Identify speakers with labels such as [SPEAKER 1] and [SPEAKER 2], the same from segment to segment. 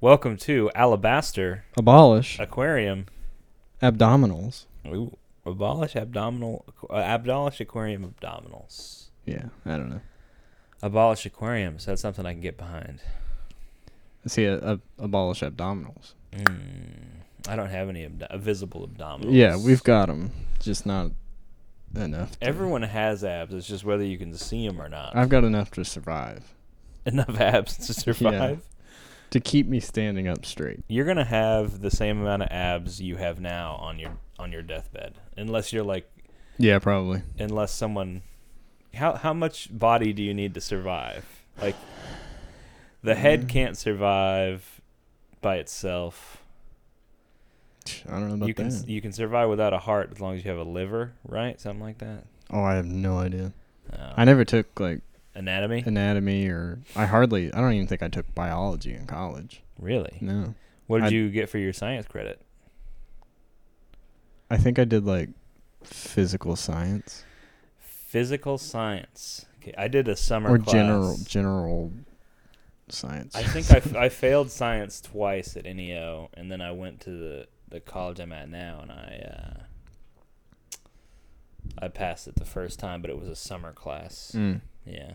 [SPEAKER 1] Welcome to Alabaster
[SPEAKER 2] Abolish
[SPEAKER 1] Aquarium.
[SPEAKER 2] abdominals.
[SPEAKER 1] Ooh, abolish abdominal, uh, abolish aquarium abdominals.
[SPEAKER 2] Yeah, I don't know.
[SPEAKER 1] Abolish aquariums. That's something I can get behind.
[SPEAKER 2] I see a, a, abolish abdominals.
[SPEAKER 1] Mm, I don't have any abdo- visible abdominals.
[SPEAKER 2] Yeah, we've got them, just not enough. to-
[SPEAKER 1] Everyone has abs. It's just whether you can see them or not.
[SPEAKER 2] I've got enough to survive
[SPEAKER 1] Enough abs to survive.
[SPEAKER 2] to keep me standing up straight.
[SPEAKER 1] You're gonna have the same amount of abs you have now on your on your deathbed, unless you're like,
[SPEAKER 2] Yeah, probably.
[SPEAKER 1] unless someone. How how much body do you need to survive? Like, the
[SPEAKER 2] Mm.
[SPEAKER 1] head can't survive by itself.
[SPEAKER 2] I don't know about
[SPEAKER 1] you can
[SPEAKER 2] that.
[SPEAKER 1] you can survive without a heart as long as you have a liver, right? Something like that.
[SPEAKER 2] oh, I have no idea.
[SPEAKER 1] Uh,
[SPEAKER 2] I never took like
[SPEAKER 1] anatomy.
[SPEAKER 2] anatomy or I hardly. I don't even think I took biology in college.
[SPEAKER 1] really?
[SPEAKER 2] No,
[SPEAKER 1] What did
[SPEAKER 2] I-
[SPEAKER 1] you get for your science credit?
[SPEAKER 2] I think I did like physical science
[SPEAKER 1] Physical science. Okay, I did a summer
[SPEAKER 2] or
[SPEAKER 1] class.
[SPEAKER 2] general general science.
[SPEAKER 1] I think I, f- I failed science twice at NEO, and then I went to the, the college I'm at now, and I uh, I passed it the first time, but it was a summer class.
[SPEAKER 2] Mm.
[SPEAKER 1] Yeah.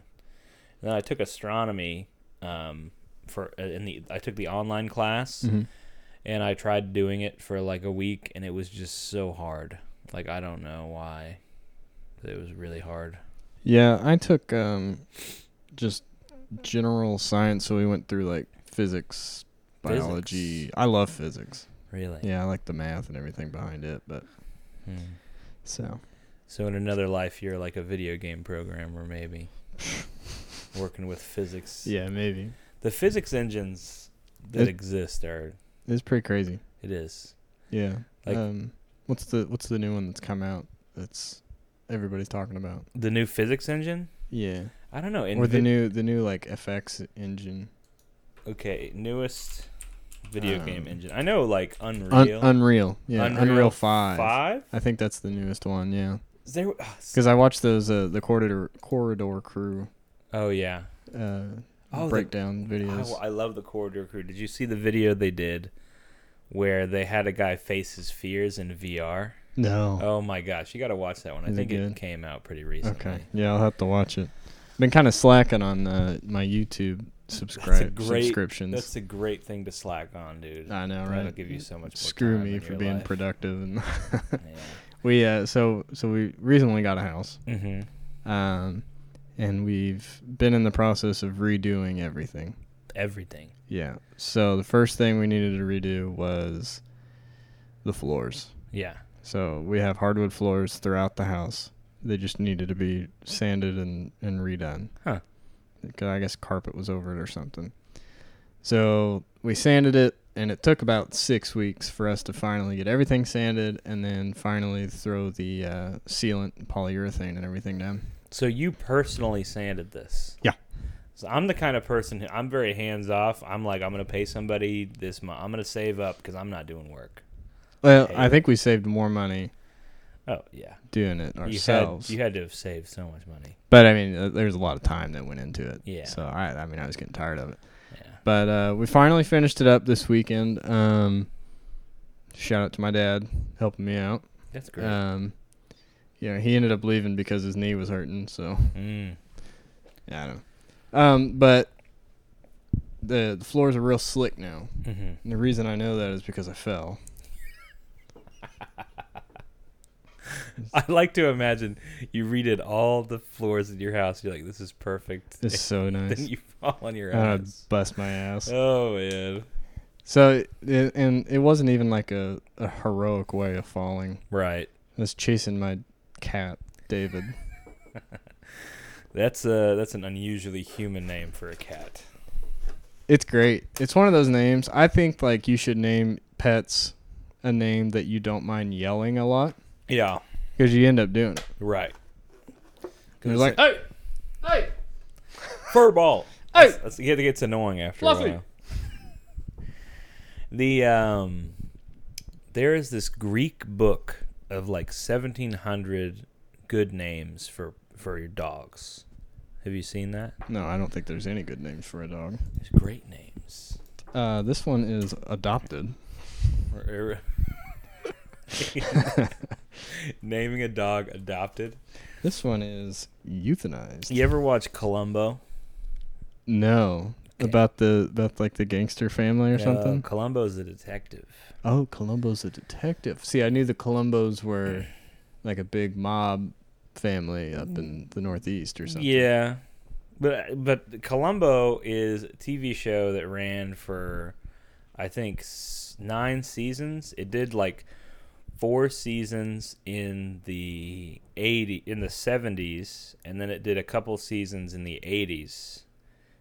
[SPEAKER 1] And then I took astronomy um, for uh, in the I took the online class,
[SPEAKER 2] Mhm.
[SPEAKER 1] and I tried doing it for like a week, and it was just so hard. Like I don't know why, but it was really hard.
[SPEAKER 2] Yeah, I took um, just general science. So we went through like physics,
[SPEAKER 1] Physics.
[SPEAKER 2] biology. I love physics.
[SPEAKER 1] Really.
[SPEAKER 2] Yeah, I like the math and everything behind it. But
[SPEAKER 1] Hmm.
[SPEAKER 2] so
[SPEAKER 1] So in another life, you're like a video game programmer, maybe working with physics.
[SPEAKER 2] yeah, maybe
[SPEAKER 1] The physics engines that
[SPEAKER 2] It-
[SPEAKER 1] exist are
[SPEAKER 2] it's pretty crazy.
[SPEAKER 1] it is
[SPEAKER 2] Yeah.
[SPEAKER 1] Like-
[SPEAKER 2] um, what's the what's the new one that's come out that's everybody's talking about?
[SPEAKER 1] the new physics engine.
[SPEAKER 2] Yeah.
[SPEAKER 1] I don't know.
[SPEAKER 2] or the
[SPEAKER 1] Invi-
[SPEAKER 2] new the new like FX engine.
[SPEAKER 1] okay newest video game
[SPEAKER 2] Um,
[SPEAKER 1] engine. I know like Unreal.
[SPEAKER 2] Un- Unreal. Yeah. Unreal,
[SPEAKER 1] Unreal
[SPEAKER 2] 5.
[SPEAKER 1] Five.
[SPEAKER 2] I think that's the newest one, yeah.
[SPEAKER 1] Is there? ah, s-
[SPEAKER 2] Cuz I watched those uh, the corridor corridor crew
[SPEAKER 1] Oh yeah.
[SPEAKER 2] uh
[SPEAKER 1] Oh, the-
[SPEAKER 2] breakdown
[SPEAKER 1] Oh,
[SPEAKER 2] videos.
[SPEAKER 1] I love the Corridor Crew. Did you see the video they did where they had a guy face his fears in VR?
[SPEAKER 2] no.
[SPEAKER 1] Oh my gosh, you got to watch that one. I
[SPEAKER 2] Is it
[SPEAKER 1] think it
[SPEAKER 2] good?
[SPEAKER 1] came out pretty recently.
[SPEAKER 2] okay. Yeah, I'll have to watch it. Been kind of slacking on uh, my YouTube subscribe
[SPEAKER 1] great-
[SPEAKER 2] subscriptions.
[SPEAKER 1] That's a great thing to slack on, dude.
[SPEAKER 2] I know,
[SPEAKER 1] That'll
[SPEAKER 2] right?
[SPEAKER 1] give you so much more
[SPEAKER 2] Screw
[SPEAKER 1] time
[SPEAKER 2] me
[SPEAKER 1] in
[SPEAKER 2] for
[SPEAKER 1] your
[SPEAKER 2] being
[SPEAKER 1] life.
[SPEAKER 2] productive and
[SPEAKER 1] Yeah.
[SPEAKER 2] We uh, so so we recently got a house,
[SPEAKER 1] hmm
[SPEAKER 2] um, and we've been in the process of redoing everything.
[SPEAKER 1] Everything.
[SPEAKER 2] Yeah. So the first thing we needed to redo was the floors.
[SPEAKER 1] Yeah.
[SPEAKER 2] So we have hardwood floors throughout the house. They just needed to be sanded and and redone.
[SPEAKER 1] Huh.
[SPEAKER 2] 'Cause I guess carpet was over it or something. So we sanded it, and it took about six weeks for us to finally get everything sanded, and then finally throw the uh, sealant, and polyurethane, and everything down.
[SPEAKER 1] So you personally sanded this.
[SPEAKER 2] Yeah.
[SPEAKER 1] So I'm the kind of person who I'm very hands off. I'm like I'm gonna pay somebody this month. I'm gonna save up because I'm not doing work.
[SPEAKER 2] Well,
[SPEAKER 1] Okay.
[SPEAKER 2] I think we saved more money
[SPEAKER 1] Oh yeah.
[SPEAKER 2] doing it
[SPEAKER 1] You
[SPEAKER 2] ourselves.
[SPEAKER 1] had, you had to have saved so much money.
[SPEAKER 2] but I mean, uh, there was a lot of time that went into it.
[SPEAKER 1] Yeah.
[SPEAKER 2] So I, I mean, I was getting tired of it.
[SPEAKER 1] Yeah.
[SPEAKER 2] But uh, we finally finished it up this weekend. Um, shout out to my dad helping me out.
[SPEAKER 1] That's great.
[SPEAKER 2] Um, you know, he ended up leaving because his knee was hurting. So
[SPEAKER 1] mm.
[SPEAKER 2] yeah, I don't. Know. Um, but the, the floors are real slick now.
[SPEAKER 1] hmm
[SPEAKER 2] And the reason I know that is because I fell.
[SPEAKER 1] I like to imagine you redid all the floors in your house. You're like, this is perfect.
[SPEAKER 2] It's so
[SPEAKER 1] And
[SPEAKER 2] nice.
[SPEAKER 1] then you fall on your
[SPEAKER 2] And I
[SPEAKER 1] ass.
[SPEAKER 2] bust my ass.
[SPEAKER 1] oh man.
[SPEAKER 2] So it, and it wasn't even like a, a heroic way of falling.
[SPEAKER 1] Right.
[SPEAKER 2] I was chasing my cat, David.
[SPEAKER 1] That's uh that's an unusually human name for a cat.
[SPEAKER 2] It's great. It's one of those names. I think like you should name pets a name that you don't mind yelling a lot
[SPEAKER 1] Yeah.
[SPEAKER 2] because you end up doing it.
[SPEAKER 1] Right.
[SPEAKER 2] You're like,
[SPEAKER 1] hey, hey, furball. Hey, that's, that's, it gets annoying after a
[SPEAKER 2] Fluffy.
[SPEAKER 1] while. The um, there is this Greek book of like seventeen hundred good names for for your dogs. Have you seen that?
[SPEAKER 2] No, I don't think there's any good names for a dog.
[SPEAKER 1] There's great names.
[SPEAKER 2] Uh, this one is adopted.
[SPEAKER 1] Or er-
[SPEAKER 2] er,
[SPEAKER 1] Naming a dog adopted.
[SPEAKER 2] This one is euthanized.
[SPEAKER 1] You ever watch Columbo?
[SPEAKER 2] No.
[SPEAKER 1] Okay.
[SPEAKER 2] About the about like the gangster family or something.
[SPEAKER 1] Columbo's Uh, a detective.
[SPEAKER 2] Oh, Columbo's a detective. See, I knew the Columbos were like a big mob family up in the Northeast or something.
[SPEAKER 1] Mm. Yeah, but but Columbo is a TV show that ran for, I think, s- nine seasons. It did like four seasons in the eighty in the seventies, and then it did a couple seasons in the eighties.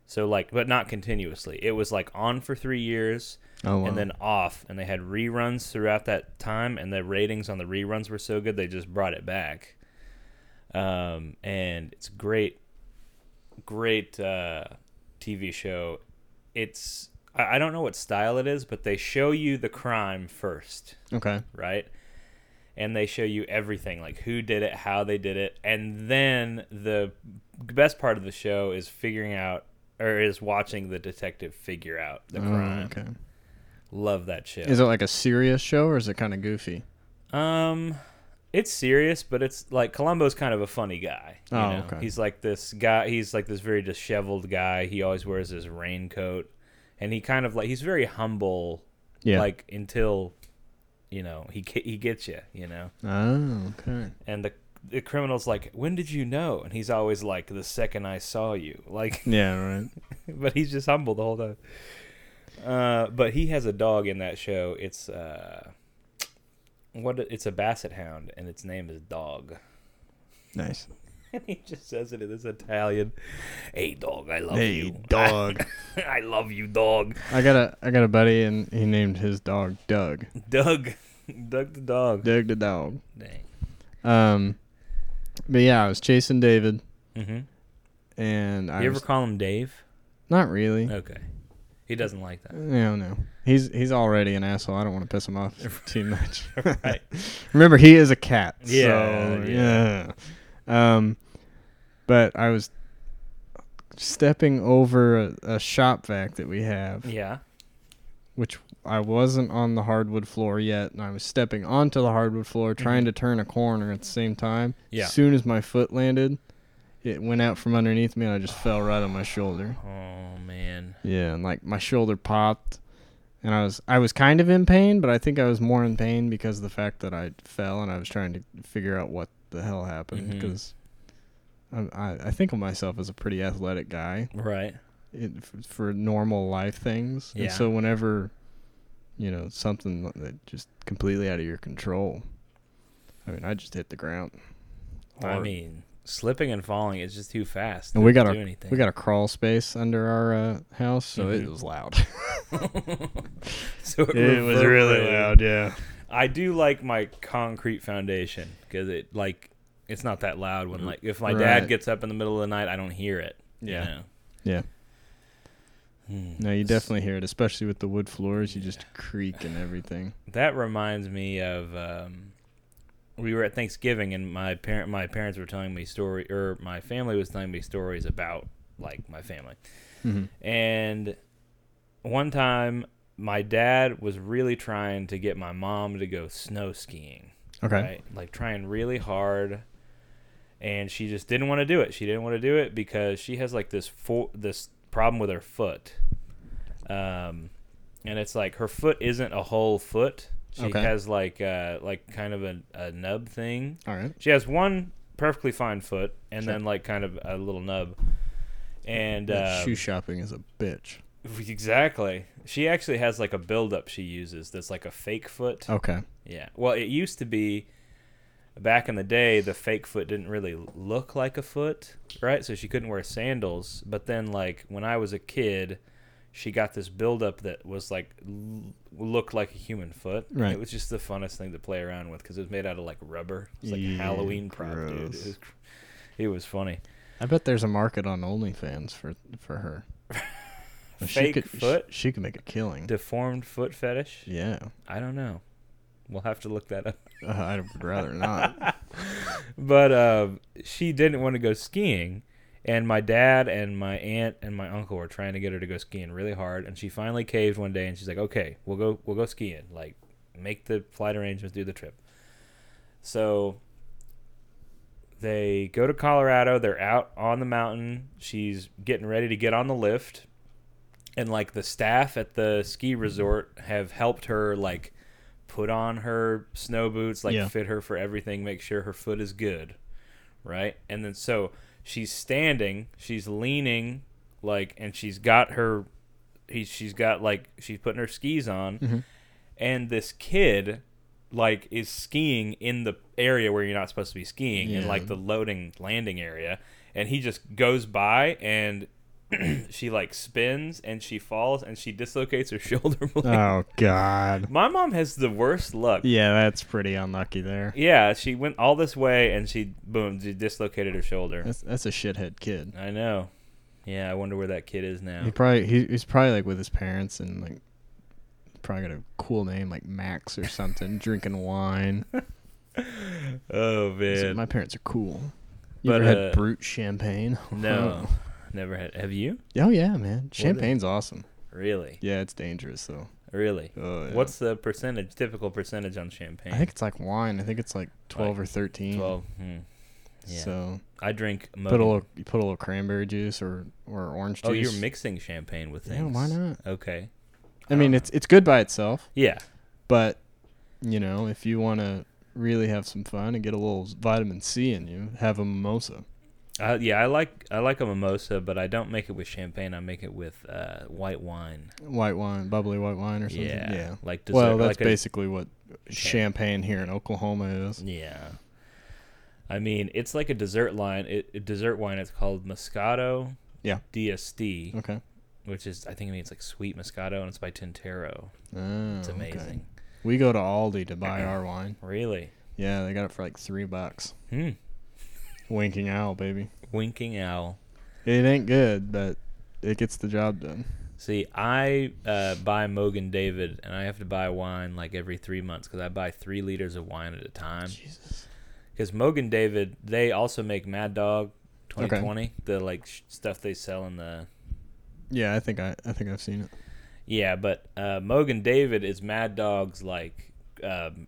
[SPEAKER 1] So like, but not continuously. It was like on for three years,
[SPEAKER 2] Oh, wow.
[SPEAKER 1] and then off, and they had reruns throughout that time, and the ratings on the reruns were so good they just brought it back. Um, and it's great, great uh, TV show. It's I, I don't know what style it is, but they show you the crime first,
[SPEAKER 2] okay.
[SPEAKER 1] right? And they show you everything, like who did it, how they did it, and then the best part of the show is figuring out or is watching the detective figure out the
[SPEAKER 2] Oh,
[SPEAKER 1] crime.
[SPEAKER 2] okay.
[SPEAKER 1] Love that show.
[SPEAKER 2] Is it like a serious show or is it kind of goofy?
[SPEAKER 1] Um, it's serious, but it's like Columbo's kind of a funny guy. you
[SPEAKER 2] Oh,
[SPEAKER 1] know?
[SPEAKER 2] okay.
[SPEAKER 1] He's like this guy. He's like this very disheveled guy. He always wears his raincoat, and he kind of like he's very humble.
[SPEAKER 2] Yeah.
[SPEAKER 1] Like until, you know, he ca- he gets you. You know,
[SPEAKER 2] Oh, okay.
[SPEAKER 1] and the the criminal's like, when did you know? And he's always like, the second I saw you. Like,
[SPEAKER 2] Yeah, right.
[SPEAKER 1] but he's just humble the whole time. Uh, but he has a dog in that show. It's uh, what? It's a basset hound, and its name is Dog.
[SPEAKER 2] Nice.
[SPEAKER 1] And he just says it in this Italian. Hey, dog, I love
[SPEAKER 2] Hey,
[SPEAKER 1] you.
[SPEAKER 2] Oh, dog.
[SPEAKER 1] I love you, dog.
[SPEAKER 2] I got a I got a buddy and he named his dog Doug.
[SPEAKER 1] Doug, Doug the dog.
[SPEAKER 2] Doug the dog.
[SPEAKER 1] Dang.
[SPEAKER 2] Um, but yeah, I was chasing David
[SPEAKER 1] Mm-hmm. You
[SPEAKER 2] and I
[SPEAKER 1] ever
[SPEAKER 2] was,
[SPEAKER 1] call him Dave?
[SPEAKER 2] not really.
[SPEAKER 1] Okay. He doesn't like that.
[SPEAKER 2] No, no. He's he's already an asshole. I don't want to piss him off too much.
[SPEAKER 1] Right.
[SPEAKER 2] Remember, he is a cat.
[SPEAKER 1] Yeah,
[SPEAKER 2] so,
[SPEAKER 1] yeah.
[SPEAKER 2] yeah. Um, but I was stepping over a, a shop vac that we have,
[SPEAKER 1] Yeah.
[SPEAKER 2] which I wasn't on the hardwood floor yet, and I was stepping onto the hardwood floor trying to turn a corner at the same time.
[SPEAKER 1] Mm-hmm. Yeah.
[SPEAKER 2] As soon as my foot landed, it went out from underneath me, and I just fell right on my shoulder.
[SPEAKER 1] Oh man.
[SPEAKER 2] Yeah, and like my shoulder popped, and I was I was kind of in pain, but I think I was more in pain because of the fact that I fell and I was trying to figure out what the hell happened
[SPEAKER 1] Mhm.
[SPEAKER 2] because I, I think of myself as a pretty athletic guy
[SPEAKER 1] Right.
[SPEAKER 2] it, f- for normal life things,
[SPEAKER 1] Yeah.
[SPEAKER 2] and so whenever you know something li- that just completely out of your control, I mean I just hit the ground.
[SPEAKER 1] I
[SPEAKER 2] Hard.
[SPEAKER 1] mean, slipping and falling is just too fast.
[SPEAKER 2] And we
[SPEAKER 1] to
[SPEAKER 2] got our-
[SPEAKER 1] do anything.
[SPEAKER 2] we got a crawl space under our uh, house, so it
[SPEAKER 1] Mhm.
[SPEAKER 2] was loud.
[SPEAKER 1] so reverberated.
[SPEAKER 2] yeah.
[SPEAKER 1] I do like my concrete foundation because it like it's not that loud when like if my dad
[SPEAKER 2] Right.
[SPEAKER 1] gets up in the middle of the night, I don't hear it.
[SPEAKER 2] Yeah.
[SPEAKER 1] You know?
[SPEAKER 2] Yeah.
[SPEAKER 1] Hmm.
[SPEAKER 2] No, you definitely hear it, especially with the wood floors. You just creak and everything.
[SPEAKER 1] That reminds me of um, we were at Thanksgiving and my parent my parents were telling me story or my family was telling me stories about like my family.
[SPEAKER 2] Mm-hmm.
[SPEAKER 1] And one time, my dad was really trying to get my mom to go snow skiing.
[SPEAKER 2] Okay.
[SPEAKER 1] Right? Like trying really hard. And she just didn't want to do it. She didn't want to do it because she has like this fo- this problem with her foot. Um, and it's like her foot isn't a whole foot. She
[SPEAKER 2] Okay.
[SPEAKER 1] has like uh, like kind of a, a nub thing.
[SPEAKER 2] All right.
[SPEAKER 1] She has one perfectly fine foot and
[SPEAKER 2] Sure.
[SPEAKER 1] then like kind of a little nub. And
[SPEAKER 2] That
[SPEAKER 1] um,
[SPEAKER 2] shoe shopping is a bitch.
[SPEAKER 1] Exactly. She actually has like a buildup she uses that's like a fake foot.
[SPEAKER 2] Okay.
[SPEAKER 1] Yeah. Well, it used to be back in the day the fake foot didn't really look like a foot, right? So she couldn't wear sandals, but then like when I was a kid, she got this buildup that was like l- looked like a human foot.
[SPEAKER 2] Right.
[SPEAKER 1] It was just the funnest thing to play around with because it was made out of like rubber. It's like
[SPEAKER 2] Yeah,
[SPEAKER 1] Halloween prop, dude. It
[SPEAKER 2] gross.
[SPEAKER 1] was, cr- it was funny.
[SPEAKER 2] I bet there's a market on OnlyFans for for her.
[SPEAKER 1] Fake foot?
[SPEAKER 2] She, she could make a killing.
[SPEAKER 1] Deformed foot fetish.
[SPEAKER 2] yeah.
[SPEAKER 1] I don't know. We'll have to look that up.
[SPEAKER 2] Uh, I'd rather not.
[SPEAKER 1] uh, but um, she didn't want to go skiing, And my dad and my aunt and my uncle were trying to get her to go skiing really hard, and she finally caved one day, and she's like, "Okay, we'll go, we'll go skiing. Like, make the flight arrangements, do the trip." So they go to Colorado. They're out on the mountain. She's getting ready to get on the lift, and like the staff at the ski resort have helped her like put on her snow boots, like
[SPEAKER 2] Yeah.
[SPEAKER 1] fit her for everything, make sure her foot is good, right? And then so she's standing, she's leaning, like, and she's got her, he, she's got like she's putting her skis on,
[SPEAKER 2] Mhm.
[SPEAKER 1] and this kid like is skiing in the area where you're not supposed to be skiing in
[SPEAKER 2] Yeah.
[SPEAKER 1] like the loading landing area and he just goes by and she like spins and she falls and she dislocates her shoulder blade.
[SPEAKER 2] Oh God.
[SPEAKER 1] my mom has the worst luck
[SPEAKER 2] Yeah, that's pretty unlucky there.
[SPEAKER 1] yeah she went all this way and she boom she dislocated her shoulder
[SPEAKER 2] That's that's a shithead kid.
[SPEAKER 1] i know yeah i wonder where that kid is now
[SPEAKER 2] He probably he, he's probably like with his parents and like probably got a cool name like Max or something, drinking wine.
[SPEAKER 1] oh
[SPEAKER 2] So
[SPEAKER 1] man
[SPEAKER 2] my parents are cool. You
[SPEAKER 1] But,
[SPEAKER 2] ever had
[SPEAKER 1] uh,
[SPEAKER 2] brute champagne?
[SPEAKER 1] no never had have you
[SPEAKER 2] Oh yeah, man. Champagne's awesome.
[SPEAKER 1] really
[SPEAKER 2] Yeah, it's dangerous though.
[SPEAKER 1] really
[SPEAKER 2] Oh, yeah.
[SPEAKER 1] what's the percentage typical percentage on champagne
[SPEAKER 2] I think it's like wine. I think it's like twelve or thirteen.
[SPEAKER 1] 12 hmm. yeah
[SPEAKER 2] So
[SPEAKER 1] I drink. Mo-
[SPEAKER 2] put a little you put a little cranberry juice or or orange juice.
[SPEAKER 1] oh, you're mixing champagne with
[SPEAKER 2] Yeah,
[SPEAKER 1] things.
[SPEAKER 2] why not?
[SPEAKER 1] Okay. Uh,
[SPEAKER 2] I mean, it's it's good by itself,
[SPEAKER 1] Yeah.
[SPEAKER 2] but you know, if you want to really have some fun and get a little vitamin C in you, have a mimosa.
[SPEAKER 1] Uh, yeah, I like I like a mimosa, but I don't make it with champagne. I make it with uh, white wine.
[SPEAKER 2] White wine, bubbly white wine or something.
[SPEAKER 1] Yeah,
[SPEAKER 2] Yeah.
[SPEAKER 1] like dessert.
[SPEAKER 2] well, that's
[SPEAKER 1] like a-
[SPEAKER 2] basically what
[SPEAKER 1] Yeah.
[SPEAKER 2] champagne here in Oklahoma is.
[SPEAKER 1] yeah. I mean, it's like a dessert line. It, it- dessert wine. It's called Moscato.
[SPEAKER 2] Yeah. Mm.
[SPEAKER 1] DSD,
[SPEAKER 2] Okay.
[SPEAKER 1] which is I think it means like sweet Moscato, and it's by Tintero.
[SPEAKER 2] Oh,
[SPEAKER 1] It's
[SPEAKER 2] okay.
[SPEAKER 1] amazing.
[SPEAKER 2] We go to Aldi to buy our wine.
[SPEAKER 1] Really.
[SPEAKER 2] Yeah, they got it for like three bucks.
[SPEAKER 1] Hmm.
[SPEAKER 2] Winking owl, baby.
[SPEAKER 1] Winking owl.
[SPEAKER 2] It ain't good, but it gets the job done.
[SPEAKER 1] See, I uh, buy Mogan David, and I have to buy wine like every three months because I buy three liters of wine at a time.
[SPEAKER 2] Jesus.
[SPEAKER 1] Because Mogan David, they also make Mad Dog 2020, the like sh- stuff they sell in the
[SPEAKER 2] Yeah, I think I, I think I've seen it.
[SPEAKER 1] yeah. But uh, Mogan David is Mad Dog's like, um,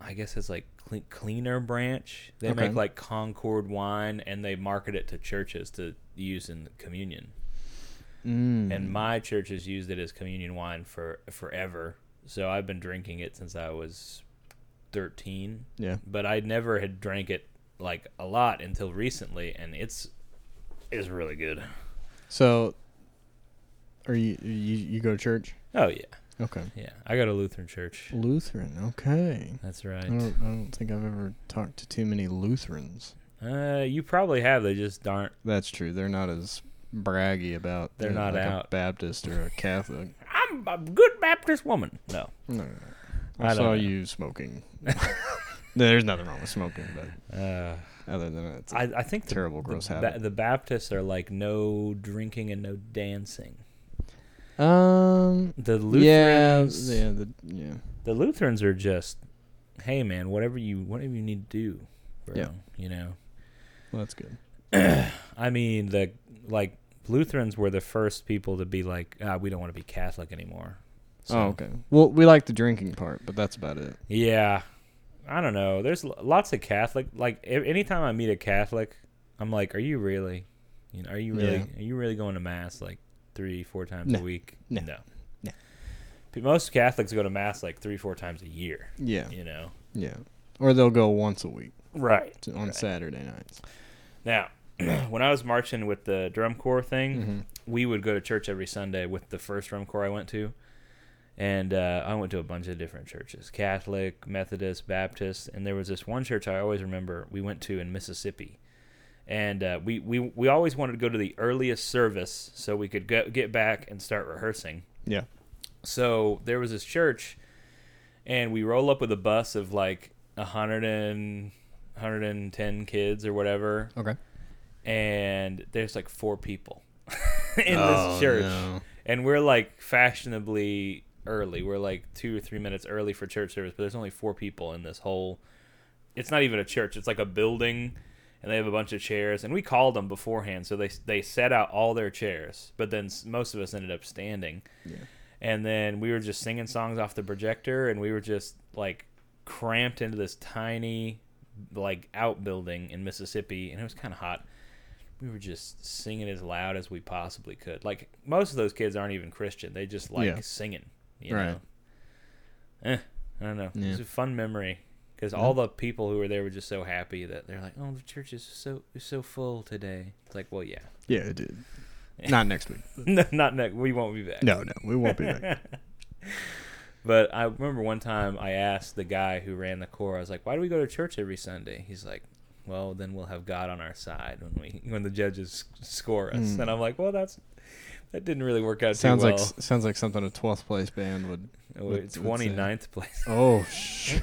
[SPEAKER 1] I guess it's like cle cleaner branch. They
[SPEAKER 2] Okay.
[SPEAKER 1] make like Concord wine, and they market it to churches to use in communion.
[SPEAKER 2] Mm.
[SPEAKER 1] and my church has used it as communion wine for forever. So I've been drinking it since I was 13,
[SPEAKER 2] yeah,
[SPEAKER 1] but I never had drank it like a lot until recently and it's is really good.
[SPEAKER 2] so are you you you go to church?
[SPEAKER 1] Oh yeah.
[SPEAKER 2] Okay,
[SPEAKER 1] Yeah. I go to Lutheran church.
[SPEAKER 2] Lutheran. Okay,
[SPEAKER 1] That's
[SPEAKER 2] I
[SPEAKER 1] right.
[SPEAKER 2] don't I don't think I've ever talked to too many Lutherans.
[SPEAKER 1] Uh you probably have they just aren't
[SPEAKER 2] That's true. They're not as braggy about.
[SPEAKER 1] They're
[SPEAKER 2] being
[SPEAKER 1] not
[SPEAKER 2] like
[SPEAKER 1] out.
[SPEAKER 2] a Baptist or a Catholic.
[SPEAKER 1] I'm a good Baptist woman. No.
[SPEAKER 2] No, no, no.
[SPEAKER 1] I
[SPEAKER 2] I,
[SPEAKER 1] don't
[SPEAKER 2] saw
[SPEAKER 1] know.
[SPEAKER 2] you smoking. There's nothing wrong with smoking, but
[SPEAKER 1] Uh
[SPEAKER 2] other than that, it's a
[SPEAKER 1] I, I think the,
[SPEAKER 2] terrible
[SPEAKER 1] the,
[SPEAKER 2] gross
[SPEAKER 1] ba-
[SPEAKER 2] habit.
[SPEAKER 1] the Baptists are like no drinking and no dancing.
[SPEAKER 2] um,
[SPEAKER 1] The
[SPEAKER 2] yeah,
[SPEAKER 1] Lutherans
[SPEAKER 2] yeah, the, yeah.
[SPEAKER 1] the Lutherans are just, hey man, whatever you whatever you need to do, bro.
[SPEAKER 2] Yeah.
[SPEAKER 1] You know,
[SPEAKER 2] Well, that's good.
[SPEAKER 1] I mean the like Lutherans were the first people to be like, ah, we don't want to be Catholic anymore. So,
[SPEAKER 2] Oh, okay. Well, we like the drinking part, but that's about it.
[SPEAKER 1] Yeah, I don't know. There's l- lots of Catholic. Like a- anytime I meet a Catholic, I'm like, are you really? You know, are you really? Are you really going to mass like three, four times a
[SPEAKER 2] No.
[SPEAKER 1] week?
[SPEAKER 2] No.
[SPEAKER 1] no.
[SPEAKER 2] No.
[SPEAKER 1] P- Most Catholics go to mass like three, four times a year.
[SPEAKER 2] Yeah,
[SPEAKER 1] You know.
[SPEAKER 2] yeah. Or they'll go once a week
[SPEAKER 1] Right.
[SPEAKER 2] to, on Saturday nights.
[SPEAKER 1] Now, when I was marching with the drum corps thing,
[SPEAKER 2] Mhm.
[SPEAKER 1] we would go to church every Sunday with the first drum corps I went to. And uh, I went to a bunch of different churches Catholic, Methodist, Baptist. And there was this one church I always remember we went to in Mississippi. And uh, we, we, we always wanted to go to the earliest service so we could go, get back and start rehearsing.
[SPEAKER 2] Yeah.
[SPEAKER 1] So there was this church, and we roll up with a bus of like 100 and, 110 kids or whatever
[SPEAKER 2] Okay.
[SPEAKER 1] and there's like four people in this church and we're like fashionably early we're like two or three minutes early for church service but there's only four people in this whole it's not even a church it's like a building and they have a bunch of chairs. And we called them beforehand, so they they set out all their chairs. But then s- most of us ended up standing.
[SPEAKER 2] Yeah.
[SPEAKER 1] And then we were just singing songs off the projector, and we were just like cramped into this tiny like outbuilding in Mississippi, and it was kind of hot. We were just singing as loud as we possibly could. Like most of those kids aren't even Christian; they just like
[SPEAKER 2] Yeah.
[SPEAKER 1] singing. You
[SPEAKER 2] Right.
[SPEAKER 1] Know? Eh, I don't know.
[SPEAKER 2] Yeah.
[SPEAKER 1] It's a fun memory because all the people who were there were just so happy that they're like, "Oh, the church is so is so full today." It's like, well, yeah,
[SPEAKER 2] Yeah, it did. Not next week.
[SPEAKER 1] no, not next. We won't be back.
[SPEAKER 2] No, no, we won't be back.
[SPEAKER 1] But I remember one time I asked the guy who ran the core, I was like, "Why do we go to church every Sunday?" He's like, "Well, then we'll have God on our side when we when the judges score us."
[SPEAKER 2] Mm.
[SPEAKER 1] And I'm like, "Well, that's that didn't really work out
[SPEAKER 2] Sounds
[SPEAKER 1] too
[SPEAKER 2] like
[SPEAKER 1] well."
[SPEAKER 2] sounds like something a 12th place band would.
[SPEAKER 1] We're
[SPEAKER 2] let's- let's see.
[SPEAKER 1] 29th place,
[SPEAKER 2] Oh shit.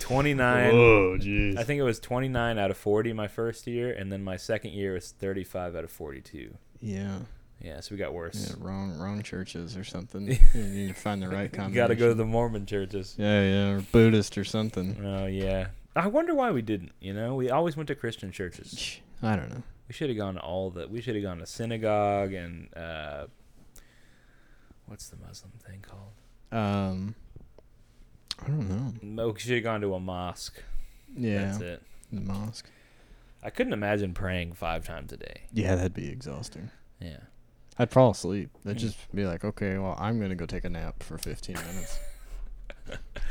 [SPEAKER 1] 29.
[SPEAKER 2] Oh jeez.
[SPEAKER 1] I think it was 29 out of 40 my first year, and then my second year was 35 out of 42.
[SPEAKER 2] Yeah.
[SPEAKER 1] Yeah, so we got
[SPEAKER 2] Yeah,
[SPEAKER 1] worse.
[SPEAKER 2] wrong wrong churches or something. you need to find the right combination.
[SPEAKER 1] you got to go to the Mormon churches.
[SPEAKER 2] Yeah, yeah, or Buddhist or something.
[SPEAKER 1] Oh yeah. I wonder why we didn't. You know, we always went to Christian churches.
[SPEAKER 2] I don't know.
[SPEAKER 1] We should have gone to all the. We should have gone to synagogue and uh, what's the Muslim thing called?
[SPEAKER 2] Um, I don't know.
[SPEAKER 1] Mo- We should have gone to a mosque.
[SPEAKER 2] Yeah,
[SPEAKER 1] That's it.
[SPEAKER 2] the mosque.
[SPEAKER 1] I couldn't imagine praying five times a day.
[SPEAKER 2] Yeah, that'd be exhausting.
[SPEAKER 1] Yeah.
[SPEAKER 2] I'd fall asleep. I'd
[SPEAKER 1] Mm.
[SPEAKER 2] just be like, okay, well, I'm gonna go take a nap for 15 minutes.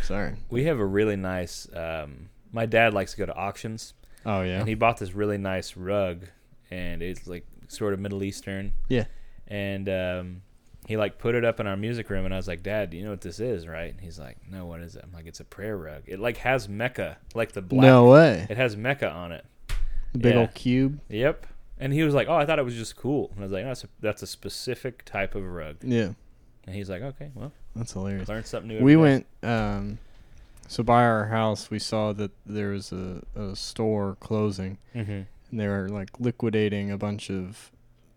[SPEAKER 2] Sorry.
[SPEAKER 1] We have a really nice. Um, my dad likes to go to auctions,
[SPEAKER 2] Oh yeah.
[SPEAKER 1] and he bought this really nice rug, and it's like sort of Middle Eastern.
[SPEAKER 2] yeah.
[SPEAKER 1] and um, he like put it up in our music room, and I was like, "Dad, do you know what this is, right?" And he's like, "No, what is it?" I'm like, "It's a prayer rug. It like has Mecca, like the black.
[SPEAKER 2] No way.
[SPEAKER 1] It has Mecca on it.
[SPEAKER 2] The big
[SPEAKER 1] yeah.
[SPEAKER 2] old cube.
[SPEAKER 1] Yep." And he was like, "Oh, I thought it was just cool." And I was like, no, "That's a, that's a specific type of rug."
[SPEAKER 2] Yeah.
[SPEAKER 1] And he's like, "Okay, well,
[SPEAKER 2] That's hilarious.
[SPEAKER 1] learn something new." every
[SPEAKER 2] we
[SPEAKER 1] day."
[SPEAKER 2] went um so by our house we saw that there was a, a store closing
[SPEAKER 1] Mhm.
[SPEAKER 2] and they were like liquidating a bunch of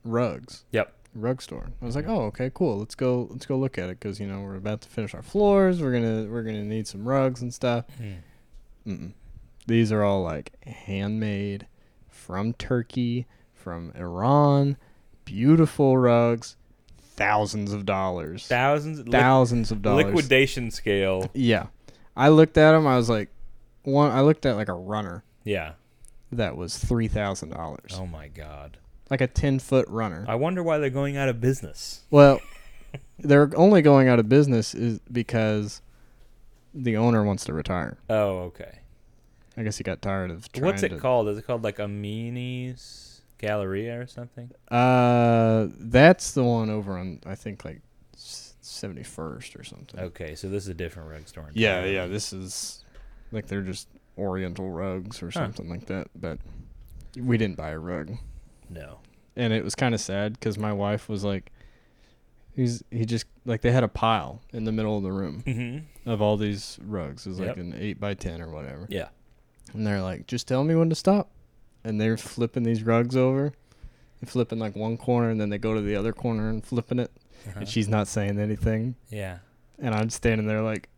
[SPEAKER 2] rugs
[SPEAKER 1] Yep.
[SPEAKER 2] rug store i was like oh okay cool let's go let's go look at it because you know we're about to finish our floors we're gonna we're gonna need some rugs and stuff
[SPEAKER 1] Mm.
[SPEAKER 2] Mm-mm. these are all like handmade from turkey from iran beautiful rugs thousands of dollars
[SPEAKER 1] Thousands, li-
[SPEAKER 2] thousands of dollars
[SPEAKER 1] liquidation scale.
[SPEAKER 2] Yeah. I looked at him. I was like, one. I looked at like a runner
[SPEAKER 1] Yeah.
[SPEAKER 2] that was three thousand dollars,
[SPEAKER 1] Oh my god.
[SPEAKER 2] like a ten foot runner.
[SPEAKER 1] I wonder why they're going out of business.
[SPEAKER 2] well, they're only going out of business is because the owner wants to retire.
[SPEAKER 1] Oh, okay.
[SPEAKER 2] I guess he got tired of trying
[SPEAKER 1] What's it
[SPEAKER 2] to-
[SPEAKER 1] called? Is it called like Amini's Galleria or something?
[SPEAKER 2] Mm-hmm. Uh, that's the one over on I think like seventy first or something.
[SPEAKER 1] Okay, so this is a different rug store.
[SPEAKER 2] Yeah,
[SPEAKER 1] entirely.
[SPEAKER 2] yeah. This is like they're just Oriental rugs or
[SPEAKER 1] Huh.
[SPEAKER 2] something like that. But we didn't buy a rug.
[SPEAKER 1] No.
[SPEAKER 2] and it was kind of sad because my wife was like, he's he just like they had a pile in the middle of the room
[SPEAKER 1] hmm
[SPEAKER 2] of all these rugs. It was like
[SPEAKER 1] Yep.
[SPEAKER 2] an eight by ten or whatever,
[SPEAKER 1] Yeah.
[SPEAKER 2] and they're like, just tell me when to stop, and they're flipping these rugs over. and Flipping like one corner and then they go to the other corner and flipping it,
[SPEAKER 1] Uh-huh.
[SPEAKER 2] and she's not saying anything.
[SPEAKER 1] yeah.
[SPEAKER 2] And I'm standing there like,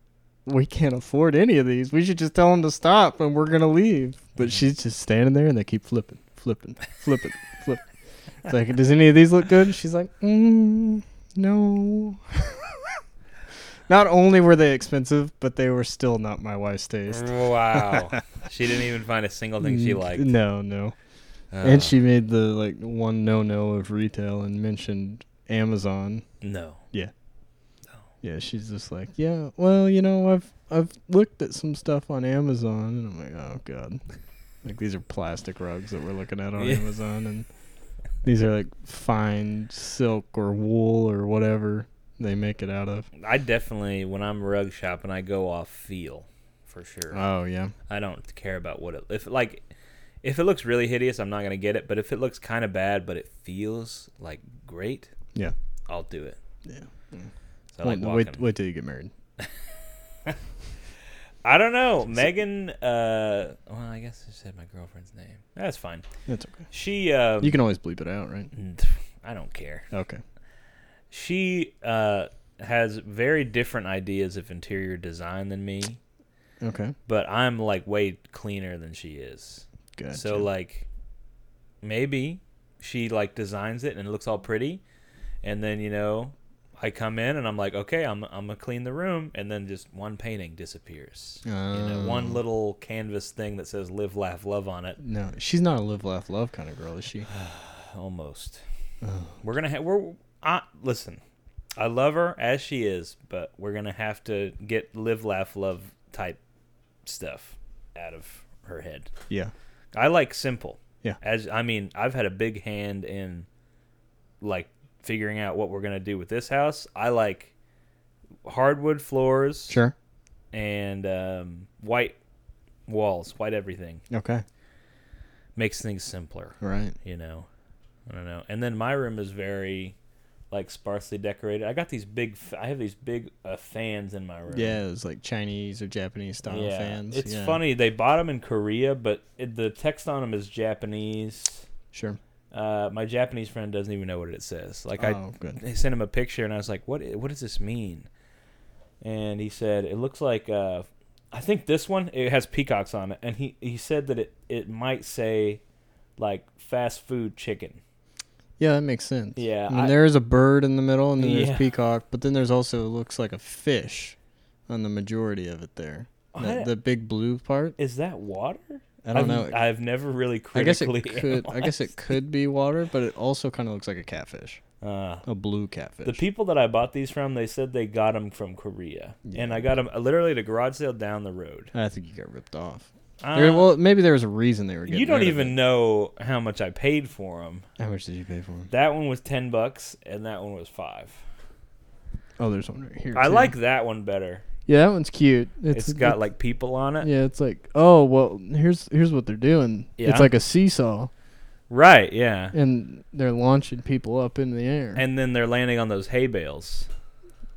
[SPEAKER 2] we can't afford any of these. We should just tell them to stop and we're going to leave. But
[SPEAKER 1] Mhm.
[SPEAKER 2] she's just standing there and they keep flipping, flipping, flipping, flipping. It's like, does any of these look good? She's like, mm, no. not only were they expensive, but they were still not my wife's
[SPEAKER 1] Mm,
[SPEAKER 2] taste.
[SPEAKER 1] Wow. she didn't even find a single thing she
[SPEAKER 2] Mm,
[SPEAKER 1] liked.
[SPEAKER 2] No, no.
[SPEAKER 1] Oh,
[SPEAKER 2] And she made the like one no no of retail and mentioned Amazon.
[SPEAKER 1] No.
[SPEAKER 2] Yeah, she's just like, yeah, well, you know, I've I've looked at some stuff on Amazon, and I'm like, oh god, like these are plastic rugs that we're looking at on
[SPEAKER 1] Yeah.
[SPEAKER 2] Amazon, and these are like fine silk or wool or whatever they make it out of.
[SPEAKER 1] I definitely, when I'm rug shopping, I go off feel for sure.
[SPEAKER 2] Oh yeah,
[SPEAKER 1] I don't care about what it, if like, if it looks really hideous, I'm not going to get it. But if it looks kind of bad, but it feels like great,
[SPEAKER 2] Yeah.
[SPEAKER 1] I'll do it.
[SPEAKER 2] yeah.
[SPEAKER 1] So I like
[SPEAKER 2] wait,
[SPEAKER 1] walking.
[SPEAKER 2] wait, wait till you get married.
[SPEAKER 1] I don't know. Megan, uh, well, I guess I said my girlfriend's name. That's fine.
[SPEAKER 2] That's okay.
[SPEAKER 1] She, um,
[SPEAKER 2] You can always bleep it out, right?
[SPEAKER 1] I don't care.
[SPEAKER 2] Okay.
[SPEAKER 1] She uh, has very different ideas of interior design than me,
[SPEAKER 2] Okay.
[SPEAKER 1] but I'm like way cleaner than she is.
[SPEAKER 2] Gotcha.
[SPEAKER 1] So like maybe she like designs it and it looks all pretty and then you know I come in and I'm like okay I'm I'm gonna clean the room and then just one painting disappears. You know, one
[SPEAKER 2] Um,
[SPEAKER 1] little canvas thing that says live laugh love on it
[SPEAKER 2] No, she's not a live, laugh, love kind of girl, is she?
[SPEAKER 1] almost.
[SPEAKER 2] Oh,
[SPEAKER 1] We're gonna have we're I listen. I love her as she is, but we're gonna have to get live, laugh, love type stuff out of her head.
[SPEAKER 2] yeah.
[SPEAKER 1] I like simple.
[SPEAKER 2] Yeah.
[SPEAKER 1] As I mean, I've had a big hand in like figuring out what we're gonna do with this house. I like hardwood floors
[SPEAKER 2] Sure.
[SPEAKER 1] and um, white walls, white everything.
[SPEAKER 2] Okay.
[SPEAKER 1] Makes things simpler
[SPEAKER 2] All right.
[SPEAKER 1] you know i don't know and then my room is very like sparsely decorated i got these big f- i have these big uh, fans in my room
[SPEAKER 2] Yeah, it's like Chinese or Japanese style
[SPEAKER 1] Yeah.
[SPEAKER 2] fans.
[SPEAKER 1] it's
[SPEAKER 2] yeah.
[SPEAKER 1] funny they bought them in korea but it, the text on them is japanese
[SPEAKER 2] Sure.
[SPEAKER 1] uh, my japanese friend doesn't even know what it says like i
[SPEAKER 2] oh, good.
[SPEAKER 1] they sent him a picture and i was like what i- what does this mean and he said it looks like uh i think this one it has peacocks on it and he he said that it it might say like fast food chicken
[SPEAKER 2] Yeah, that makes sense.
[SPEAKER 1] Yeah,
[SPEAKER 2] I mean,
[SPEAKER 1] I-
[SPEAKER 2] there's a bird in the middle, and then
[SPEAKER 1] Yeah.
[SPEAKER 2] there's peacock, but then there's also looks like a fish on the majority of it there.
[SPEAKER 1] I-
[SPEAKER 2] The, the big blue part.
[SPEAKER 1] Is that water?
[SPEAKER 2] I don't
[SPEAKER 1] have
[SPEAKER 2] know.
[SPEAKER 1] I've never really
[SPEAKER 2] I guess it
[SPEAKER 1] critically.
[SPEAKER 2] could. I guess it could be water, but it also kind of looks like a catfish,
[SPEAKER 1] Uh,
[SPEAKER 2] a blue
[SPEAKER 1] the
[SPEAKER 2] catfish.
[SPEAKER 1] people that I bought these from, they said they got them from Korea, and I got them literally at a garage sale down the road.
[SPEAKER 2] I think you got ripped off.
[SPEAKER 1] Uh,
[SPEAKER 2] There- well, maybe there was a reason they were. Getting
[SPEAKER 1] you don't
[SPEAKER 2] rid of it.
[SPEAKER 1] even know how much I paid for them.
[SPEAKER 2] How much did you pay for them?
[SPEAKER 1] That one was ten bucks, and that one was five.
[SPEAKER 2] Oh, there's one right here.
[SPEAKER 1] I
[SPEAKER 2] too.
[SPEAKER 1] like that one better.
[SPEAKER 2] Yeah, that one's cute.
[SPEAKER 1] it's got like people on it,
[SPEAKER 2] Yeah, it's like oh well. Here's here's what they're doing.
[SPEAKER 1] Yeah.
[SPEAKER 2] It's like a seesaw,
[SPEAKER 1] right? Yeah,
[SPEAKER 2] and they're launching people up in the air.
[SPEAKER 1] and then they're landing on those hay bales.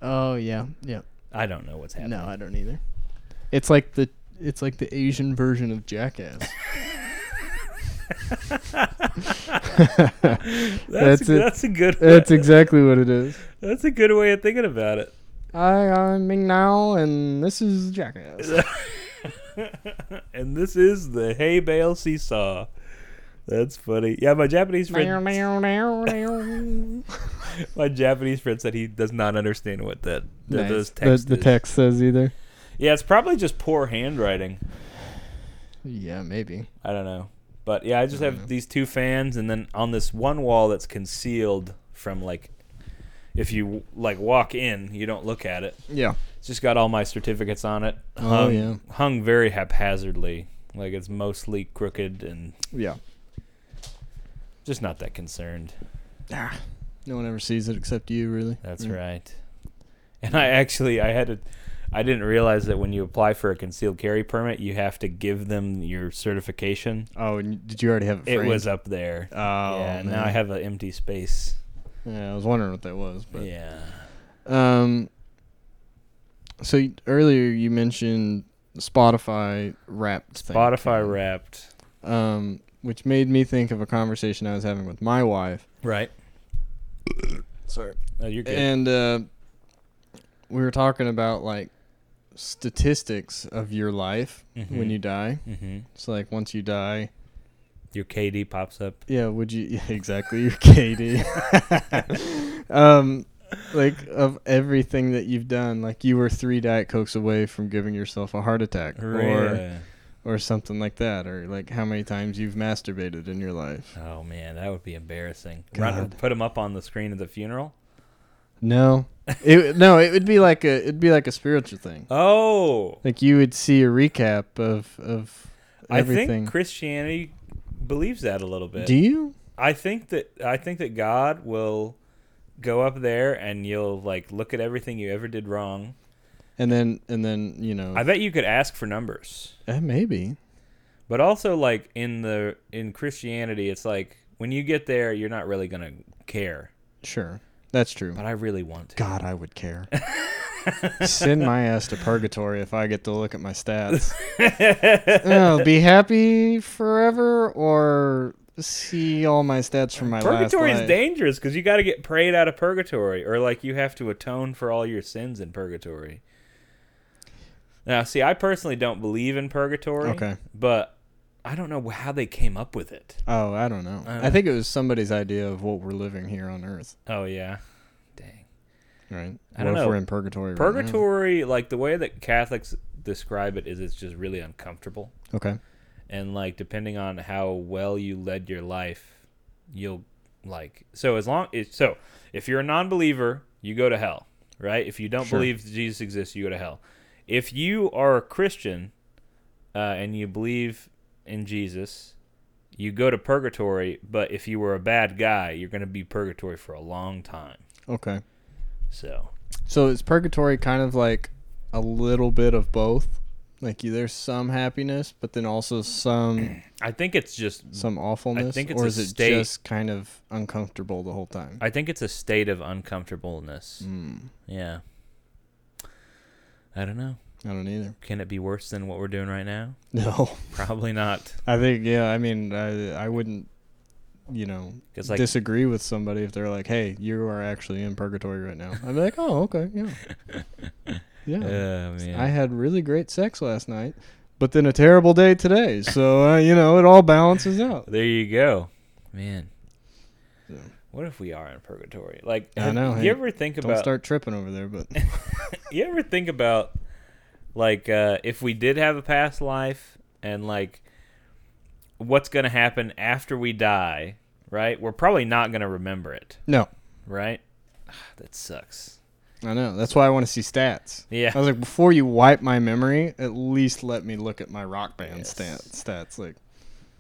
[SPEAKER 2] oh yeah, yeah.
[SPEAKER 1] I don't know what's happening.
[SPEAKER 2] No, I don't either. It's like the it's like the Asian version of Jackass.
[SPEAKER 1] that's
[SPEAKER 2] that's
[SPEAKER 1] a,
[SPEAKER 2] it.
[SPEAKER 1] that's a good
[SPEAKER 2] That's exactly what it is.
[SPEAKER 1] that's a good way of thinking about it.
[SPEAKER 2] Hi, I'm Ming Now, and this is Jackass.
[SPEAKER 1] and this is the hay bale seesaw. That's funny. Yeah, my Japanese
[SPEAKER 2] Meow,
[SPEAKER 1] friend,
[SPEAKER 2] meow, meow, meow.
[SPEAKER 1] my Japanese friend said he does not understand what that that
[SPEAKER 2] Nice.
[SPEAKER 1] those
[SPEAKER 2] The-
[SPEAKER 1] text
[SPEAKER 2] the
[SPEAKER 1] is.
[SPEAKER 2] text says either.
[SPEAKER 1] Yeah, it's probably just poor handwriting.
[SPEAKER 2] Yeah, maybe.
[SPEAKER 1] I don't know, but yeah, I just
[SPEAKER 2] I
[SPEAKER 1] have
[SPEAKER 2] don't know.
[SPEAKER 1] these two fans, and then on this one wall that's concealed from like, if you like walk in, you don't look at it.
[SPEAKER 2] Yeah.
[SPEAKER 1] It's just got all my certificates on it.
[SPEAKER 2] Oh,
[SPEAKER 1] Hung,
[SPEAKER 2] yeah.
[SPEAKER 1] hung very haphazardly. Like it's mostly crooked and
[SPEAKER 2] Yeah.
[SPEAKER 1] just not that concerned.
[SPEAKER 2] Ah, No one ever sees it except you, really.
[SPEAKER 1] That's
[SPEAKER 2] Mm.
[SPEAKER 1] right. And I actually I had to I didn't realize that when you apply for a concealed carry permit, you have to give them your certification.
[SPEAKER 2] Oh, and did you already have it?
[SPEAKER 1] It
[SPEAKER 2] framed?
[SPEAKER 1] was up there.
[SPEAKER 2] Oh,
[SPEAKER 1] yeah,
[SPEAKER 2] man.
[SPEAKER 1] now I have an empty space.
[SPEAKER 2] Yeah, I was wondering what that was, but
[SPEAKER 1] yeah.
[SPEAKER 2] um. So y- earlier you mentioned Spotify Wrapped. thing.
[SPEAKER 1] Spotify wrapped.
[SPEAKER 2] Um, which made me think of a conversation I was having with my wife.
[SPEAKER 1] Right.
[SPEAKER 2] Sorry.
[SPEAKER 1] Oh, you're good.
[SPEAKER 2] And uh, we were talking about like statistics of your life
[SPEAKER 1] Mhm.
[SPEAKER 2] when you die.
[SPEAKER 1] mm-hmm.
[SPEAKER 2] So like once you die,
[SPEAKER 1] Your KD pops up.
[SPEAKER 2] Yeah, would you yeah, exactly your Katie? um, like of everything that you've done, like you were three diet cokes away from giving yourself a heart attack,
[SPEAKER 1] Hooray.
[SPEAKER 2] or or something like that, or like how many times you've masturbated in your life.
[SPEAKER 1] Oh man, that would be embarrassing. Run,
[SPEAKER 2] God.
[SPEAKER 1] put him up on the screen at the funeral.
[SPEAKER 2] No, it no, it would be like a it'd be like a spiritual thing.
[SPEAKER 1] Oh,
[SPEAKER 2] Like you would see a recap of of
[SPEAKER 1] I
[SPEAKER 2] everything.
[SPEAKER 1] think Christianity believes that a little bit.
[SPEAKER 2] Do you?
[SPEAKER 1] I think that I think that God will go up there and you'll like look at everything you ever did wrong.
[SPEAKER 2] And then and then you know
[SPEAKER 1] I bet you could ask for numbers.
[SPEAKER 2] eh, maybe
[SPEAKER 1] But also like in the in Christianity it's like when you get there you're not really going to care.
[SPEAKER 2] sure that's true.
[SPEAKER 1] But I really want to.
[SPEAKER 2] God, I would care. Send my ass to purgatory if I get to look at my stats. oh, be happy forever or see all my stats from my
[SPEAKER 1] Purgatory
[SPEAKER 2] last
[SPEAKER 1] is
[SPEAKER 2] life.
[SPEAKER 1] dangerous because you got to get prayed out of purgatory, or like you have to atone for all your sins in purgatory. Now, see, I personally don't believe in purgatory,
[SPEAKER 2] Okay.
[SPEAKER 1] but I don't know how they came up with it.
[SPEAKER 2] Oh, I don't know.
[SPEAKER 1] I
[SPEAKER 2] I,
[SPEAKER 1] don't-
[SPEAKER 2] think it was somebody's idea of what we're living here on Earth,
[SPEAKER 1] Oh yeah, dang.
[SPEAKER 2] right?
[SPEAKER 1] I don't
[SPEAKER 2] what if
[SPEAKER 1] know.
[SPEAKER 2] we're in purgatory? right now?
[SPEAKER 1] Purgatory, like the way that Catholics describe it, is it's just really uncomfortable,
[SPEAKER 2] Okay.
[SPEAKER 1] and like depending on how well you led your life, you'll like. So as long it, so, if you're a non-believer, you go to hell, right? If you don't
[SPEAKER 2] Sure.
[SPEAKER 1] believe Jesus exists, you go to hell. If you are a Christian uh, and you believe in Jesus, you go to purgatory. But if you were a bad guy, you're going to be purgatory for a long time.
[SPEAKER 2] Okay.
[SPEAKER 1] So
[SPEAKER 2] So is purgatory kind of like a little bit of both? Like you, there's some happiness, but then also some
[SPEAKER 1] I think it's just
[SPEAKER 2] some awfulness,
[SPEAKER 1] Mm. think it's
[SPEAKER 2] or
[SPEAKER 1] a
[SPEAKER 2] is it
[SPEAKER 1] state-
[SPEAKER 2] just kind of uncomfortable the whole time?
[SPEAKER 1] I think it's a state of uncomfortableness.
[SPEAKER 2] Mm,
[SPEAKER 1] Yeah. I don't know.
[SPEAKER 2] I don't either.
[SPEAKER 1] Can it be worse than what we're doing right now?
[SPEAKER 2] No,
[SPEAKER 1] Probably not.
[SPEAKER 2] I think yeah. I mean, I I wouldn't, you know,
[SPEAKER 1] 'Cause, like-
[SPEAKER 2] disagree with somebody if they're like, "Hey, you are actually in purgatory right now." I'd be like, "Oh, okay, yeah, yeah."
[SPEAKER 1] Oh, man.
[SPEAKER 2] I had really great sex last night, but then a terrible day today. So uh, you know, it all balances out.
[SPEAKER 1] there you go. Man.
[SPEAKER 2] So,
[SPEAKER 1] What if we are in purgatory? Like
[SPEAKER 2] I
[SPEAKER 1] have-
[SPEAKER 2] know,
[SPEAKER 1] you
[SPEAKER 2] hey,
[SPEAKER 1] ever think
[SPEAKER 2] don't
[SPEAKER 1] about
[SPEAKER 2] start tripping over there, but
[SPEAKER 1] you ever think about like uh if we did have a past life and like what's gonna happen after we die, right? We're probably not gonna remember it,
[SPEAKER 2] no,
[SPEAKER 1] right? That sucks.
[SPEAKER 2] I know. That's why I want to see stats.
[SPEAKER 1] Yeah.
[SPEAKER 2] I was like, before you wipe my memory, at least let me look at my rock band
[SPEAKER 1] Yes.
[SPEAKER 2] stat, stats. Like,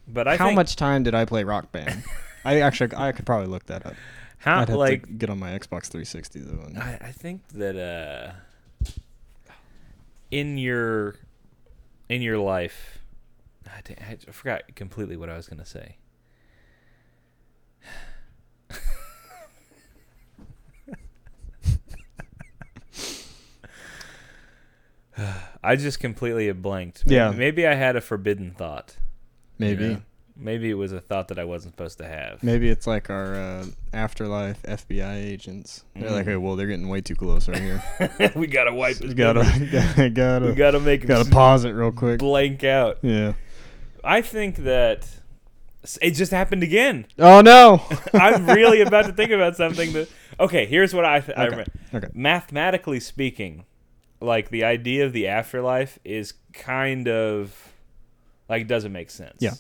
[SPEAKER 1] But I
[SPEAKER 2] how
[SPEAKER 1] think
[SPEAKER 2] much time did I play rock band? I actually, I could probably look that up.
[SPEAKER 1] how
[SPEAKER 2] I'd have
[SPEAKER 1] like
[SPEAKER 2] to get on my Xbox 360 though. And,
[SPEAKER 1] I, I think that uh, in your in your life, I, d- I forgot completely what I was gonna say. I just completely blanked. Maybe,
[SPEAKER 2] Yeah.
[SPEAKER 1] Maybe I had a forbidden thought. you
[SPEAKER 2] maybe,
[SPEAKER 1] know? Maybe it was a thought that I wasn't supposed to have.
[SPEAKER 2] maybe it's like our uh, afterlife FBI agents. They're like,
[SPEAKER 1] Mm.
[SPEAKER 2] hey, well, they're getting way too close right here.
[SPEAKER 1] we gotta wipe.
[SPEAKER 2] We
[SPEAKER 1] his
[SPEAKER 2] gotta,
[SPEAKER 1] memory.
[SPEAKER 2] gotta, gotta,
[SPEAKER 1] We gotta make him
[SPEAKER 2] gotta pause it real quick.
[SPEAKER 1] blank out.
[SPEAKER 2] Yeah.
[SPEAKER 1] I think that it just happened again.
[SPEAKER 2] Oh no.
[SPEAKER 1] I'm really about to think about something that. Okay, here's what I, th- I
[SPEAKER 2] Okay.
[SPEAKER 1] remember.
[SPEAKER 2] Okay.
[SPEAKER 1] Mathematically speaking, like the idea of the afterlife is kind of like it doesn't make sense.
[SPEAKER 2] Yeah.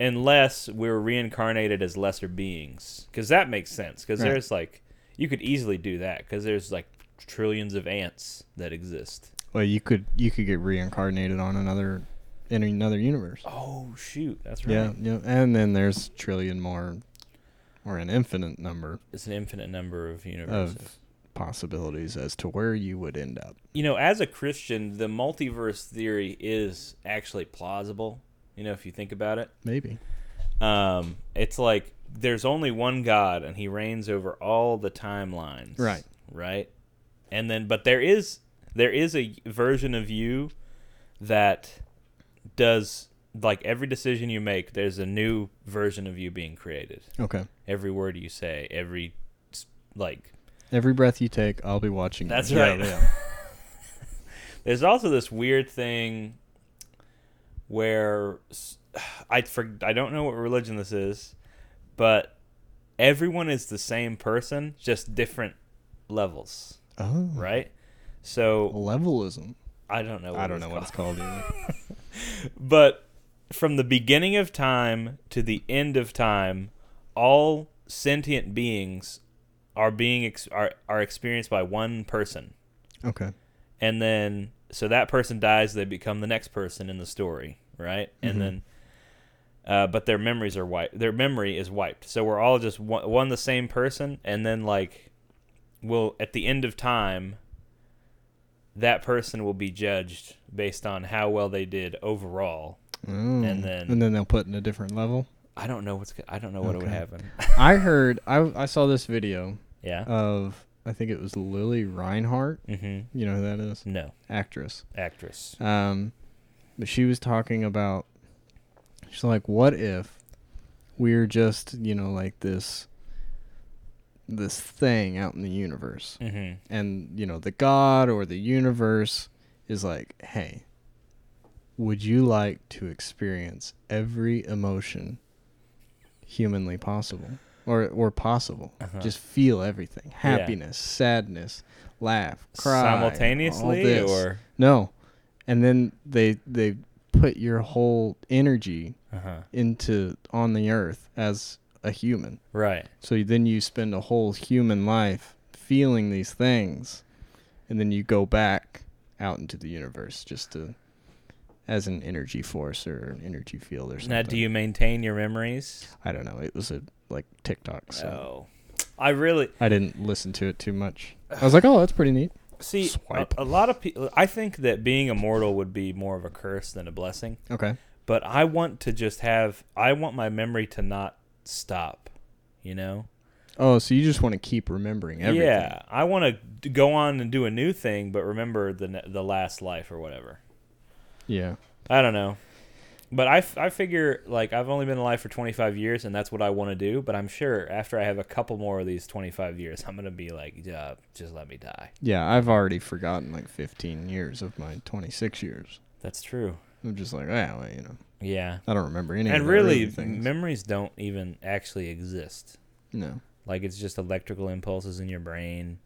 [SPEAKER 1] Unless we're reincarnated as lesser beings, because that makes sense. Because
[SPEAKER 2] Right.
[SPEAKER 1] there's like you could easily do that. Because there's like trillions of ants that exist.
[SPEAKER 2] Well, you could you could get reincarnated on another in another universe.
[SPEAKER 1] Oh shoot, that's right.
[SPEAKER 2] Yeah, yeah, and then there's trillion more, or an infinite number
[SPEAKER 1] It's an infinite number of universes.
[SPEAKER 2] possibilities as to where you would end up.
[SPEAKER 1] you know, as a Christian, the multiverse theory is actually plausible. You know, if you think about it,
[SPEAKER 2] Maybe.
[SPEAKER 1] um, it's like there's only one God, and He reigns over all the timelines.
[SPEAKER 2] Right.
[SPEAKER 1] Right. And then, but there is there is a version of you that does like every decision you make. There's a new version of you being created.
[SPEAKER 2] Okay.
[SPEAKER 1] Every word you say, every s- like
[SPEAKER 2] Every breath you take, I'll be watching. you.
[SPEAKER 1] That's
[SPEAKER 2] Yeah,
[SPEAKER 1] right.
[SPEAKER 2] yeah.
[SPEAKER 1] There's also this weird thing where s- I for, I don't know what religion this is, but everyone is the same person, just different levels,
[SPEAKER 2] Oh,
[SPEAKER 1] right? So
[SPEAKER 2] levelism.
[SPEAKER 1] I don't know. What
[SPEAKER 2] I don't
[SPEAKER 1] it's
[SPEAKER 2] know what it's called either.
[SPEAKER 1] But from the beginning of time to the end of time, all sentient beings are being ex- are are experienced by one person.
[SPEAKER 2] Okay.
[SPEAKER 1] and then so that person dies they become the next person in the story right
[SPEAKER 2] Mhm.
[SPEAKER 1] and then uh, but their memories are wiped their memory is wiped so we're all just one, one the same person and then like will at the end of time that person will be judged based on how well they did overall
[SPEAKER 2] And
[SPEAKER 1] then-
[SPEAKER 2] Mm. and then they'll put in a different level.
[SPEAKER 1] i don't know what's go- i don't know what would
[SPEAKER 2] Okay.
[SPEAKER 1] happen
[SPEAKER 2] I heard. uh, I I saw this video
[SPEAKER 1] yeah
[SPEAKER 2] of I think it was Lily Reinhart.
[SPEAKER 1] mm-hmm
[SPEAKER 2] You know who that is?
[SPEAKER 1] no
[SPEAKER 2] Actress.
[SPEAKER 1] actress
[SPEAKER 2] Um, but she was talking about, she's like, what if we're just, you know, like this, this thing out in the universe,
[SPEAKER 1] mm-hmm
[SPEAKER 2] and you know, the God or the universe is like, hey, Would you like to experience every emotion humanly possible or or possible?
[SPEAKER 1] Uh-huh.
[SPEAKER 2] Just feel everything. Happiness, sadness, laugh, cry. all
[SPEAKER 1] simultaneously
[SPEAKER 2] this.
[SPEAKER 1] or
[SPEAKER 2] No. And then they they put your whole energy
[SPEAKER 1] uh-huh.
[SPEAKER 2] into on the earth as a human.
[SPEAKER 1] right.
[SPEAKER 2] So then you spend a whole human life feeling these things, and then you go back out into the universe just to as an energy force or an energy field or something.
[SPEAKER 1] Now, do you maintain your memories?
[SPEAKER 2] I don't know. It was a like TikTok, so
[SPEAKER 1] Oh, I really
[SPEAKER 2] I didn't listen to it too much. I was like, oh, that's pretty neat.
[SPEAKER 1] see a,
[SPEAKER 2] Swipe.
[SPEAKER 1] a lot of people. I think that being immortal would be more of a curse than a blessing.
[SPEAKER 2] Okay.
[SPEAKER 1] But I want to just have. I want my memory to not stop. You know.
[SPEAKER 2] Oh, so you just want to keep remembering everything?
[SPEAKER 1] Yeah, I want to go on and do a new thing, but remember the ne- the last life or whatever.
[SPEAKER 2] Yeah.
[SPEAKER 1] I don't know. But I, f- I figure, like, I've only been alive for 25 years, and that's what I want to do. But I'm sure after I have a couple more of these 25 years, I'm going to be like, uh, just let me die.
[SPEAKER 2] Yeah. I've already forgotten like 15 years of my 26 years.
[SPEAKER 1] That's true.
[SPEAKER 2] I'm just like, wow, well, you know,
[SPEAKER 1] Yeah.
[SPEAKER 2] I don't remember any. of
[SPEAKER 1] and
[SPEAKER 2] the
[SPEAKER 1] really,
[SPEAKER 2] early things.
[SPEAKER 1] memories don't even actually exist.
[SPEAKER 2] no.
[SPEAKER 1] Like, it's just electrical impulses in your brain,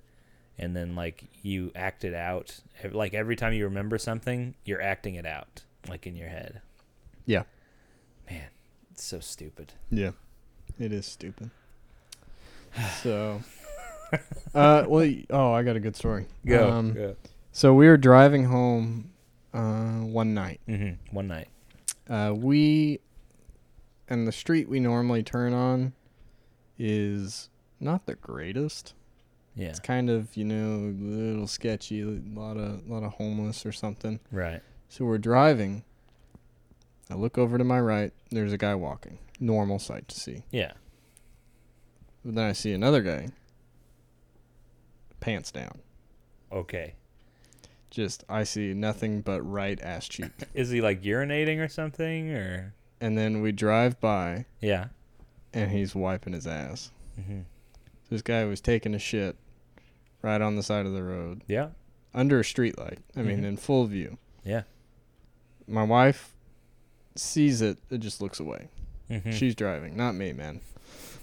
[SPEAKER 1] and then, like, you act it out. Ev- Like, every time you remember something, you're acting it out, like, in your head.
[SPEAKER 2] Yeah.
[SPEAKER 1] Man, it's so stupid.
[SPEAKER 2] Yeah, it is stupid. So, uh, well, y- oh, I got a good story.
[SPEAKER 1] Go.
[SPEAKER 2] Um,
[SPEAKER 1] go.
[SPEAKER 2] So we were driving home uh, one night.
[SPEAKER 1] hmm One night.
[SPEAKER 2] Uh, we and the street we normally turn on is not the greatest.
[SPEAKER 1] Yeah.
[SPEAKER 2] It's kind of you know a little sketchy. A lot of lot of homeless or something.
[SPEAKER 1] Right.
[SPEAKER 2] So we're driving. I look over to my right. There's a guy walking. Normal sight to see.
[SPEAKER 1] Yeah.
[SPEAKER 2] But then I see another guy, pants down.
[SPEAKER 1] Okay.
[SPEAKER 2] Just I see nothing but right ass cheek.
[SPEAKER 1] Is he like urinating or something or
[SPEAKER 2] and then we drive by,
[SPEAKER 1] yeah?
[SPEAKER 2] and he's wiping his ass.
[SPEAKER 1] Mm-hmm.
[SPEAKER 2] This guy was taking a shit right on the side of the road
[SPEAKER 1] Yeah.
[SPEAKER 2] under a streetlight. I mean,
[SPEAKER 1] Mhm.
[SPEAKER 2] in full view.
[SPEAKER 1] Yeah.
[SPEAKER 2] My wife sees it. It just looks away.
[SPEAKER 1] Mm-hmm.
[SPEAKER 2] She's driving, not me, man.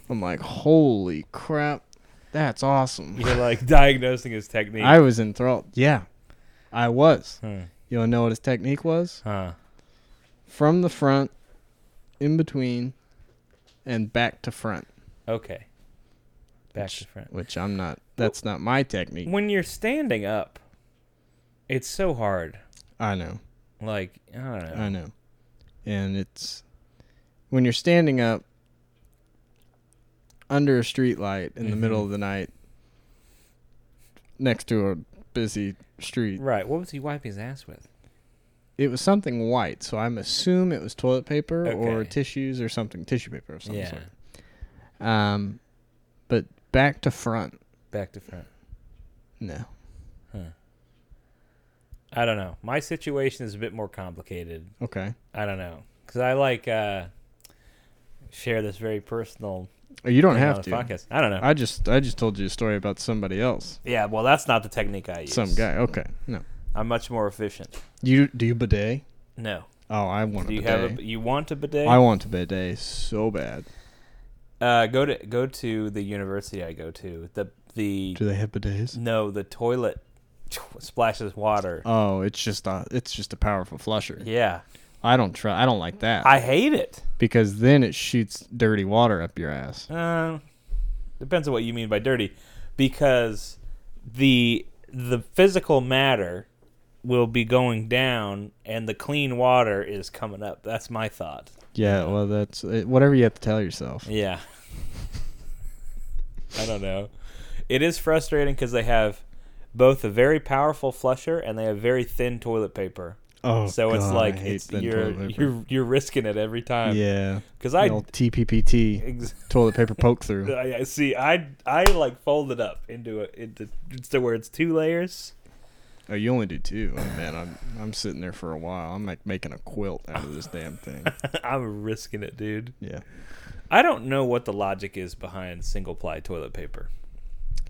[SPEAKER 2] I'm like, holy crap, that's awesome.
[SPEAKER 1] You're like diagnosing his technique.
[SPEAKER 2] I was enthralled. Yeah, I was.
[SPEAKER 1] Hmm.
[SPEAKER 2] You wanna know what his technique was?
[SPEAKER 1] Huh.
[SPEAKER 2] from the front, in between, and back to front.
[SPEAKER 1] Okay. Back
[SPEAKER 2] Which-
[SPEAKER 1] to front.
[SPEAKER 2] Which I'm not. That's not my technique.
[SPEAKER 1] When you're standing up, it's so hard.
[SPEAKER 2] I know.
[SPEAKER 1] Like I don't know.
[SPEAKER 2] I know. And it's when you're standing up under a street light in the
[SPEAKER 1] Mhm.
[SPEAKER 2] middle of the night, next to a busy street.
[SPEAKER 1] right. What was he wiping his ass with?
[SPEAKER 2] It was something white, so I'm assume it was toilet paper or
[SPEAKER 1] Okay.
[SPEAKER 2] tissues or something, tissue paper of some
[SPEAKER 1] Yeah.
[SPEAKER 2] sort. Um, but back to front,
[SPEAKER 1] Back to front.
[SPEAKER 2] no.
[SPEAKER 1] I don't know. My situation is a bit more complicated.
[SPEAKER 2] Okay.
[SPEAKER 1] I don't know because I like uh, share this very personal.
[SPEAKER 2] Oh, You don't
[SPEAKER 1] thing
[SPEAKER 2] have
[SPEAKER 1] on the
[SPEAKER 2] to.
[SPEAKER 1] podcast. I don't know.
[SPEAKER 2] I just I just told you a story about somebody else.
[SPEAKER 1] yeah. Well, that's not the technique I use.
[SPEAKER 2] Some guy. Okay. No.
[SPEAKER 1] I'm much more efficient.
[SPEAKER 2] You do you bidet?
[SPEAKER 1] No.
[SPEAKER 2] Oh, I want
[SPEAKER 1] Do
[SPEAKER 2] a
[SPEAKER 1] you
[SPEAKER 2] bidet.
[SPEAKER 1] have a? You want a bidet?
[SPEAKER 2] I want a bidet so bad.
[SPEAKER 1] uh, go to go to the university I go to. The the
[SPEAKER 2] Do they have bidets?
[SPEAKER 1] no the toilet splashes water.
[SPEAKER 2] Oh, it's just a it's just a powerful flusher.
[SPEAKER 1] Yeah,
[SPEAKER 2] I don't try. I don't like that
[SPEAKER 1] I hate it.
[SPEAKER 2] because then it shoots dirty water up your ass.
[SPEAKER 1] Uh, depends on what you mean by dirty, because the the physical matter will be going down and the clean water is coming up. That's my thought.
[SPEAKER 2] Yeah. Well, that's uh, whatever you have to tell yourself.
[SPEAKER 1] Yeah. I don't know. It is frustrating because they have both a very powerful flusher and they have very thin toilet paper.
[SPEAKER 2] Oh,
[SPEAKER 1] so it's
[SPEAKER 2] God,
[SPEAKER 1] like
[SPEAKER 2] I hate
[SPEAKER 1] it's,
[SPEAKER 2] thin
[SPEAKER 1] you're
[SPEAKER 2] toilet paper.
[SPEAKER 1] you're you're risking it every time.
[SPEAKER 2] yeah.
[SPEAKER 1] Because
[SPEAKER 2] I
[SPEAKER 1] I,
[SPEAKER 2] old TPPT
[SPEAKER 1] ex-
[SPEAKER 2] toilet paper poke through.
[SPEAKER 1] I I see. I I like fold it up into a, into to where it's two layers.
[SPEAKER 2] Oh, you only do two. Oh, man, I'm I'm sitting there for a while. I'm like making a quilt out of this damn thing.
[SPEAKER 1] I'm risking it, dude.
[SPEAKER 2] Yeah.
[SPEAKER 1] I don't know what the logic is behind single ply toilet paper.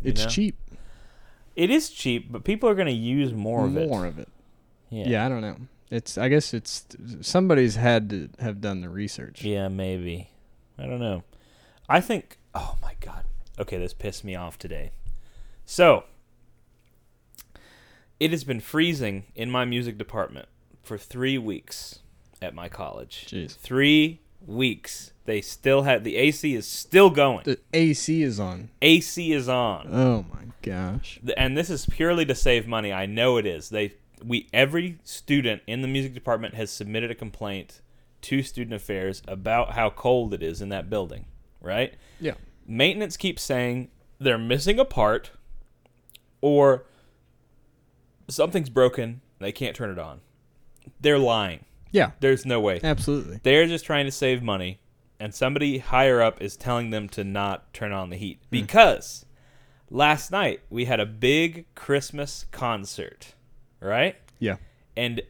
[SPEAKER 1] You
[SPEAKER 2] It's
[SPEAKER 1] know?
[SPEAKER 2] cheap.
[SPEAKER 1] It is cheap, but people are going to use more, of it.
[SPEAKER 2] More of it. Yeah. I don't know. It's I guess it's somebody's had to have done the research.
[SPEAKER 1] Yeah, maybe. I don't know. I think. Oh my god. Okay, this pissed me off today. So, it has been freezing in my music department for three weeks at my college.
[SPEAKER 2] Jeez.
[SPEAKER 1] Three weeks. They still had the AC is still going.
[SPEAKER 2] The AC is on.
[SPEAKER 1] AC is on.
[SPEAKER 2] Oh my gosh.
[SPEAKER 1] Th- and this is purely to save money. I know it is. They we every student in the music department has submitted a complaint to student affairs about how cold it is in that building, right?
[SPEAKER 2] Yeah.
[SPEAKER 1] Maintenance keeps saying they're missing a part or something's broken, they can't turn it on. They're lying.
[SPEAKER 2] Yeah.
[SPEAKER 1] There's no way.
[SPEAKER 2] Absolutely.
[SPEAKER 1] They're just trying to save money, and somebody higher up is telling them to not turn on the
[SPEAKER 2] Hmm.
[SPEAKER 1] heat because last night we had a big Christmas concert, right?
[SPEAKER 2] Yeah.
[SPEAKER 1] And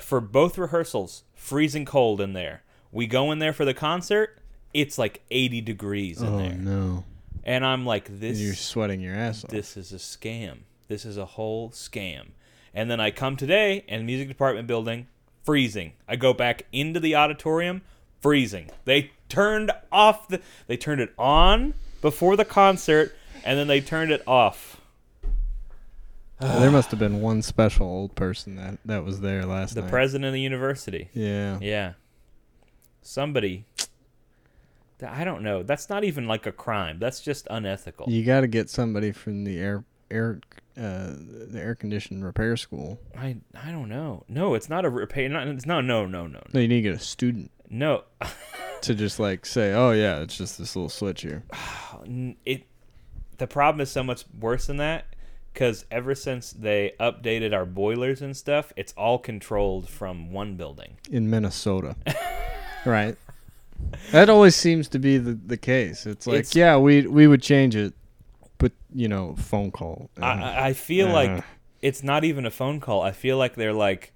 [SPEAKER 1] for both rehearsals, freezing cold in there. We go in there for the concert, it's like 80 degrees in
[SPEAKER 2] Oh
[SPEAKER 1] there.
[SPEAKER 2] no.
[SPEAKER 1] And I'm like, this
[SPEAKER 2] You're sweating your ass off.
[SPEAKER 1] this is a scam. This is a whole scam. And then I come today and music department building freezing. I go back into the auditorium freezing. They turned off the they turned it on before the concert and then they turned it off.
[SPEAKER 2] there must have been one special old person that that was there last
[SPEAKER 1] The
[SPEAKER 2] night.
[SPEAKER 1] president of the university.
[SPEAKER 2] yeah.
[SPEAKER 1] Yeah. Somebody Th- I don't know. That's not even like a crime. That's just unethical.
[SPEAKER 2] You got to get somebody from the air air uh, the air conditioned repair school.
[SPEAKER 1] I I don't know. No, it's not a repair. Not, it's no no no no
[SPEAKER 2] No, you need to get a student
[SPEAKER 1] no.
[SPEAKER 2] to just like say, "Oh yeah, it's just this little switch here."
[SPEAKER 1] N- it the problem is so much worse than that because ever since they updated our boilers and stuff it's all controlled from one building
[SPEAKER 2] in Minnesota. right. That always seems to be the, the case. It's like,
[SPEAKER 1] It's-
[SPEAKER 2] yeah, we we would change it, but you know, phone call.
[SPEAKER 1] I I, I feel
[SPEAKER 2] Uh.
[SPEAKER 1] like it's not even a phone call i feel like they're like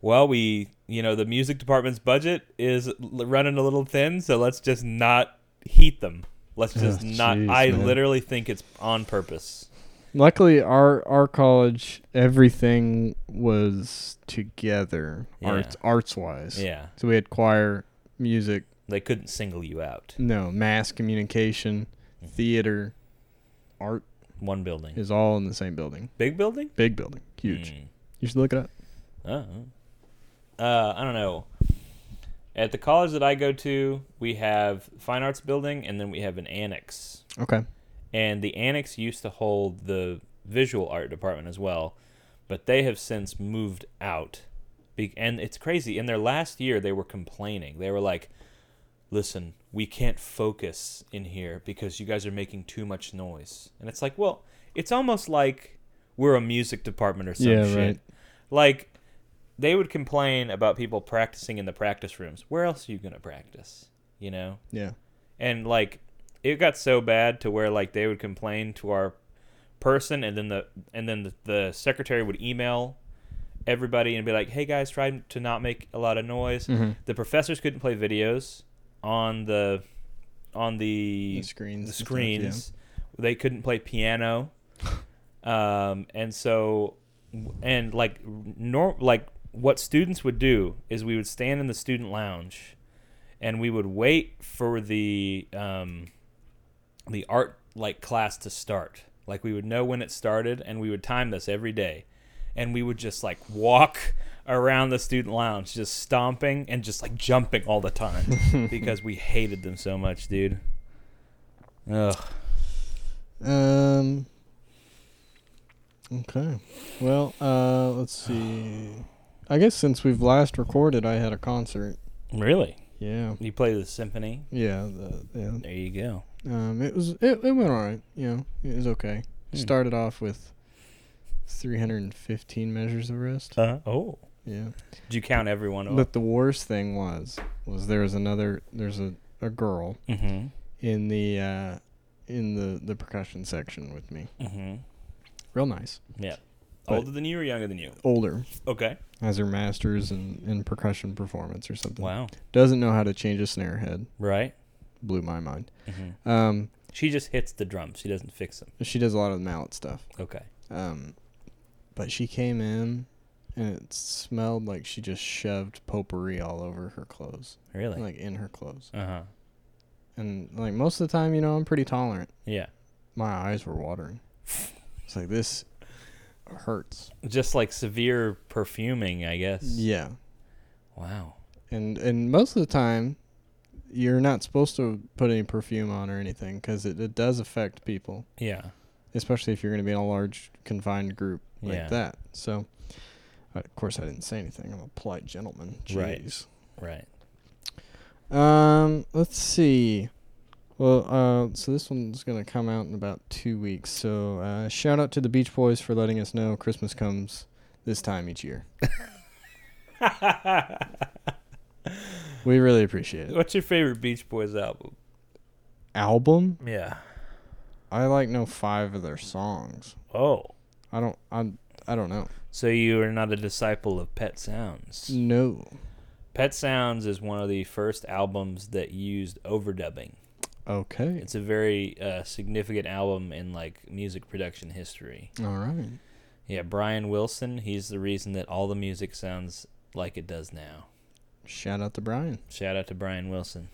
[SPEAKER 1] well we you know the music department's budget is l- running a little thin so let's just not heat them let's just
[SPEAKER 2] Oh,
[SPEAKER 1] not
[SPEAKER 2] jeez,
[SPEAKER 1] i
[SPEAKER 2] man.
[SPEAKER 1] literally think it's on purpose
[SPEAKER 2] Luckily, our our college everything was together
[SPEAKER 1] Yeah.
[SPEAKER 2] arts arts wise.
[SPEAKER 1] yeah
[SPEAKER 2] So we had choir, music,
[SPEAKER 1] they couldn't single you out
[SPEAKER 2] no mass communication,
[SPEAKER 1] Mm-hmm.
[SPEAKER 2] theater, art
[SPEAKER 1] one building
[SPEAKER 2] is all in the same building.
[SPEAKER 1] big building
[SPEAKER 2] Big building, huge.
[SPEAKER 1] Hmm.
[SPEAKER 2] You should look it up.
[SPEAKER 1] Oh. Uh, I don't know. At the college that I go to, we have fine arts building, and then we have an annex.
[SPEAKER 2] Okay.
[SPEAKER 1] And the annex used to hold the visual art department as well, but they have since moved out. Be- and it's crazy. In their last year, they were complaining. They were like, "Listen, we can't focus in here because you guys are making too much noise." And it's like, well, it's almost like we're a music department or some
[SPEAKER 2] Yeah,
[SPEAKER 1] shit.
[SPEAKER 2] right.
[SPEAKER 1] Like they would complain about people practicing in the practice rooms. Where else are you gonna practice? You know?
[SPEAKER 2] Yeah.
[SPEAKER 1] and like it got so bad to where like they would complain to our person and then the and then the, the secretary would email everybody and be like hey guys try to not make a lot of noise
[SPEAKER 2] Mhm.
[SPEAKER 1] the professors couldn't play videos on the on the,
[SPEAKER 2] The screens.
[SPEAKER 1] the
[SPEAKER 2] and stuff, yeah.
[SPEAKER 1] screens they couldn't play piano um and so and like nor like what students would do is we would stand in the student lounge and we would wait for the um, the art like class to start. Like we would know when it started, and we would time this every day, and we would just like walk around the student lounge, just stomping and just like jumping all the time because we hated them so much, dude. Ugh.
[SPEAKER 2] Um. Okay. Well, uh, let's see. I guess since we've last recorded, I had a concert.
[SPEAKER 1] Really?
[SPEAKER 2] Yeah.
[SPEAKER 1] You play the symphony?
[SPEAKER 2] Yeah. The, yeah.
[SPEAKER 1] There you go.
[SPEAKER 2] Um. It was. It, it went alright. You know. It was okay.
[SPEAKER 1] Hmm.
[SPEAKER 2] Started off with 315 measures of wrist.
[SPEAKER 1] Uh, oh.
[SPEAKER 2] Yeah.
[SPEAKER 1] Did you count everyone? Up?
[SPEAKER 2] But the worst thing was was there was another there's a a girl
[SPEAKER 1] Mm-hmm.
[SPEAKER 2] in the uh in the the percussion section with me.
[SPEAKER 1] Mm-hmm.
[SPEAKER 2] Real nice.
[SPEAKER 1] Yeah.
[SPEAKER 2] But-
[SPEAKER 1] Older than you or younger than you?
[SPEAKER 2] Older.
[SPEAKER 1] Okay.
[SPEAKER 2] has her master's in, in percussion performance or something.
[SPEAKER 1] Wow.
[SPEAKER 2] Doesn't know how to change a snare head.
[SPEAKER 1] Right.
[SPEAKER 2] Blew my mind.
[SPEAKER 1] Mm-hmm.
[SPEAKER 2] Um,
[SPEAKER 1] She just hits the drums. She doesn't fix them.
[SPEAKER 2] she does a lot of mallet stuff.
[SPEAKER 1] Okay.
[SPEAKER 2] Um, but she came in and it smelled like she just shoved potpourri all over her clothes,
[SPEAKER 1] Really?
[SPEAKER 2] like in her clothes.
[SPEAKER 1] uh huh.
[SPEAKER 2] And like most of the time, you know, I'm pretty tolerant.
[SPEAKER 1] Yeah.
[SPEAKER 2] My eyes were watering. It's like this hurts.
[SPEAKER 1] Just like severe perfuming, I guess.
[SPEAKER 2] Yeah.
[SPEAKER 1] Wow.
[SPEAKER 2] and and most of the time you're not supposed to put any perfume on or anything because it, it does affect people
[SPEAKER 1] Yeah.
[SPEAKER 2] especially if you're going to be in a large confined group like
[SPEAKER 1] Yeah.
[SPEAKER 2] that so uh, of course i didn't say anything i'm a polite gentleman
[SPEAKER 1] Right.
[SPEAKER 2] Jeez.
[SPEAKER 1] Right.
[SPEAKER 2] um let's see well uh so this one's going to come out in about two weeks so uh shout out to the beach boys for letting us know christmas comes this time each year we really appreciate it
[SPEAKER 1] What's your favorite Beach Boys album?
[SPEAKER 2] album
[SPEAKER 1] Yeah.
[SPEAKER 2] i like know five of their songs
[SPEAKER 1] Oh.
[SPEAKER 2] I don't. I'm. I don't know.
[SPEAKER 1] So you are not a disciple of Pet Sounds.
[SPEAKER 2] No.
[SPEAKER 1] Pet Sounds is one of the first albums that used overdubbing.
[SPEAKER 2] Okay.
[SPEAKER 1] It's a very uh, significant album in like music production history.
[SPEAKER 2] All right.
[SPEAKER 1] Yeah, Brian Wilson, he's the reason that all the music sounds like it does now.
[SPEAKER 2] Shout out to Brian.
[SPEAKER 1] Shout out to Brian Wilson.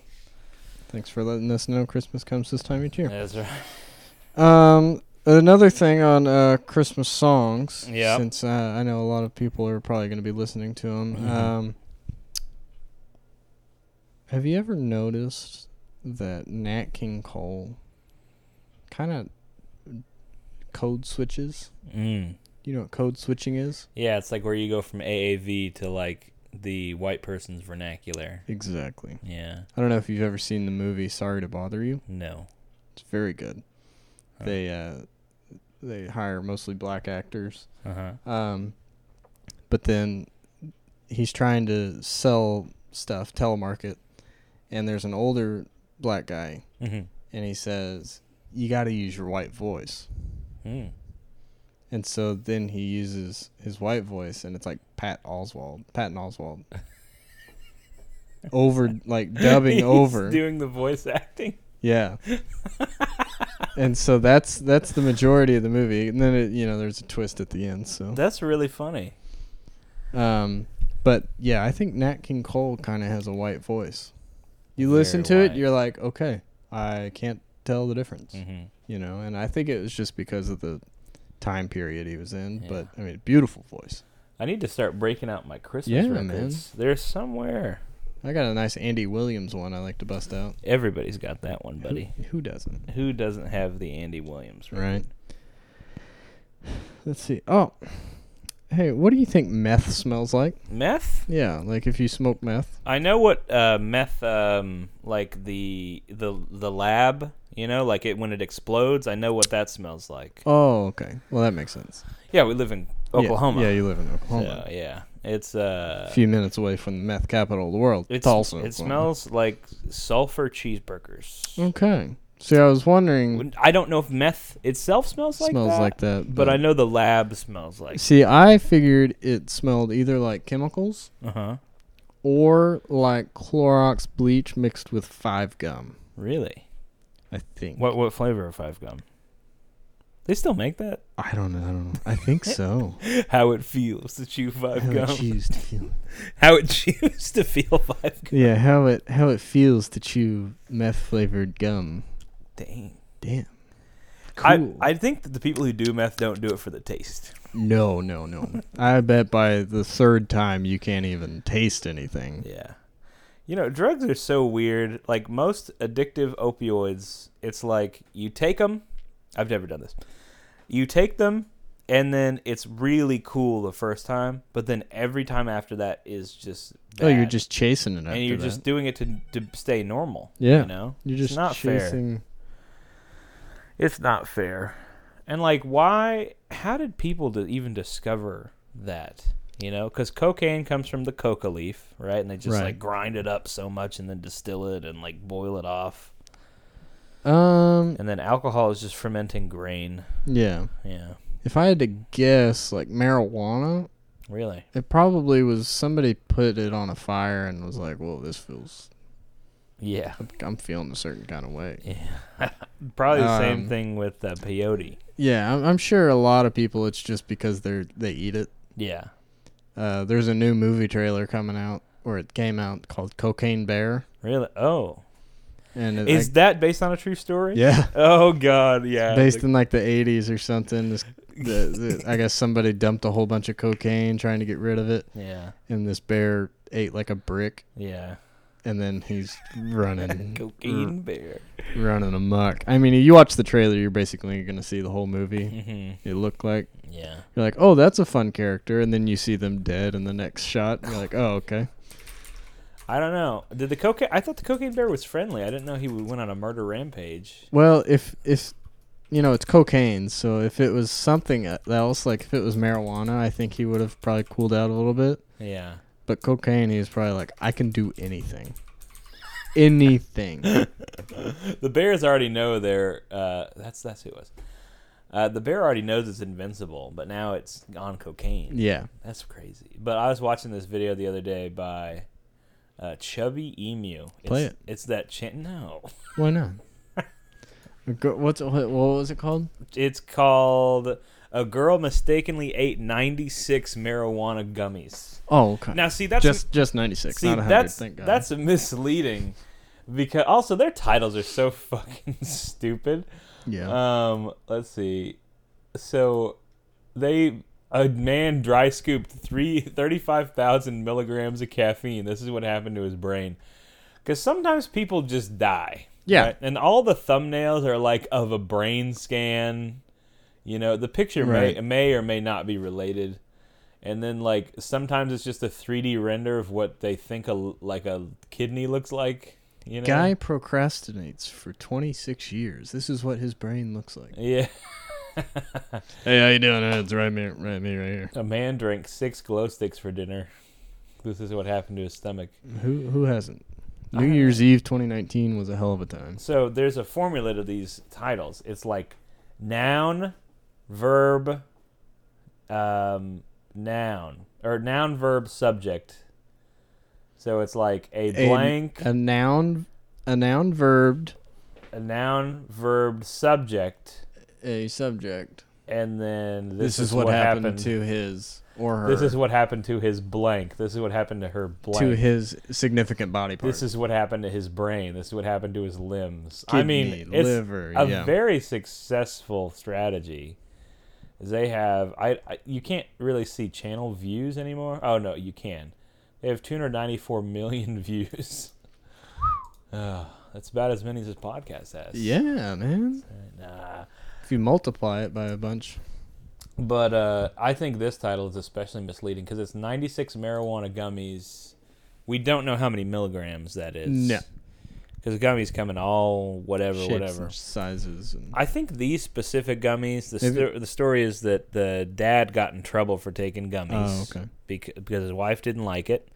[SPEAKER 2] Thanks for letting us know Christmas comes this time each year.
[SPEAKER 1] That's right.
[SPEAKER 2] Um, another thing on uh Christmas songs.
[SPEAKER 1] Yeah.
[SPEAKER 2] Since uh, I know a lot of people are probably going to be listening to them.
[SPEAKER 1] Mhm.
[SPEAKER 2] Um. Have you ever noticed that Nat King Cole kind of code switches?
[SPEAKER 1] Mm.
[SPEAKER 2] You know what code switching is?
[SPEAKER 1] Yeah, it's like where you go from AAV to like the white person's vernacular.
[SPEAKER 2] Exactly.
[SPEAKER 1] Yeah.
[SPEAKER 2] I don't know if you've ever seen the movie Sorry to Bother You.
[SPEAKER 1] No.
[SPEAKER 2] It's very good.
[SPEAKER 1] Huh.
[SPEAKER 2] They uh, they hire mostly black actors,
[SPEAKER 1] Uh huh.
[SPEAKER 2] um, but then he's trying to sell stuff telemarket, and there's an older black guy,
[SPEAKER 1] hmm
[SPEAKER 2] and he says, "You got to use your white voice,"
[SPEAKER 1] Mm.
[SPEAKER 2] and so then he uses his white voice, and it's like Pat Oswald, Patton Oswald, over like dubbing
[SPEAKER 1] He's
[SPEAKER 2] over,
[SPEAKER 1] Doing the voice acting.
[SPEAKER 2] Yeah. and so that's that's the majority of the movie, and then it, you know there's a twist at the end. So,
[SPEAKER 1] That's really funny.
[SPEAKER 2] um, but yeah, I think Nat King Cole kind of has a white voice. You
[SPEAKER 1] Very
[SPEAKER 2] listen to it,
[SPEAKER 1] white.
[SPEAKER 2] you're like, okay, I can't tell the difference,
[SPEAKER 1] Mm-hmm.
[SPEAKER 2] you know. And I think it was just because of the time period he was in.
[SPEAKER 1] Yeah.
[SPEAKER 2] But I mean, beautiful voice.
[SPEAKER 1] I need to start breaking out my Christmas
[SPEAKER 2] Yeah, man.
[SPEAKER 1] records. They're somewhere.
[SPEAKER 2] I got a nice Andy Williams one I like to bust out.
[SPEAKER 1] Everybody's got that one,
[SPEAKER 2] Who-
[SPEAKER 1] buddy.
[SPEAKER 2] who, doesn't,
[SPEAKER 1] Who doesn't have the Andy Williams record?
[SPEAKER 2] right? Let's see. Oh, hey, what do you think meth smells like?
[SPEAKER 1] Meth?
[SPEAKER 2] Yeah, like if you smoke meth.
[SPEAKER 1] I know what uh, meth, um, like the the the lab, you know, like it when it explodes. I know what that smells like.
[SPEAKER 2] Oh, okay. Well, that makes sense.
[SPEAKER 1] Yeah, we live in
[SPEAKER 2] Yeah,
[SPEAKER 1] Oklahoma.
[SPEAKER 2] Yeah, you live in Oklahoma.
[SPEAKER 1] So, yeah, it's
[SPEAKER 2] A
[SPEAKER 1] uh,
[SPEAKER 2] few minutes away from the meth capital of the Mm. world.
[SPEAKER 1] it's,
[SPEAKER 2] Tulsa.
[SPEAKER 1] It
[SPEAKER 2] Oklahoma.
[SPEAKER 1] smells like sulfur cheeseburgers.
[SPEAKER 2] Okay. See, I was wondering.
[SPEAKER 1] Wouldn't- I don't know if meth itself smells like
[SPEAKER 2] smells
[SPEAKER 1] that,
[SPEAKER 2] like that,
[SPEAKER 1] but I know the lab smells like.
[SPEAKER 2] See, I figured it smelled either like chemicals
[SPEAKER 1] Uh huh.
[SPEAKER 2] or like Clorox bleach mixed with five gum.
[SPEAKER 1] Really?
[SPEAKER 2] I think.
[SPEAKER 1] What what flavor of Five Gum? They still make that.
[SPEAKER 2] I don't know. I don't know. I think so.
[SPEAKER 1] How it feels to chew Five
[SPEAKER 2] how it
[SPEAKER 1] Gum.
[SPEAKER 2] choose to feel.
[SPEAKER 1] How it chews to feel Five Gum.
[SPEAKER 2] Yeah, how it how it feels to chew meth flavored gum.
[SPEAKER 1] Dang.
[SPEAKER 2] Damn. Cool.
[SPEAKER 1] I I think that the people who do meth don't do it for the taste.
[SPEAKER 2] No, no, no. I bet by the third time you can't even taste anything.
[SPEAKER 1] Yeah. You know, drugs are so weird. Like most addictive opioids, it's like you take them. I've never done this. You take them, and then it's really cool the first time, but then every time after that is just.
[SPEAKER 2] Oh, you're
[SPEAKER 1] bad.
[SPEAKER 2] just chasing it. After
[SPEAKER 1] and you're
[SPEAKER 2] that.
[SPEAKER 1] just doing it to to stay normal.
[SPEAKER 2] Yeah.
[SPEAKER 1] you know,
[SPEAKER 2] you're
[SPEAKER 1] It's
[SPEAKER 2] just
[SPEAKER 1] not fair.
[SPEAKER 2] chasing.
[SPEAKER 1] It's not fair. And like, why? How did people to even discover that? You know, because cocaine comes from the coca leaf, right? And they just
[SPEAKER 2] Right.
[SPEAKER 1] like grind it up so much and then distill it and like boil it off.
[SPEAKER 2] Um.
[SPEAKER 1] And then alcohol is just fermenting grain.
[SPEAKER 2] Yeah.
[SPEAKER 1] Yeah,
[SPEAKER 2] If I had to guess, like marijuana,
[SPEAKER 1] really.
[SPEAKER 2] it probably was somebody put it on a fire and was like, "Well, this feels.
[SPEAKER 1] Yeah,
[SPEAKER 2] I'm feeling a certain kind of way."
[SPEAKER 1] probably the same
[SPEAKER 2] Um,
[SPEAKER 1] thing with uh, peyote.
[SPEAKER 2] Yeah, I'm, I'm sure a lot of people. It's just because they're they eat it.
[SPEAKER 1] Yeah,
[SPEAKER 2] Uh, there's a new movie trailer coming out, or it came out called Cocaine Bear,
[SPEAKER 1] Really? Oh,
[SPEAKER 2] and it,
[SPEAKER 1] is
[SPEAKER 2] like-
[SPEAKER 1] that based on a true story?
[SPEAKER 2] yeah,
[SPEAKER 1] Oh God, yeah.
[SPEAKER 2] based in like the 80s or something. This, the, the, I guess somebody dumped a whole bunch of cocaine trying to get rid of it,
[SPEAKER 1] yeah,
[SPEAKER 2] and this bear ate like a brick,
[SPEAKER 1] yeah.
[SPEAKER 2] and then he's running,
[SPEAKER 1] Cocaine bear.
[SPEAKER 2] r- running amok. I mean, you watch the trailer, you're basically gonna see the whole movie.
[SPEAKER 1] hmm
[SPEAKER 2] It looked like
[SPEAKER 1] Yeah.
[SPEAKER 2] you're like, oh, that's a fun character, and then you see them dead in the next shot. You're like, oh, okay.
[SPEAKER 1] I don't know. Did the cocaine? I thought the cocaine bear was friendly. I didn't know he would went on a murder rampage.
[SPEAKER 2] Well, if if you know, it's cocaine, so if it was something e, else, like if it was marijuana, I think he would have probably cooled out a little bit.
[SPEAKER 1] Yeah.
[SPEAKER 2] But cocaine, he was probably like, I can do anything, anything.
[SPEAKER 1] The bears already know they're. Uh, that's that's who it was. Uh, the bear already knows it's invincible, but now it's on cocaine.
[SPEAKER 2] yeah.
[SPEAKER 1] That's crazy. But I was watching this video the other day by uh, Chubby Emu. It's,
[SPEAKER 2] Play it.
[SPEAKER 1] It's that chant. No,
[SPEAKER 2] Why not? Go- What's what was it called?
[SPEAKER 1] it's called "A Girl Mistakenly Ate 96 Marijuana Gummies."
[SPEAKER 2] Oh, okay.
[SPEAKER 1] Now, see that's
[SPEAKER 2] just just ninety six,
[SPEAKER 1] see
[SPEAKER 2] not hundred.
[SPEAKER 1] that's
[SPEAKER 2] Thank God.
[SPEAKER 1] that's misleading because also their titles are so fucking stupid.
[SPEAKER 2] yeah.
[SPEAKER 1] Um, let's see. So they a man dry scooped three thirty-five thousand milligrams of caffeine. This is what happened to his brain. Because sometimes people just die.
[SPEAKER 2] Yeah.
[SPEAKER 1] And all the thumbnails are like of a brain scan. You know, the picture may
[SPEAKER 2] Right.
[SPEAKER 1] may or may not be related. And then like sometimes it's just a 3D render of what they think a like a kidney looks like. You know,
[SPEAKER 2] Guy procrastinates for twenty six years. This is what his brain looks like.
[SPEAKER 1] Yeah.
[SPEAKER 2] Hey, how you doing? Uh, It's right me, right me, right here.
[SPEAKER 1] A man drank six glow sticks for dinner. This is what happened to his stomach.
[SPEAKER 2] Who who hasn't?
[SPEAKER 1] I
[SPEAKER 2] New
[SPEAKER 1] don't
[SPEAKER 2] Year's Eve 2019 was a hell of a time.
[SPEAKER 1] So there's a formula to these titles. It's like noun, verb, um, noun, or noun, verb, subject. So it's like a
[SPEAKER 2] A-
[SPEAKER 1] blank,
[SPEAKER 2] A noun, a noun verbed,
[SPEAKER 1] a, noun, verb, subject,
[SPEAKER 2] a subject.
[SPEAKER 1] and then
[SPEAKER 2] This,
[SPEAKER 1] this,
[SPEAKER 2] is, what, happened, to his or her.
[SPEAKER 1] This is what happened to his blank. This is what happened to her blank.
[SPEAKER 2] to his significant body part.
[SPEAKER 1] This is what happened to his brain. This is what happened to his limbs. I mean,
[SPEAKER 2] Kidney,
[SPEAKER 1] it's
[SPEAKER 2] liver,
[SPEAKER 1] a
[SPEAKER 2] yeah.
[SPEAKER 1] very successful strategy. is They have I, I you can't really see channel views anymore. Oh no, you can. They have 294 million views. Ugh, that's about as many as this podcast has. uh,
[SPEAKER 2] yeah, man.
[SPEAKER 1] Nah.
[SPEAKER 2] If you multiply it by a bunch,
[SPEAKER 1] But uh, I think this title is especially misleading because it's 96 marijuana gummies. We don't know how many milligrams that is.
[SPEAKER 2] No.
[SPEAKER 1] Because gummies come in all whatever,
[SPEAKER 2] shapes
[SPEAKER 1] whatever.
[SPEAKER 2] and sizes, and
[SPEAKER 1] I think these specific gummies. The
[SPEAKER 2] Maybe-
[SPEAKER 1] sto- the story is that the dad got in trouble for taking gummies.
[SPEAKER 2] Oh, okay.
[SPEAKER 1] Because because his wife didn't like it,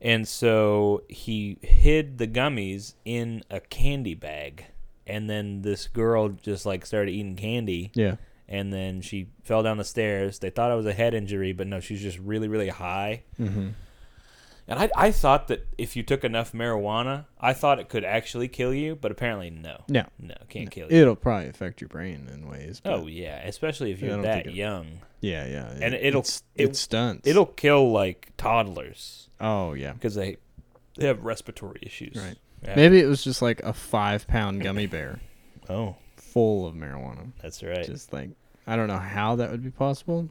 [SPEAKER 1] and so he hid the gummies in a candy bag, and then this girl just like started eating candy,
[SPEAKER 2] yeah,
[SPEAKER 1] and then she fell down the stairs. They thought it was a head injury, but no, she's just really really high.
[SPEAKER 2] mm-hmm.
[SPEAKER 1] And I I thought that if you took enough marijuana, I thought it could actually kill you, but apparently no,
[SPEAKER 2] no,
[SPEAKER 1] no, it can't kill you.
[SPEAKER 2] it'll probably affect your brain in ways. but
[SPEAKER 1] Oh yeah, especially if
[SPEAKER 2] Yeah, I
[SPEAKER 1] you're
[SPEAKER 2] don't
[SPEAKER 1] that
[SPEAKER 2] think it-
[SPEAKER 1] young.
[SPEAKER 2] yeah, yeah,
[SPEAKER 1] And it'll-
[SPEAKER 2] it's,
[SPEAKER 1] it-
[SPEAKER 2] it stunts.
[SPEAKER 1] It'll kill like toddlers
[SPEAKER 2] oh yeah,
[SPEAKER 1] because they they have respiratory issues.
[SPEAKER 2] Right.
[SPEAKER 1] Yeah.
[SPEAKER 2] Maybe it was just like a five pound gummy bear
[SPEAKER 1] Oh,
[SPEAKER 2] full of marijuana.
[SPEAKER 1] that's right.
[SPEAKER 2] Just like I don't know how that would be possible.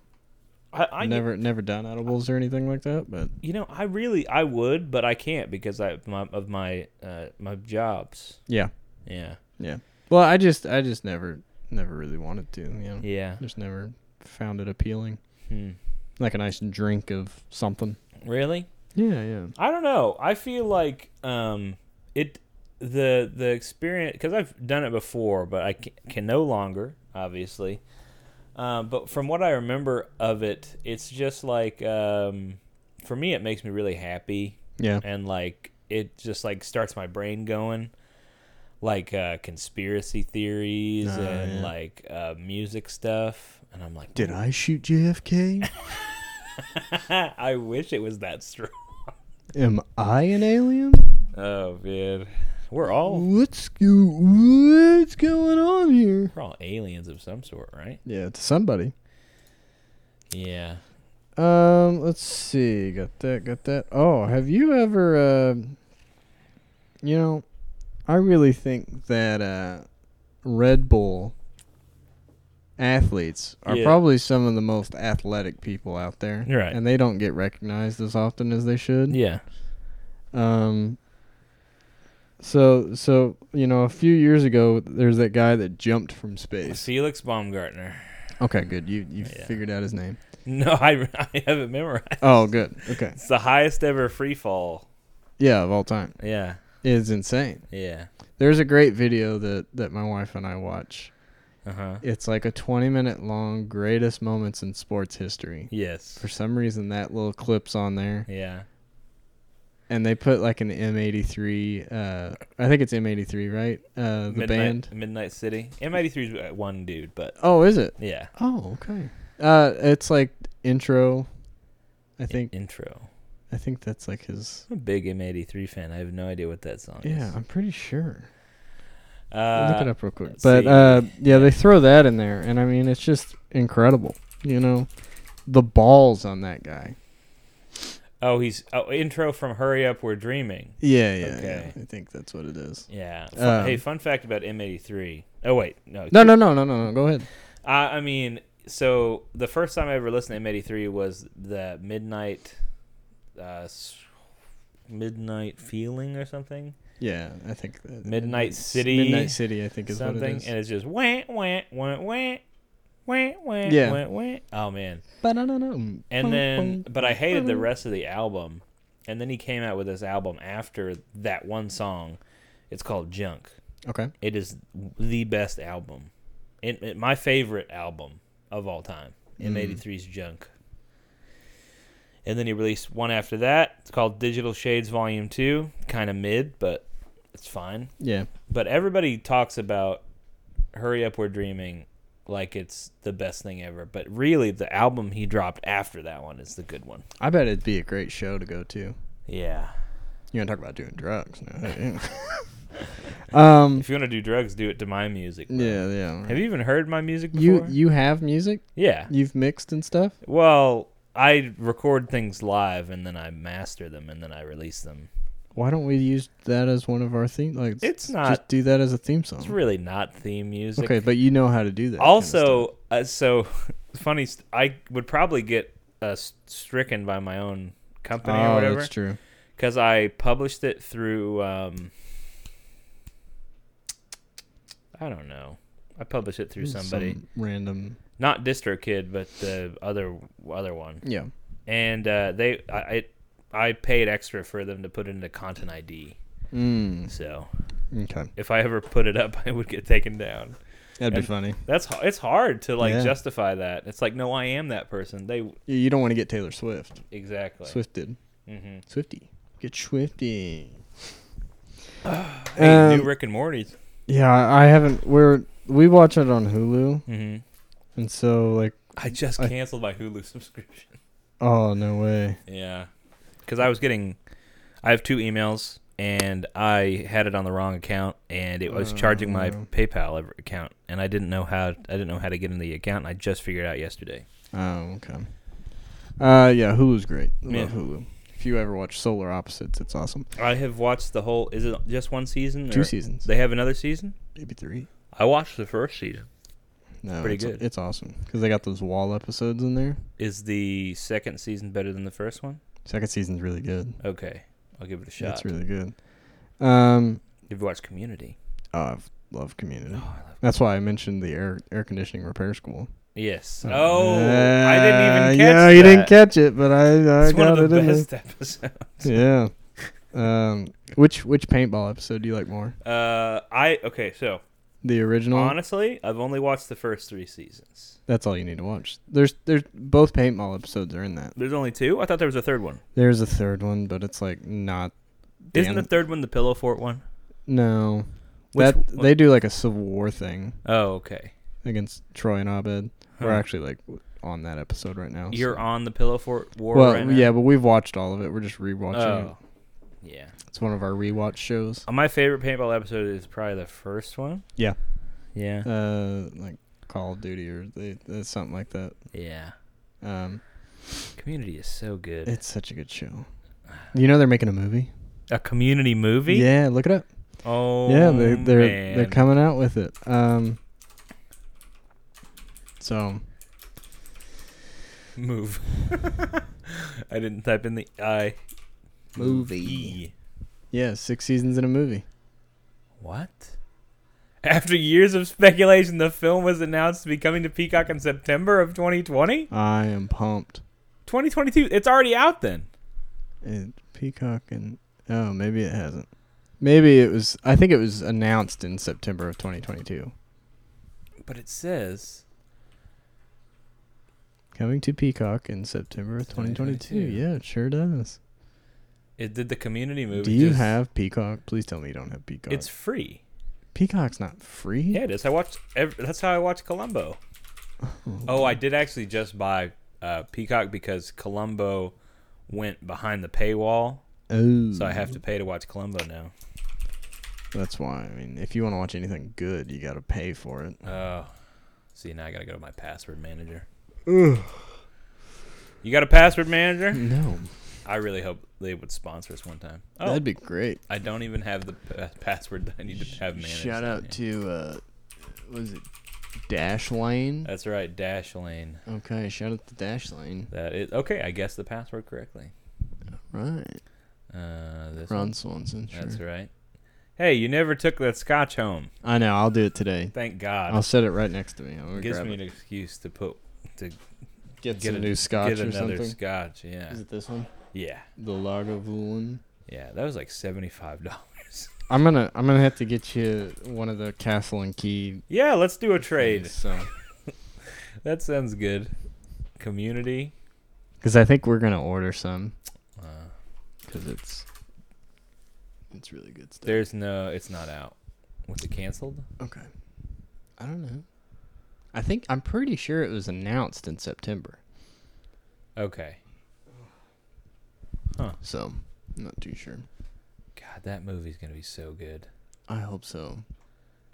[SPEAKER 1] I, I
[SPEAKER 2] never never done edibles or anything like that, but
[SPEAKER 1] you know, I really I would, but I can't because I my, of my uh my jobs.
[SPEAKER 2] yeah,
[SPEAKER 1] Yeah.
[SPEAKER 2] yeah. Well, I just I just never never really wanted to. You know,
[SPEAKER 1] Yeah.
[SPEAKER 2] just never found it appealing.
[SPEAKER 1] Hmm.
[SPEAKER 2] Like a nice drink of something.
[SPEAKER 1] Really?
[SPEAKER 2] Yeah, yeah.
[SPEAKER 1] I don't know. I feel like um it the the experience because I've done it before, but I can, can no longer obviously. Um, but from what I remember of it, it's just like um, for me, it makes me really happy
[SPEAKER 2] Yeah.
[SPEAKER 1] and like it just like starts my brain going like uh conspiracy theories
[SPEAKER 2] Ah,
[SPEAKER 1] and
[SPEAKER 2] yeah.
[SPEAKER 1] like uh music stuff and i'm like
[SPEAKER 2] Did I shoot JFK?
[SPEAKER 1] i wish it was that strong
[SPEAKER 2] Am I an alien?
[SPEAKER 1] oh man we're all
[SPEAKER 2] What's go- what's going on here?
[SPEAKER 1] We're all aliens of some sort, right?
[SPEAKER 2] Yeah, to somebody.
[SPEAKER 1] Yeah.
[SPEAKER 2] Um, let's see. Got that. Got that. Oh, have you ever? Uh, you know, I really think that uh, Red Bull athletes are
[SPEAKER 1] Yeah.
[SPEAKER 2] probably some of the most athletic people out there,
[SPEAKER 1] You're right.
[SPEAKER 2] and they don't get recognized as often as they should.
[SPEAKER 1] Yeah.
[SPEAKER 2] Um. So so you know, a few years ago, there's that guy that jumped from space.
[SPEAKER 1] Felix Baumgartner.
[SPEAKER 2] Okay, good. You you
[SPEAKER 1] Oh, Yeah.
[SPEAKER 2] figured out his name.
[SPEAKER 1] No, I, I haven't memorized.
[SPEAKER 2] Oh, good. Okay.
[SPEAKER 1] It's the highest ever free fall.
[SPEAKER 2] Yeah, of all time,
[SPEAKER 1] Yeah.
[SPEAKER 2] it's insane.
[SPEAKER 1] Yeah.
[SPEAKER 2] There's a great video that that my wife and I watch.
[SPEAKER 1] Uh huh.
[SPEAKER 2] It's like a 20 minute long greatest moments in sports history.
[SPEAKER 1] Yes.
[SPEAKER 2] For some reason, that little clip's on there,
[SPEAKER 1] Yeah.
[SPEAKER 2] and they put like an M83. Uh, I think it's M83, right? Uh, the
[SPEAKER 1] Midnight,
[SPEAKER 2] band.
[SPEAKER 1] Midnight City. M83 is one dude, but
[SPEAKER 2] Oh, is it?
[SPEAKER 1] yeah.
[SPEAKER 2] Oh, okay. Uh, it's like intro. I think
[SPEAKER 1] Intro.
[SPEAKER 2] I think that's like his.
[SPEAKER 1] I'm a big M83 fan. I have no idea what that song
[SPEAKER 2] Yeah,
[SPEAKER 1] is.
[SPEAKER 2] I'm pretty sure.
[SPEAKER 1] Oh, Uh,
[SPEAKER 2] I'll look it up real quick.
[SPEAKER 1] let's
[SPEAKER 2] But
[SPEAKER 1] see.
[SPEAKER 2] uh, yeah, they throw that in there, and I mean, it's just incredible. You know, the balls on that guy.
[SPEAKER 1] Oh, he's oh, intro from Hurry Up, We're Dreaming.
[SPEAKER 2] Yeah, yeah,
[SPEAKER 1] Okay.
[SPEAKER 2] yeah. I think that's what it is.
[SPEAKER 1] Yeah. Fu-
[SPEAKER 2] Um,
[SPEAKER 1] hey, fun fact about M83. Oh wait, no.
[SPEAKER 2] No, no, no, no, no, no. Go ahead.
[SPEAKER 1] I, I mean, so the first time I ever listened to M83 was the Midnight, uh, s- Midnight Feeling or something,
[SPEAKER 2] Yeah, I think that-
[SPEAKER 1] Midnight City-
[SPEAKER 2] Midnight City, I think is
[SPEAKER 1] something,
[SPEAKER 2] what it is.
[SPEAKER 1] and it's just wah wah wah wah. Wah, wah,
[SPEAKER 2] Yeah.
[SPEAKER 1] wah, wah. Oh man!
[SPEAKER 2] Ba-da-da-dum,
[SPEAKER 1] And
[SPEAKER 2] bum,
[SPEAKER 1] then,
[SPEAKER 2] bum,
[SPEAKER 1] but I hated the
[SPEAKER 2] ba-dum.
[SPEAKER 1] rest of the album. And then he came out with this album after that one song. It's called Junk.
[SPEAKER 2] Okay.
[SPEAKER 1] It is the best album. It, it- my favorite album of all time.
[SPEAKER 2] Mm.
[SPEAKER 1] M83's Junk. And then he released one after that. It's called Digital Shades Volume 2. Kind of mid, but it's fine.
[SPEAKER 2] Yeah.
[SPEAKER 1] But everybody talks about Hurry Up We're Dreaming like it's the best thing ever. But really, the album he dropped after that one is the good one.
[SPEAKER 2] I bet it'd be a great show to go to.
[SPEAKER 1] Yeah.
[SPEAKER 2] You want to talk about doing drugs? No. um.
[SPEAKER 1] If you want to do drugs, do it to my music. bro.
[SPEAKER 2] Yeah. Yeah.
[SPEAKER 1] Have you even heard my music
[SPEAKER 2] you
[SPEAKER 1] before?
[SPEAKER 2] you have music?
[SPEAKER 1] yeah.
[SPEAKER 2] You've mixed and stuff?
[SPEAKER 1] Well, I record things live and then I master them and then I release them.
[SPEAKER 2] Why don't we use that as one of our theme? Like, s-
[SPEAKER 1] It's
[SPEAKER 2] just
[SPEAKER 1] not-
[SPEAKER 2] do that as a theme song.
[SPEAKER 1] It's really not theme music.
[SPEAKER 2] okay, but you know how to do that. kinda stuff.
[SPEAKER 1] Also, uh, so funny. St- I would probably get uh, s- stricken by my own company or
[SPEAKER 2] oh,
[SPEAKER 1] whatever
[SPEAKER 2] that's true.
[SPEAKER 1] because I published it through. Um, I don't know. I published it through somebody,
[SPEAKER 2] Some random.
[SPEAKER 1] not DistroKid, but the other other one,
[SPEAKER 2] Yeah.
[SPEAKER 1] and uh, they I. I I paid extra for them to put into Content ID.
[SPEAKER 2] Mm,
[SPEAKER 1] So
[SPEAKER 2] okay,
[SPEAKER 1] if I ever put it up, I would get taken down.
[SPEAKER 2] that'd be
[SPEAKER 1] And-
[SPEAKER 2] funny.
[SPEAKER 1] That's h- it's hard to like
[SPEAKER 2] Yeah.
[SPEAKER 1] justify that. It's like no, I am that person. They
[SPEAKER 2] You- You don't want to get Taylor Swift.
[SPEAKER 1] exactly.
[SPEAKER 2] Swift did.
[SPEAKER 1] Mm-hmm.
[SPEAKER 2] Swifty. Get Swifty.
[SPEAKER 1] Hey,
[SPEAKER 2] Um,
[SPEAKER 1] new Rick and Morty's.
[SPEAKER 2] yeah, I I haven't. We're we watch it on Hulu,
[SPEAKER 1] Mm-hmm.
[SPEAKER 2] and so like,
[SPEAKER 1] I just
[SPEAKER 2] I-
[SPEAKER 1] canceled my Hulu subscription.
[SPEAKER 2] oh no way.
[SPEAKER 1] Yeah, because I was getting, I have two emails and I had it on the wrong account and it was charging my
[SPEAKER 2] Oh.
[SPEAKER 1] PayPal ev- account and I didn't know how I didn't know how to get in the account and I just figured it out yesterday.
[SPEAKER 2] Oh, okay. Uh, yeah, Hulu's great. I
[SPEAKER 1] Yeah.
[SPEAKER 2] love Hulu. If you ever watch Solar Opposites, it's awesome.
[SPEAKER 1] I have watched the whole. Is it just one season?
[SPEAKER 2] Two
[SPEAKER 1] or-
[SPEAKER 2] seasons,
[SPEAKER 1] They have another season.
[SPEAKER 2] maybe three.
[SPEAKER 1] I watched the first season.
[SPEAKER 2] No,
[SPEAKER 1] Pretty
[SPEAKER 2] it's,
[SPEAKER 1] good.
[SPEAKER 2] It's awesome because they got those wall episodes in there.
[SPEAKER 1] Is the second season better than the first one?
[SPEAKER 2] Second season's really good.
[SPEAKER 1] Okay, I'll give it a shot.
[SPEAKER 2] That's really good. Um,
[SPEAKER 1] You've watched Community.
[SPEAKER 2] oh, I've loved Community.
[SPEAKER 1] Oh, I love.
[SPEAKER 2] That's why I mentioned the air air conditioning repair school.
[SPEAKER 1] Yes.
[SPEAKER 2] Uh,
[SPEAKER 1] Oh, I didn't even catch
[SPEAKER 2] yeah,
[SPEAKER 1] that.
[SPEAKER 2] you didn't catch it, but I I
[SPEAKER 1] It's one
[SPEAKER 2] got
[SPEAKER 1] of the
[SPEAKER 2] it
[SPEAKER 1] best episodes.
[SPEAKER 2] in there. Yeah. Um, which which paintball episode do you like more?
[SPEAKER 1] Uh, I okay. So
[SPEAKER 2] The original.
[SPEAKER 1] honestly, I've only watched the first three seasons.
[SPEAKER 2] That's all you need to watch. There's there's both paintball episodes are in that.
[SPEAKER 1] There's only two. I thought there was a third one.
[SPEAKER 2] There's a third one, but it's like not.
[SPEAKER 1] Isn't the
[SPEAKER 2] damn-
[SPEAKER 1] third one the Pillow Fort one?
[SPEAKER 2] no?
[SPEAKER 1] Which-
[SPEAKER 2] that they do like a Civil War thing.
[SPEAKER 1] Oh, okay.
[SPEAKER 2] against Troy and Abed. We're
[SPEAKER 1] Huh.
[SPEAKER 2] actually like w- on that episode right now.
[SPEAKER 1] You're
[SPEAKER 2] so-
[SPEAKER 1] on the Pillow Fort war
[SPEAKER 2] Well,
[SPEAKER 1] right now.
[SPEAKER 2] yeah, but we've watched all of it. We're just rewatching
[SPEAKER 1] Oh, yeah.
[SPEAKER 2] it. It's one of our rewatch shows.
[SPEAKER 1] Uh, My favorite paintball episode is probably the first one.
[SPEAKER 2] Yeah.
[SPEAKER 1] Yeah.
[SPEAKER 2] Uh, like Call of Duty or they, uh, something like that.
[SPEAKER 1] yeah.
[SPEAKER 2] Um,
[SPEAKER 1] Community is so good.
[SPEAKER 2] It's such a good show. You know they're making a movie.
[SPEAKER 1] a community movie.
[SPEAKER 2] Yeah, look it up.
[SPEAKER 1] Oh.
[SPEAKER 2] yeah, they, they're they're
[SPEAKER 1] man.
[SPEAKER 2] coming out with it. Um, so
[SPEAKER 1] Move. I didn't type in the I.
[SPEAKER 2] Movie.
[SPEAKER 1] E.
[SPEAKER 2] yeah, six seasons in a movie.
[SPEAKER 1] What? After years of speculation, the film was announced to be coming to Peacock in September of 2020?
[SPEAKER 2] I am pumped.
[SPEAKER 1] 2022. It's already out then.
[SPEAKER 2] It, Peacock and oh, maybe it hasn't. Maybe it was. I think it was announced in September of 2022.
[SPEAKER 1] But it says.
[SPEAKER 2] Coming to Peacock in September of 2022.
[SPEAKER 1] 2022.
[SPEAKER 2] Yeah, it sure does.
[SPEAKER 1] It did the community movie.
[SPEAKER 2] Do you
[SPEAKER 1] just-
[SPEAKER 2] have Peacock? Please tell me you don't have Peacock.
[SPEAKER 1] It's free.
[SPEAKER 2] Peacock's not free.
[SPEAKER 1] Yeah, it is. I watched. Ev- that's how I watched Columbo. Oh, I did actually just buy uh, Peacock because Columbo went behind the paywall,
[SPEAKER 2] Oh,
[SPEAKER 1] so I have to pay to watch Columbo now.
[SPEAKER 2] That's why. I mean, if you want to watch anything good, you got to pay for it.
[SPEAKER 1] Oh, see now I gotta go to my password manager. You got a password manager?
[SPEAKER 2] No,
[SPEAKER 1] I really hope they would sponsor us one time. Oh,
[SPEAKER 2] that'd be great.
[SPEAKER 1] I don't even have the pa- password that I need to have managed.
[SPEAKER 2] Shout out
[SPEAKER 1] Yeah.
[SPEAKER 2] to uh, was it Dash Lane?
[SPEAKER 1] That's right, Dash Lane.
[SPEAKER 2] Okay, shout out to Dash Lane.
[SPEAKER 1] That is okay. I guessed the password correctly.
[SPEAKER 2] Right,
[SPEAKER 1] Uh, this
[SPEAKER 2] Ron Swanson. Sure.
[SPEAKER 1] That's right. Hey, you never took that scotch home.
[SPEAKER 2] I know. I'll do it today.
[SPEAKER 1] Thank God.
[SPEAKER 2] I'll set it right next to me. I'm gonna
[SPEAKER 1] gives
[SPEAKER 2] grab
[SPEAKER 1] me
[SPEAKER 2] it.
[SPEAKER 1] an excuse to put to
[SPEAKER 2] get,
[SPEAKER 1] get
[SPEAKER 2] some
[SPEAKER 1] a-
[SPEAKER 2] new scotch
[SPEAKER 1] get
[SPEAKER 2] or
[SPEAKER 1] another
[SPEAKER 2] something.
[SPEAKER 1] scotch. Yeah,
[SPEAKER 2] Is it this one?
[SPEAKER 1] yeah,
[SPEAKER 2] The Lagavulin.
[SPEAKER 1] yeah. That was like seventy five dollars.
[SPEAKER 2] I'm gonna I'm gonna have to get you one of the Castle and Key
[SPEAKER 1] Yeah, let's do a trade.
[SPEAKER 2] things, So.
[SPEAKER 1] That sounds good. Community.
[SPEAKER 2] Because I think we're gonna order some.
[SPEAKER 1] Uh,
[SPEAKER 2] Because it's it's really good stuff.
[SPEAKER 1] there's no. It's not out. Was it canceled?
[SPEAKER 2] Okay. I don't know. I think I'm pretty sure it was announced in September.
[SPEAKER 1] Okay.
[SPEAKER 2] So I'm not too sure.
[SPEAKER 1] God, that movie's gonna be so good.
[SPEAKER 2] I hope so.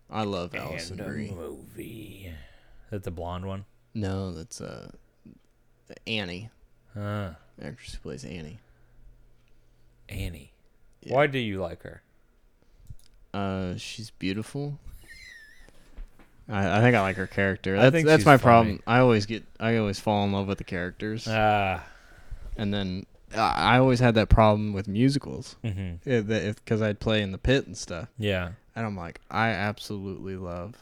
[SPEAKER 2] I love Allison
[SPEAKER 1] and um, a
[SPEAKER 2] Brie.
[SPEAKER 1] movie. Is that the blonde one?
[SPEAKER 2] No, that's uh Annie.
[SPEAKER 1] Huh.
[SPEAKER 2] The actress who plays Annie.
[SPEAKER 1] Annie.
[SPEAKER 2] Yeah.
[SPEAKER 1] Why do you like her?
[SPEAKER 2] Uh she's beautiful. I, I think I like her character.
[SPEAKER 1] I
[SPEAKER 2] That's
[SPEAKER 1] think
[SPEAKER 2] that's
[SPEAKER 1] she's
[SPEAKER 2] my
[SPEAKER 1] funny.
[SPEAKER 2] problem. I always get I always fall in love with the characters.
[SPEAKER 1] Ah.
[SPEAKER 2] and then I I always had that problem with musicals.
[SPEAKER 1] mhm.
[SPEAKER 2] Yeah, that if because I'd play in the pit and stuff,
[SPEAKER 1] Yeah.
[SPEAKER 2] and I'm like, I absolutely love,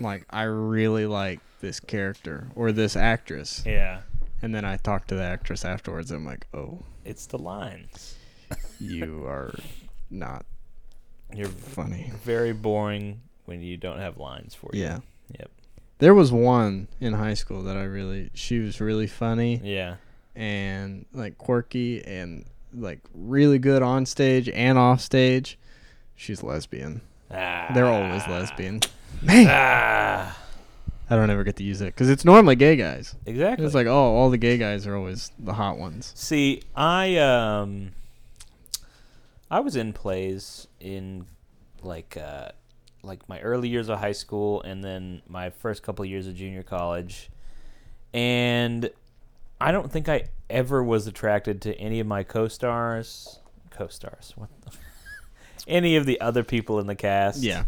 [SPEAKER 2] like, I really like this character or this actress,
[SPEAKER 1] Yeah.
[SPEAKER 2] and then I talk to the actress afterwards, and I'm like, oh,
[SPEAKER 1] It's the lines.
[SPEAKER 2] you are not
[SPEAKER 1] You're
[SPEAKER 2] funny.
[SPEAKER 1] very boring when you don't have lines for you.
[SPEAKER 2] Yeah.
[SPEAKER 1] Yep.
[SPEAKER 2] There was one in high school that I really, she was really funny
[SPEAKER 1] Yeah.
[SPEAKER 2] and like quirky and like really good on stage and off stage. She's lesbian.
[SPEAKER 1] Ah.
[SPEAKER 2] They're always lesbian. Man,
[SPEAKER 1] Ah.
[SPEAKER 2] I don't ever get to use it because it's normally gay guys.
[SPEAKER 1] Exactly.
[SPEAKER 2] It's like, oh, all the gay guys are always the hot ones.
[SPEAKER 1] See, I um I was in plays in like uh like my early years of high school and then my first couple years of junior college. And I don't think I ever was attracted to any of my co-stars, co-stars. What the any of the other people in the cast.
[SPEAKER 2] Yeah.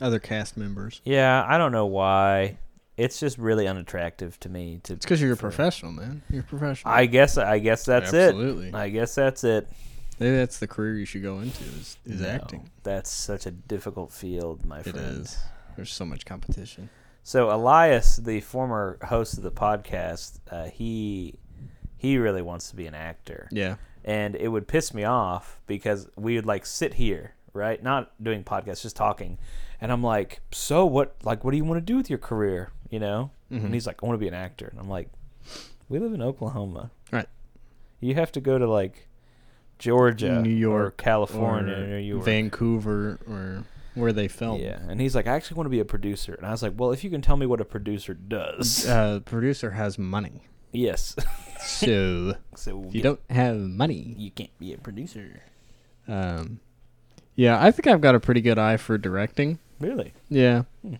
[SPEAKER 2] Other cast members.
[SPEAKER 1] Yeah, I don't know why. It's just really unattractive to me to
[SPEAKER 2] It's because you're a
[SPEAKER 1] for-
[SPEAKER 2] professional, man. You're a professional.
[SPEAKER 1] I guess I guess that's
[SPEAKER 2] Absolutely.
[SPEAKER 1] it. I guess that's it.
[SPEAKER 2] Maybe that's the career you should go into is, is
[SPEAKER 1] No,
[SPEAKER 2] acting.
[SPEAKER 1] That's such a difficult field, my
[SPEAKER 2] It
[SPEAKER 1] friend.
[SPEAKER 2] is. There's so much competition.
[SPEAKER 1] So Elias, the former host of the podcast, uh, he he really wants to be an actor,
[SPEAKER 2] Yeah.
[SPEAKER 1] and it would piss me off because we would like sit here, right, not doing podcasts, just talking, and I'm like, so what? Like, what do you want to do with your career? You know?
[SPEAKER 2] Mm-hmm.
[SPEAKER 1] And he's like, I want to be an actor, and I'm like, we live in Oklahoma.
[SPEAKER 2] Right.
[SPEAKER 1] You have to go to like Georgia,
[SPEAKER 2] New
[SPEAKER 1] or
[SPEAKER 2] York,
[SPEAKER 1] California,
[SPEAKER 2] or
[SPEAKER 1] or New York,
[SPEAKER 2] Vancouver, or where they film.
[SPEAKER 1] Yeah, and he's like, I actually want to be a producer, and I was like, Well, if you can tell me what a producer does,
[SPEAKER 2] Uh, producer has money.
[SPEAKER 1] yes.
[SPEAKER 2] So
[SPEAKER 1] so
[SPEAKER 2] if you don't have money,
[SPEAKER 1] you can't be a producer.
[SPEAKER 2] um, yeah, I think I've got a pretty good eye for directing.
[SPEAKER 1] Really?
[SPEAKER 2] Yeah.
[SPEAKER 1] Hmm.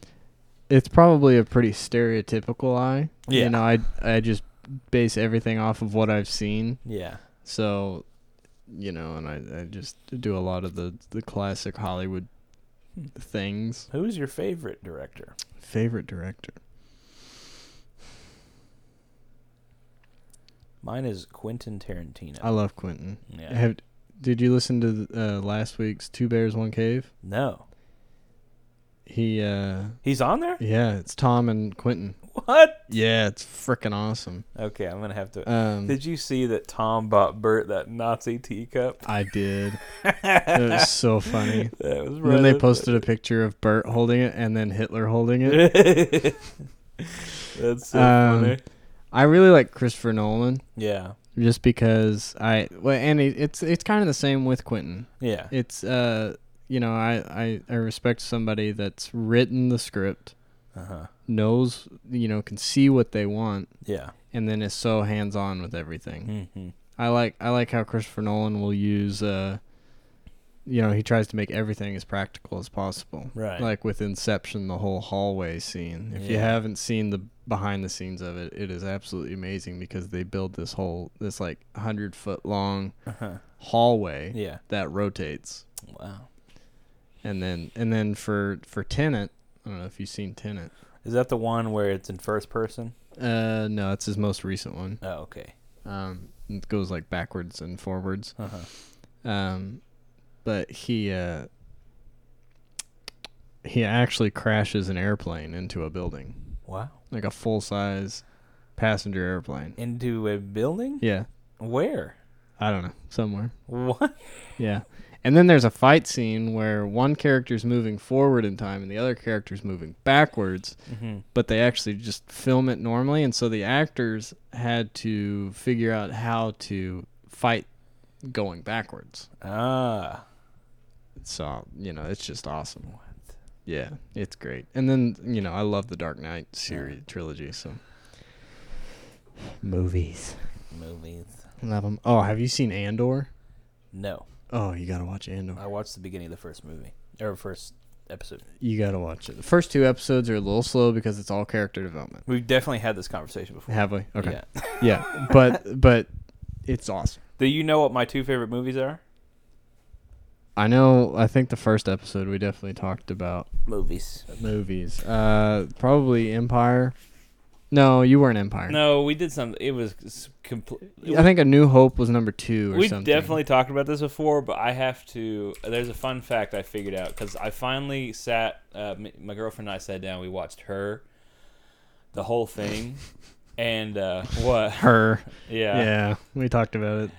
[SPEAKER 2] It's probably a pretty stereotypical eye.
[SPEAKER 1] Yeah.
[SPEAKER 2] You know, I I just base everything off of what I've seen.
[SPEAKER 1] Yeah.
[SPEAKER 2] So, you know, and I, I just do a lot of the, the classic Hollywood
[SPEAKER 1] Hmm.
[SPEAKER 2] things.
[SPEAKER 1] Who's your favorite director?
[SPEAKER 2] Favorite director?
[SPEAKER 1] Mine is Quentin Tarantino.
[SPEAKER 2] I love Quentin.
[SPEAKER 1] yeah.
[SPEAKER 2] Oh. Have, did you listen to the, uh, last week's Two Bears, One Cave?
[SPEAKER 1] no.
[SPEAKER 2] He, uh,
[SPEAKER 1] He's on there?
[SPEAKER 2] yeah, it's Tom and Quentin.
[SPEAKER 1] What?
[SPEAKER 2] Yeah, it's freaking awesome.
[SPEAKER 1] Okay, I'm going to have to.
[SPEAKER 2] Um,
[SPEAKER 1] Did you see that Tom bought Bert that Nazi teacup?
[SPEAKER 2] I did. It was so funny.
[SPEAKER 1] That was
[SPEAKER 2] And then they
[SPEAKER 1] right-
[SPEAKER 2] posted a picture of Bert holding it and then Hitler holding it.
[SPEAKER 1] That's so
[SPEAKER 2] Um,
[SPEAKER 1] funny.
[SPEAKER 2] I really like Christopher Nolan
[SPEAKER 1] Yeah.
[SPEAKER 2] just because I well, and it, it's it's kind of the same with Quentin.
[SPEAKER 1] Yeah.
[SPEAKER 2] It's uh, you know, I I, I respect somebody that's written the script,
[SPEAKER 1] Uh huh.
[SPEAKER 2] knows you know can see what they want,
[SPEAKER 1] Yeah.
[SPEAKER 2] and then is so hands on with everything.
[SPEAKER 1] Mm-hmm.
[SPEAKER 2] I like I like how Christopher Nolan will use uh, you know, he tries to make everything as practical as possible.
[SPEAKER 1] Right.
[SPEAKER 2] Like with Inception, the whole hallway scene. If you
[SPEAKER 1] Yeah.
[SPEAKER 2] haven't seen the behind the scenes of it, it is absolutely amazing because they build this whole this like hundred foot long
[SPEAKER 1] uh-huh.
[SPEAKER 2] hallway
[SPEAKER 1] Yeah.
[SPEAKER 2] that rotates,
[SPEAKER 1] Wow.
[SPEAKER 2] and then and then for for Tenant, I don't know if you've seen Tenant.
[SPEAKER 1] Is that the one where it's in first person?
[SPEAKER 2] Uh, no, it's his most recent one.
[SPEAKER 1] Oh, okay.
[SPEAKER 2] Um, it goes like backwards and forwards.
[SPEAKER 1] Uh huh.
[SPEAKER 2] Um, but he uh he actually crashes an airplane into a building.
[SPEAKER 1] Wow.
[SPEAKER 2] like a full size passenger airplane.
[SPEAKER 1] Into a building?
[SPEAKER 2] Yeah,
[SPEAKER 1] Where?
[SPEAKER 2] I don't know, somewhere.
[SPEAKER 1] What?
[SPEAKER 2] Yeah. And then there's a fight scene where one character's moving forward in time and the other character's moving backwards,
[SPEAKER 1] Mm-hmm.
[SPEAKER 2] but they actually just film it normally and so the actors had to figure out how to fight going backwards.
[SPEAKER 1] Ah.
[SPEAKER 2] So, you know, it's just awesome.
[SPEAKER 1] What?
[SPEAKER 2] Yeah, it's great. And then, you know, I love the Dark Knight series trilogy, so movies.
[SPEAKER 1] Movies.
[SPEAKER 2] Love them. Oh, have you seen Andor?
[SPEAKER 1] No.
[SPEAKER 2] Oh, you gotta watch Andor.
[SPEAKER 1] I watched the beginning of the first movie or first episode.
[SPEAKER 2] You gotta watch it. The first two episodes are a little slow because it's all character development.
[SPEAKER 1] We've definitely had this conversation before.
[SPEAKER 2] Have we? Okay.
[SPEAKER 1] Yeah.
[SPEAKER 2] Yeah. But but it's awesome.
[SPEAKER 1] Do you know what my two favorite movies are?
[SPEAKER 2] I know. I think the first episode we definitely talked about
[SPEAKER 1] Movies.
[SPEAKER 2] movies. Uh, probably Empire. No, you weren't Empire.
[SPEAKER 1] No, we did something. It was complete.
[SPEAKER 2] I think A New Hope was number two or
[SPEAKER 1] we
[SPEAKER 2] something.
[SPEAKER 1] definitely talked about this before, but I have to. There's a fun fact I figured out because I finally sat. Uh, m- my girlfriend and I sat down. We watched her, the whole thing, and uh, what?
[SPEAKER 2] her. Yeah.
[SPEAKER 1] Yeah.
[SPEAKER 2] we talked about it.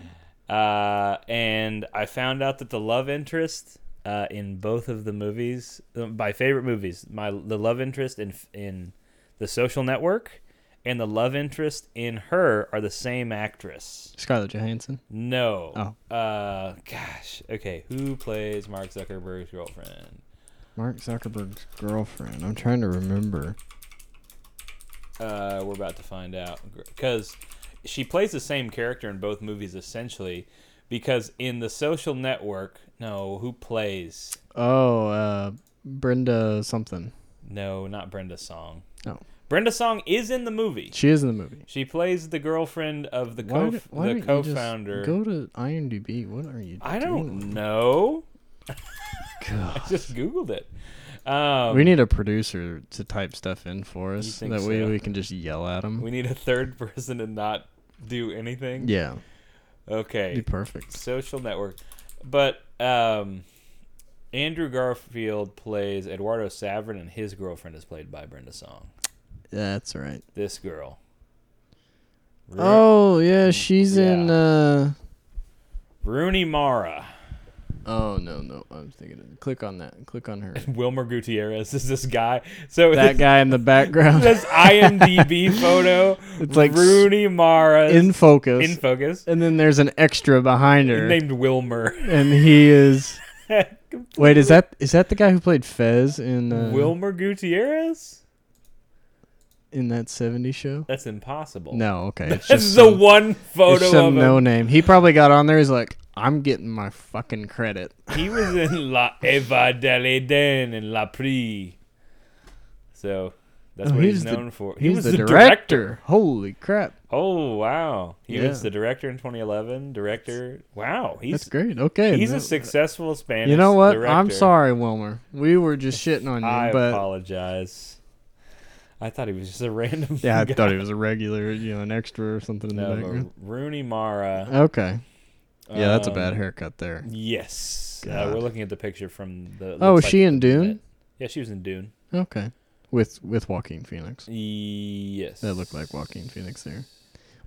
[SPEAKER 1] Uh, and I found out that the love interest uh, in both of the movies, uh, my favorite movies, my the love interest in in the Social Network and the love interest in her are the same actress.
[SPEAKER 2] Scarlett Johansson.
[SPEAKER 1] No.
[SPEAKER 2] Oh.
[SPEAKER 1] Uh, gosh. Okay, who plays Mark Zuckerberg's girlfriend?
[SPEAKER 2] Mark Zuckerberg's girlfriend. I'm trying to remember.
[SPEAKER 1] Uh, we're about to find out because she plays the same character in both movies essentially. Because in the Social Network, no, who plays?
[SPEAKER 2] Oh, uh, Brenda something.
[SPEAKER 1] No, not Brenda Song.
[SPEAKER 2] Oh.
[SPEAKER 1] Brenda Song is in the movie.
[SPEAKER 2] She is in the movie.
[SPEAKER 1] She plays the girlfriend of the
[SPEAKER 2] Why
[SPEAKER 1] co
[SPEAKER 2] d- why
[SPEAKER 1] the
[SPEAKER 2] don't you just
[SPEAKER 1] co-founder.
[SPEAKER 2] Go to IMDb. What are you?
[SPEAKER 1] I
[SPEAKER 2] doing?
[SPEAKER 1] don't know. I
[SPEAKER 2] God.
[SPEAKER 1] just googled it. Um,
[SPEAKER 2] we need a producer to type stuff in for us.
[SPEAKER 1] think
[SPEAKER 2] That way
[SPEAKER 1] so?
[SPEAKER 2] we can just yell at him.
[SPEAKER 1] we need a third person to not do anything.
[SPEAKER 2] yeah, be
[SPEAKER 1] Okay.
[SPEAKER 2] perfect.
[SPEAKER 1] Social network. But um, Andrew Garfield plays Eduardo Saverin, and his girlfriend is played by Brenda Song.
[SPEAKER 2] That's right.
[SPEAKER 1] This girl. Ro-
[SPEAKER 2] Oh yeah, she's in.
[SPEAKER 1] Yeah.
[SPEAKER 2] uh
[SPEAKER 1] Rooney Mara.
[SPEAKER 2] Oh no no, I'm thinking. Of, click on that. Click on her.
[SPEAKER 1] Wilmer Gutierrez is this guy. So
[SPEAKER 2] that
[SPEAKER 1] this,
[SPEAKER 2] guy in the background
[SPEAKER 1] this IMDb photo,
[SPEAKER 2] It's like s-
[SPEAKER 1] Rooney Mara
[SPEAKER 2] in
[SPEAKER 1] in,
[SPEAKER 2] focus,
[SPEAKER 1] focus,
[SPEAKER 2] and then there's an extra behind her,
[SPEAKER 1] named Wilmer.
[SPEAKER 2] and he is.
[SPEAKER 1] Completely-
[SPEAKER 2] Wait, is that is that the guy who played Fez in uh,
[SPEAKER 1] Wilmer Gutierrez?
[SPEAKER 2] in that '70s show?
[SPEAKER 1] That's impossible.
[SPEAKER 2] No, okay.
[SPEAKER 1] That's
[SPEAKER 2] It's just
[SPEAKER 1] the
[SPEAKER 2] some,
[SPEAKER 1] one
[SPEAKER 2] it's
[SPEAKER 1] photo of
[SPEAKER 2] some
[SPEAKER 1] him.
[SPEAKER 2] no name. He probably got on there. He's like, I'm getting my fucking credit.
[SPEAKER 1] He was in La Eva del Eden and La Prix. So That's
[SPEAKER 2] Oh,
[SPEAKER 1] what
[SPEAKER 2] he
[SPEAKER 1] he's
[SPEAKER 2] was the-
[SPEAKER 1] known for.
[SPEAKER 2] He was the, director. Holy crap.
[SPEAKER 1] Oh wow, he
[SPEAKER 2] Yeah.
[SPEAKER 1] was the director in 2011. Director. Wow, he's
[SPEAKER 2] That's great. Okay.
[SPEAKER 1] he's
[SPEAKER 2] no-
[SPEAKER 1] a successful Spanish.
[SPEAKER 2] You know what? I'm
[SPEAKER 1] director.
[SPEAKER 2] sorry, Wilmer. We were just shitting on you,
[SPEAKER 1] I
[SPEAKER 2] but
[SPEAKER 1] apologize. I thought he was just a random.
[SPEAKER 2] yeah, I
[SPEAKER 1] guy.
[SPEAKER 2] thought he was a regular, you know, an extra or something in
[SPEAKER 1] No,
[SPEAKER 2] the
[SPEAKER 1] but
[SPEAKER 2] background.
[SPEAKER 1] Rooney Mara.
[SPEAKER 2] Okay. Yeah, that's a
[SPEAKER 1] um,
[SPEAKER 2] bad haircut there.
[SPEAKER 1] Yes, uh,
[SPEAKER 2] God.
[SPEAKER 1] we're looking at the picture from the.
[SPEAKER 2] Oh,
[SPEAKER 1] looks
[SPEAKER 2] was she in Dune?
[SPEAKER 1] that- Yeah, she was in Dune.
[SPEAKER 2] Okay. With with Joaquin Phoenix.
[SPEAKER 1] Yes,
[SPEAKER 2] That looked like Joaquin Phoenix there.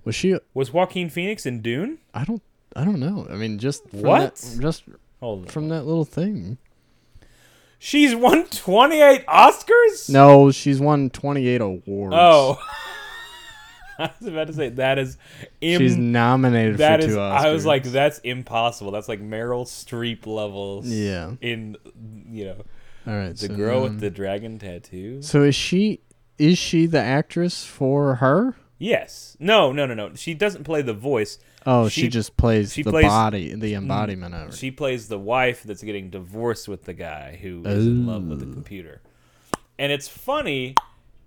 [SPEAKER 2] Was she
[SPEAKER 1] Was Joaquin Phoenix in Dune?
[SPEAKER 2] I don't I don't know. I mean just from
[SPEAKER 1] What?
[SPEAKER 2] that, just
[SPEAKER 1] Hold on.
[SPEAKER 2] from that little thing.
[SPEAKER 1] She's won 28 Oscars?
[SPEAKER 2] No, she's won 28 awards.
[SPEAKER 1] Oh. I was about to say that is Im-
[SPEAKER 2] She's nominated
[SPEAKER 1] that
[SPEAKER 2] for
[SPEAKER 1] is
[SPEAKER 2] two Oscars.
[SPEAKER 1] I was like that's impossible. That's like Meryl Streep levels.
[SPEAKER 2] Yeah.
[SPEAKER 1] In you know,
[SPEAKER 2] All right.
[SPEAKER 1] the
[SPEAKER 2] so,
[SPEAKER 1] girl
[SPEAKER 2] um,
[SPEAKER 1] with the dragon tattoo.
[SPEAKER 2] So is she is she the actress for her?
[SPEAKER 1] Yes. No, no, no, no. She doesn't play the voice.
[SPEAKER 2] Oh, she,
[SPEAKER 1] She-
[SPEAKER 2] just plays
[SPEAKER 1] she
[SPEAKER 2] the
[SPEAKER 1] plays-
[SPEAKER 2] body, the embodiment of her.
[SPEAKER 1] She plays the wife that's getting divorced with the guy who is in love with the
[SPEAKER 2] Oh.
[SPEAKER 1] computer. And it's funny,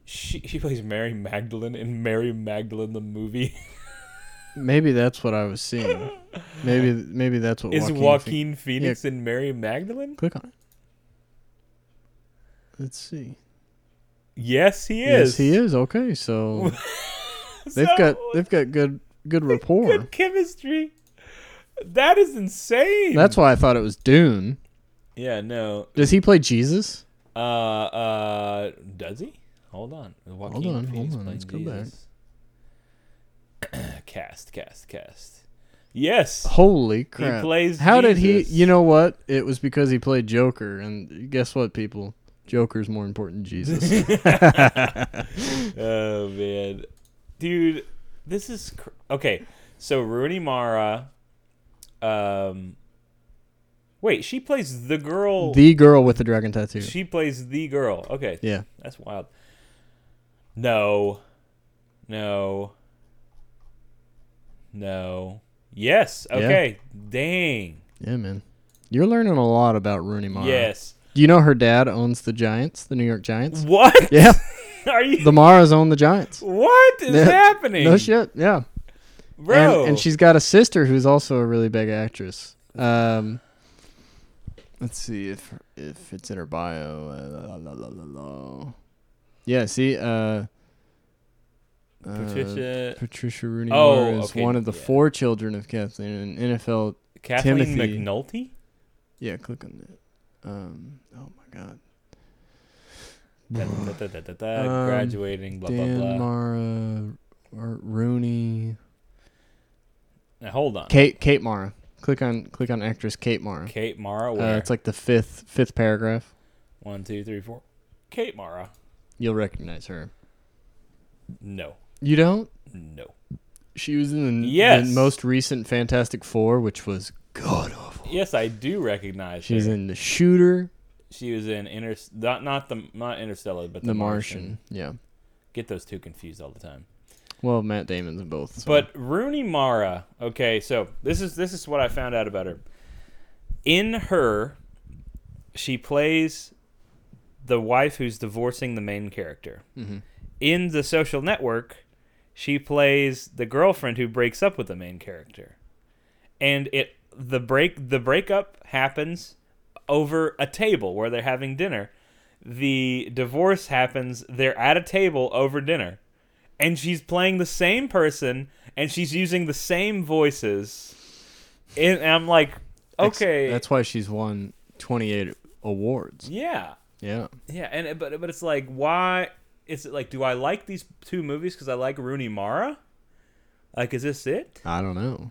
[SPEAKER 1] she, she plays Mary Magdalene in Mary Magdalene the movie.
[SPEAKER 2] Maybe that's what I was seeing. Maybe maybe that's what
[SPEAKER 1] is
[SPEAKER 2] Joaquin Phoenix-
[SPEAKER 1] Joaquin Phoenix in Mary Magdalene?
[SPEAKER 2] click on it. Let's see.
[SPEAKER 1] Yes, he
[SPEAKER 2] Yes,
[SPEAKER 1] is.
[SPEAKER 2] he is. Okay, so they've
[SPEAKER 1] So,
[SPEAKER 2] got they've got good good rapport.
[SPEAKER 1] good chemistry. That is insane.
[SPEAKER 2] That's why I thought it was Dune.
[SPEAKER 1] yeah. No.
[SPEAKER 2] Does he play Jesus?
[SPEAKER 1] Uh. Uh. Does he? Hold on. Joaquin
[SPEAKER 2] Hold on,
[SPEAKER 1] Phoenix
[SPEAKER 2] hold on,
[SPEAKER 1] playing
[SPEAKER 2] let's go back.
[SPEAKER 1] Jesus. cast. Cast. Cast. Yes.
[SPEAKER 2] Holy crap!
[SPEAKER 1] plays
[SPEAKER 2] How did he?
[SPEAKER 1] Jesus.
[SPEAKER 2] You know what? It was because he played Joker, and guess what, people? Joker's more important than Jesus.
[SPEAKER 1] oh man, dude, this is cr- okay. So Rooney Mara, um, wait, she plays the girl.
[SPEAKER 2] the girl with the dragon tattoo.
[SPEAKER 1] she plays the girl. Okay,
[SPEAKER 2] yeah.
[SPEAKER 1] that's wild. No, no, no. Yes.
[SPEAKER 2] Yeah.
[SPEAKER 1] Okay. Dang.
[SPEAKER 2] Yeah, man. You're learning a lot about Rooney Mara.
[SPEAKER 1] Yes.
[SPEAKER 2] Do you know her dad owns the Giants, the New York Giants?
[SPEAKER 1] What?
[SPEAKER 2] Yeah.
[SPEAKER 1] Are you?
[SPEAKER 2] The Maras own the Giants.
[SPEAKER 1] What is
[SPEAKER 2] Yeah.
[SPEAKER 1] happening?
[SPEAKER 2] No shit. Yeah.
[SPEAKER 1] bro.
[SPEAKER 2] And, and she's got a sister who's also a really big actress. Um, let's see if if it's in her bio. Uh, la, la, la, la, la. Yeah. See. Uh, uh,
[SPEAKER 1] Patricia
[SPEAKER 2] Patricia Rooney
[SPEAKER 1] Oh,
[SPEAKER 2] Mara is
[SPEAKER 1] okay,
[SPEAKER 2] one of the
[SPEAKER 1] yeah.
[SPEAKER 2] four children of Kathleen, an NFL.
[SPEAKER 1] Kathleen
[SPEAKER 2] Timothy.
[SPEAKER 1] McNulty.
[SPEAKER 2] Yeah, click on that. Um, oh my God.
[SPEAKER 1] Da- da- da- da- da- da,
[SPEAKER 2] Um,
[SPEAKER 1] graduating, blah blah
[SPEAKER 2] Dan
[SPEAKER 1] blah.
[SPEAKER 2] Mara or Rooney.
[SPEAKER 1] now, hold on, Kate,
[SPEAKER 2] Kate Kate Mara. Click on click on actress Kate Mara.
[SPEAKER 1] Mara.
[SPEAKER 2] Uh,
[SPEAKER 1] Where?
[SPEAKER 2] it's like the fifth fifth paragraph.
[SPEAKER 1] One, two, three, four. Kate Mara.
[SPEAKER 2] You'll recognize her.
[SPEAKER 1] No,
[SPEAKER 2] You don't?
[SPEAKER 1] no.
[SPEAKER 2] She was in the,
[SPEAKER 1] Yes.
[SPEAKER 2] the most recent Fantastic Four, which was god awful.
[SPEAKER 1] Yes, I do recognize
[SPEAKER 2] She's
[SPEAKER 1] her.
[SPEAKER 2] in the Shooter,
[SPEAKER 1] she was in Inter, not not the not Interstellar, but
[SPEAKER 2] The,
[SPEAKER 1] the,
[SPEAKER 2] Martian. Yeah.
[SPEAKER 1] Get those two confused all the time.
[SPEAKER 2] Well, Matt Damon's in both. so-
[SPEAKER 1] But Rooney Mara. Okay, so this is this is what I found out about her. In her, she plays the wife who's divorcing the main character.
[SPEAKER 2] Mhm.
[SPEAKER 1] in the social network, she plays the girlfriend who breaks up with the main character. And it the break the breakup happens over a table where they're having dinner. The divorce happens, they're at a table over dinner. And she's playing the same person and she's using the same voices. And I'm like,
[SPEAKER 2] That's-
[SPEAKER 1] okay.
[SPEAKER 2] That's why she's won 28 awards.
[SPEAKER 1] yeah.
[SPEAKER 2] Yeah.
[SPEAKER 1] Yeah, and it- but but it's like why is it like do I like these two movies because I like Rooney Mara? Like is this it?
[SPEAKER 2] I don't know.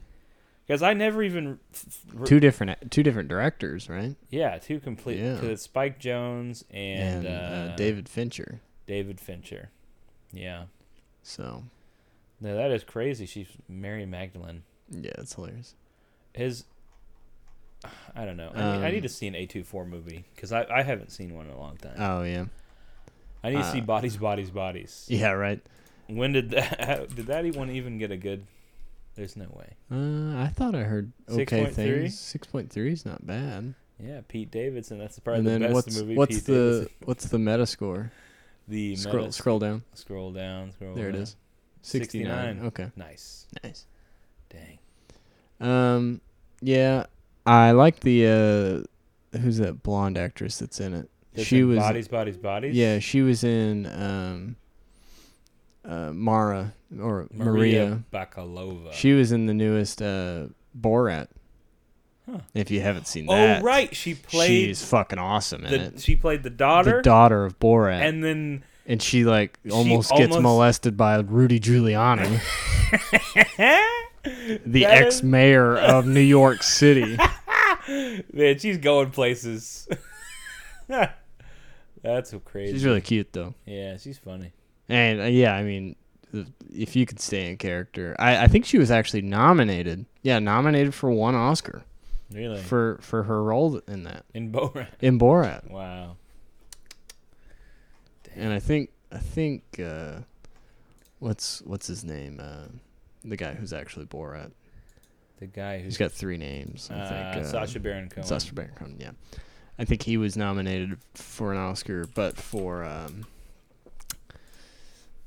[SPEAKER 1] Because I never even f- f-
[SPEAKER 2] Two different two different directors, right?
[SPEAKER 1] yeah two complete
[SPEAKER 2] Yeah.
[SPEAKER 1] because it's Spike Jones and, uh,
[SPEAKER 2] David Fincher.
[SPEAKER 1] David Fincher. Yeah,
[SPEAKER 2] So,
[SPEAKER 1] no, that is crazy. She's Mary Magdalene.
[SPEAKER 2] yeah, it's hilarious.
[SPEAKER 1] His I don't know. I, need, I
[SPEAKER 2] Um,
[SPEAKER 1] need to see an A 24 movie because I, I haven't seen one in a long time.
[SPEAKER 2] Oh, yeah.
[SPEAKER 1] I need to see
[SPEAKER 2] uh,
[SPEAKER 1] Bodies, Bodies, Bodies.
[SPEAKER 2] Yeah, right.
[SPEAKER 1] When did that? Did that one even get a good? There's no way.
[SPEAKER 2] Uh, I thought I heard okay
[SPEAKER 1] 6.3?
[SPEAKER 2] things. Six point three is not bad.
[SPEAKER 1] Yeah, Pete Davidson. That's probably
[SPEAKER 2] and
[SPEAKER 1] the
[SPEAKER 2] then
[SPEAKER 1] best
[SPEAKER 2] what's
[SPEAKER 1] movie.
[SPEAKER 2] what's
[SPEAKER 1] Pete
[SPEAKER 2] the
[SPEAKER 1] Davidson.
[SPEAKER 2] what's the meta score?
[SPEAKER 1] The
[SPEAKER 2] Scroll,
[SPEAKER 1] meta-
[SPEAKER 2] scroll down.
[SPEAKER 1] scroll down. Scroll
[SPEAKER 2] There it
[SPEAKER 1] down.
[SPEAKER 2] is. 69.
[SPEAKER 1] 69.
[SPEAKER 2] Okay.
[SPEAKER 1] Nice.
[SPEAKER 2] Nice.
[SPEAKER 1] Dang.
[SPEAKER 2] Um, yeah, I like the uh, who's that blonde actress that's in it?
[SPEAKER 1] That's
[SPEAKER 2] she
[SPEAKER 1] in
[SPEAKER 2] was
[SPEAKER 1] bodies, bodies, bodies.
[SPEAKER 2] yeah, she was in um, uh, Mara or Maria.
[SPEAKER 1] Maria, Uh, Bakalova.
[SPEAKER 2] She was in the newest uh Borat.
[SPEAKER 1] Huh.
[SPEAKER 2] If you haven't seen
[SPEAKER 1] oh
[SPEAKER 2] that,
[SPEAKER 1] right, she played
[SPEAKER 2] she's fucking awesome in
[SPEAKER 1] the
[SPEAKER 2] it.
[SPEAKER 1] she played the daughter,
[SPEAKER 2] the daughter of Borat,
[SPEAKER 1] and
[SPEAKER 2] and,
[SPEAKER 1] then
[SPEAKER 2] she like
[SPEAKER 1] she
[SPEAKER 2] almost, gets
[SPEAKER 1] almost-
[SPEAKER 2] molested by Rudy Giuliani, the
[SPEAKER 1] That
[SPEAKER 2] ex mayor of New York City.
[SPEAKER 1] man, she's going places. That's crazy.
[SPEAKER 2] She's really cute though,
[SPEAKER 1] yeah, she's funny.
[SPEAKER 2] and uh, yeah, I mean, if- if you could stay in character, I, I think she was actually nominated. Yeah, nominated for one Oscar
[SPEAKER 1] Really,
[SPEAKER 2] for for her role in that
[SPEAKER 1] in Borat.
[SPEAKER 2] in Borat.
[SPEAKER 1] Wow.
[SPEAKER 2] and I think I think uh, what's what's his name? Uh, the guy who's actually Borat.
[SPEAKER 1] The guy
[SPEAKER 2] He's
[SPEAKER 1] who's
[SPEAKER 2] got three names. I
[SPEAKER 1] uh,
[SPEAKER 2] think uh,
[SPEAKER 1] Sasha Baron Cohen.
[SPEAKER 2] Sacha Baron Cohen. Yeah, I think he was nominated for an Oscar, but for um,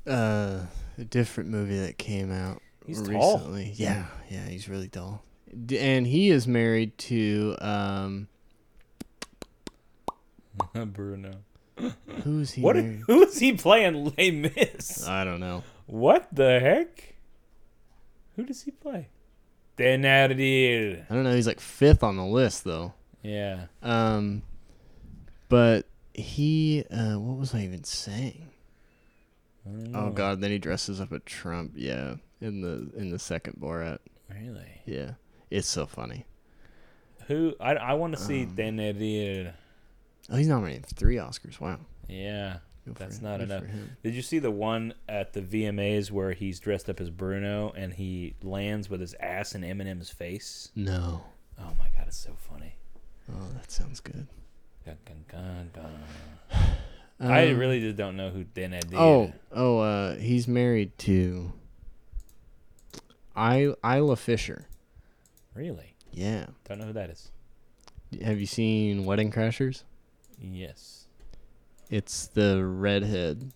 [SPEAKER 2] uh, a different movie that came out
[SPEAKER 1] He's tall.
[SPEAKER 2] recently. Yeah, yeah, he's really tall, D- and he is married to um,
[SPEAKER 1] Bruno.
[SPEAKER 2] who's he?
[SPEAKER 1] What?
[SPEAKER 2] married?
[SPEAKER 1] Who is he playing? Les Mis.
[SPEAKER 2] I don't know.
[SPEAKER 1] What the heck? Who does he play? Denadir.
[SPEAKER 2] I don't know. He's like fifth on the list though.
[SPEAKER 1] Yeah.
[SPEAKER 2] Um, but he, uh, what was I even saying?
[SPEAKER 1] I don't
[SPEAKER 2] Oh
[SPEAKER 1] know.
[SPEAKER 2] God! Then he dresses up as Trump. Yeah, in the in the second Borat.
[SPEAKER 1] Really?
[SPEAKER 2] Yeah, it's so funny.
[SPEAKER 1] Who? I, I want to see
[SPEAKER 2] Um,
[SPEAKER 1] Denadir.
[SPEAKER 2] Oh, he's nominated for three Oscars. Wow,
[SPEAKER 1] Yeah.
[SPEAKER 2] Good for
[SPEAKER 1] That's
[SPEAKER 2] him.
[SPEAKER 1] not
[SPEAKER 2] Good for
[SPEAKER 1] enough.
[SPEAKER 2] him.
[SPEAKER 1] Did you see the one at the VMAs where he's dressed up as Bruno and he lands with his ass in Eminem's face?
[SPEAKER 2] No.
[SPEAKER 1] Oh my god, it's so funny.
[SPEAKER 2] Oh, that sounds good.
[SPEAKER 1] Gun, gun, gun, gun. I
[SPEAKER 2] Um,
[SPEAKER 1] really just don't know who Denadir.
[SPEAKER 2] Oh, oh, uh, he's married to. I Isla Fisher.
[SPEAKER 1] really?
[SPEAKER 2] Yeah.
[SPEAKER 1] Don't know who that is.
[SPEAKER 2] Have you seen Wedding Crashers?
[SPEAKER 1] Yes.
[SPEAKER 2] It's the redhead